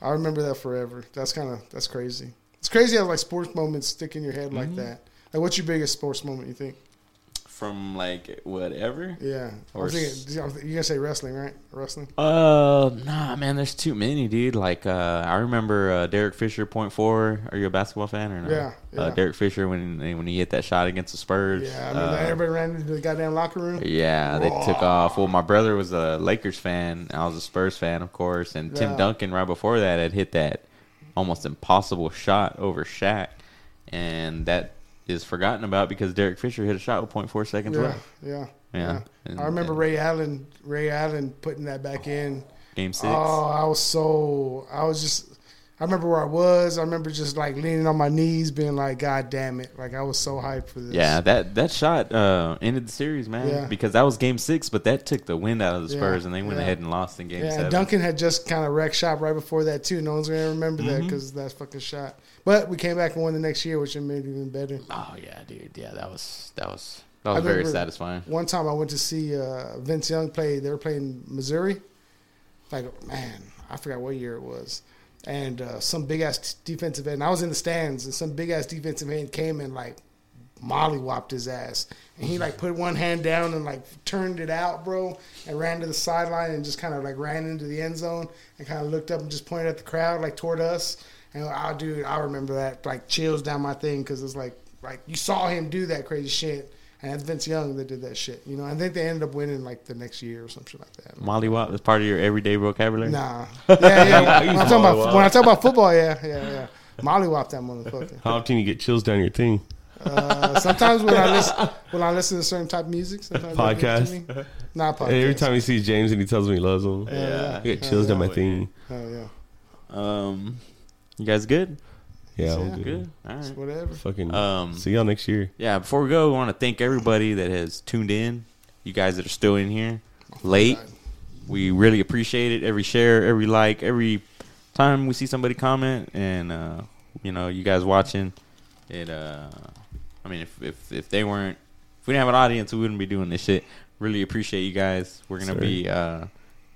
Speaker 5: I remember that forever. That's kind of that's crazy. It's crazy how like sports moments stick in your head like that. Like, what's your biggest sports moment? You think?
Speaker 6: From like whatever.
Speaker 5: Yeah,
Speaker 6: Or
Speaker 5: I'm
Speaker 6: s-
Speaker 5: thinking, you're gonna say wrestling, right? Wrestling.
Speaker 6: Uh, nah, man. There's too many, dude. Like, uh, I remember uh, Derek Fisher point four. Are you a basketball fan or not?
Speaker 5: Yeah,
Speaker 6: Uh,
Speaker 5: yeah.
Speaker 6: Derek Fisher when when he hit that shot against the Spurs.
Speaker 5: Yeah, I remember
Speaker 6: uh,
Speaker 5: that everybody ran into the goddamn locker room.
Speaker 6: Yeah, they took off. Well, my brother was a Lakers fan. I was a Spurs fan, of course. And Tim
Speaker 5: Yeah.
Speaker 6: Duncan, right before that, had hit that almost impossible shot over Shaq, and that is forgotten about because Derek Fisher hit a shot with 0.4 seconds
Speaker 5: Yeah,
Speaker 6: left.
Speaker 5: yeah,
Speaker 6: Yeah.
Speaker 5: yeah.
Speaker 6: And-
Speaker 5: I remember
Speaker 6: and-
Speaker 5: Ray Allen. Ray Allen putting that back in.
Speaker 6: Game six.
Speaker 5: Oh, I was so I was just I remember where I was. I remember just like leaning on my knees, being like, "God damn it!" Like I was so hyped for this.
Speaker 6: Yeah, that that shot uh, ended the series, man.
Speaker 5: Yeah.
Speaker 6: Because that was Game Six, but that took the wind out of the
Speaker 5: Yeah,
Speaker 6: Spurs, and they went
Speaker 5: yeah.
Speaker 6: ahead and lost in Game
Speaker 5: Yeah,
Speaker 6: Seven.
Speaker 5: and Duncan had just kind of wrecked shop right before that too. No one's gonna remember
Speaker 6: Mm-hmm.
Speaker 5: that 'cause that because that's fucking shot. But we came back and won the next year, which made it even better.
Speaker 6: Oh yeah, dude. Yeah, that was that was that was very
Speaker 5: remember-
Speaker 6: satisfying.
Speaker 5: One time I went to see uh, Vince Young play. They were playing Missouri. Like, man, I forgot what year it was. And uh, some big ass defensive end. I was in the stands, and some big ass defensive end came and like mollywopped his ass. And he like put one hand down and like turned it out, bro, and ran to the sideline and just kind of like ran into the end zone and kind of looked up and just pointed at the crowd like toward us. And I dude, I remember that like chills down my thing because it's like like you saw him do that crazy shit. And that's Vince Young that did that shit, you know. I think they ended up winning like the next year or something like that.
Speaker 6: Molly Wop is part of your everyday vocabulary.
Speaker 5: Nah, yeah, yeah. when, I'm talking about,
Speaker 4: Mollywop.
Speaker 5: when I talk about football, yeah, yeah, yeah. Mollywop that motherfucker.
Speaker 4: How often you get chills down your thing?
Speaker 5: Uh, sometimes when I listen when I listen to certain type of music, sometimes that
Speaker 4: Podcast.
Speaker 5: gets to me. not podcast.
Speaker 4: Every time he sees James and he tells me he loves him,
Speaker 5: yeah, yeah.
Speaker 4: I get chills down my thing.
Speaker 5: Oh yeah,
Speaker 6: Um, you guys good?
Speaker 4: Yeah,
Speaker 5: Yeah.
Speaker 4: I'm good.
Speaker 6: Good. All right.
Speaker 5: whatever.
Speaker 4: Fucking
Speaker 6: Um,
Speaker 4: see y'all next year.
Speaker 6: yeah. Before we go, we want to thank everybody that has tuned in. You guys that are still in here late. We really appreciate it. Every share, every like, every time we see somebody comment, and uh, you know, you guys watching it. Uh, I mean, if if if they weren't, if we didn't have an audience, we wouldn't be doing this shit. Really appreciate you guys. We're gonna be uh,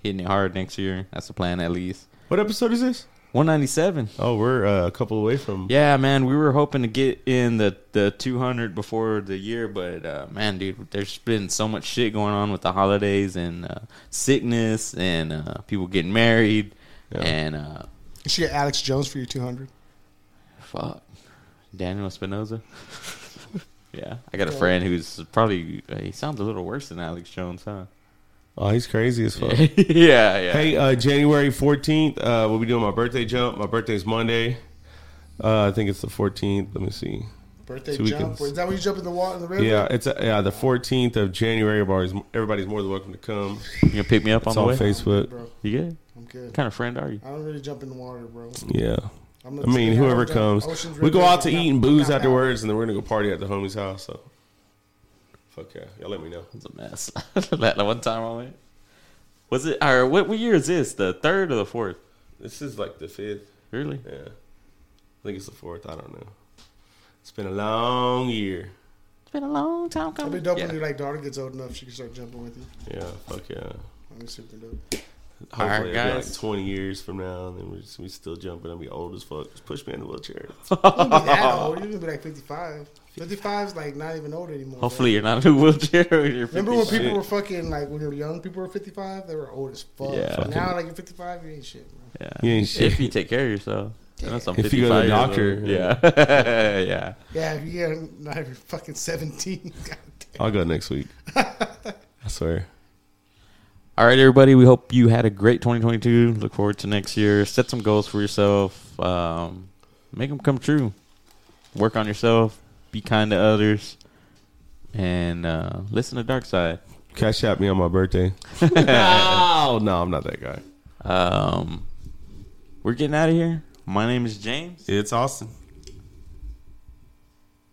Speaker 6: hitting it hard next year. That's the plan, at least.
Speaker 4: What episode is this?
Speaker 6: 197.
Speaker 4: Oh, we're uh, a couple away from.
Speaker 6: Yeah, man, we were hoping to get in the, the 200 before the year, but uh, man, dude, there's been so much shit going on with the holidays and uh, sickness and uh, people getting married and uh,
Speaker 5: You should get Alex Jones for your 200.
Speaker 6: fuck, Daniel Espinoza. yeah, I got a friend who's probably uh, he sounds a little worse than Alex Jones, huh?
Speaker 4: Oh, he's crazy as fuck.
Speaker 6: yeah, yeah.
Speaker 4: Hey, uh, January 14th, uh, we'll be doing my birthday jump. My birthday's Monday. Uh, I think it's the 14th. Let me see.
Speaker 5: Birthday
Speaker 4: So we
Speaker 5: jump.
Speaker 4: can-
Speaker 5: Is that when you jump in the water in the river?
Speaker 4: Yeah, it's uh yeah the 14th of January. Everybody's, everybody's more than welcome to come.
Speaker 6: You gonna pick me up
Speaker 4: It's
Speaker 6: on the
Speaker 4: on
Speaker 6: way?
Speaker 4: Facebook.
Speaker 5: Bro,
Speaker 6: You good?
Speaker 5: I'm
Speaker 6: What
Speaker 5: good.
Speaker 6: kind of friend are you?
Speaker 5: I don't really jump in the water, bro.
Speaker 4: Yeah.
Speaker 5: I'm
Speaker 4: I mean, whoever comes. We go out to eat and booze afterwards, and then we're going to go party at the homie's house. So, fuck yeah. Y'all let me know.
Speaker 6: It's a mess. that one time I went. Was it or what, what year is this? The third or the fourth?
Speaker 4: This is like the fifth.
Speaker 6: Really?
Speaker 4: Yeah. I think it's the fourth. I don't know. It's been a long year.
Speaker 6: It's been a long time coming.
Speaker 5: I'll be dope
Speaker 6: Yeah.
Speaker 5: when your like, daughter gets old enough. She can start jumping with you.
Speaker 4: Yeah, fuck yeah.
Speaker 5: Let me super dope.
Speaker 6: All right,
Speaker 4: Hopefully, it'll be
Speaker 6: guys.
Speaker 4: like 20 years from now, and then we're, just, we still jumping. I'll be old as fuck. Just push me in the wheelchair.
Speaker 5: You're gonna be that old. You're gonna be like 55. 55 is like not even old anymore. bro.
Speaker 6: Hopefully you're not in a wheelchair when you're 50.
Speaker 5: Remember when people
Speaker 4: Shit.
Speaker 5: were fucking like when you were young, people were 55. They were old as fuck.
Speaker 6: Yeah.
Speaker 5: Now like you're 55, you ain't shit. Bro.
Speaker 6: yeah.
Speaker 4: You ain't
Speaker 6: If
Speaker 4: shit.
Speaker 6: you take care of yourself. Unless I'm
Speaker 4: If you go to the
Speaker 6: 55 years old. Yeah. yeah.
Speaker 5: Yeah, if you're not even fucking 17. God damn.
Speaker 4: I'll go next week. I swear.
Speaker 6: All right, everybody. We hope you had a great 2022. Look forward to next year. Set some goals for yourself. Um, make them come true. Work on yourself. Be kind to others. And uh, listen to Dark Side.
Speaker 4: Cash out me on my birthday. oh, no, I'm not that guy.
Speaker 6: Um, we're getting out of here. My name is James
Speaker 4: It's Austin.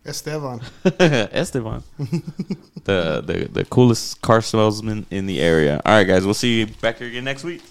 Speaker 5: Esteban.
Speaker 6: Esteban, the, the the coolest car salesman in the area. All right, guys, we'll see you back here again next week.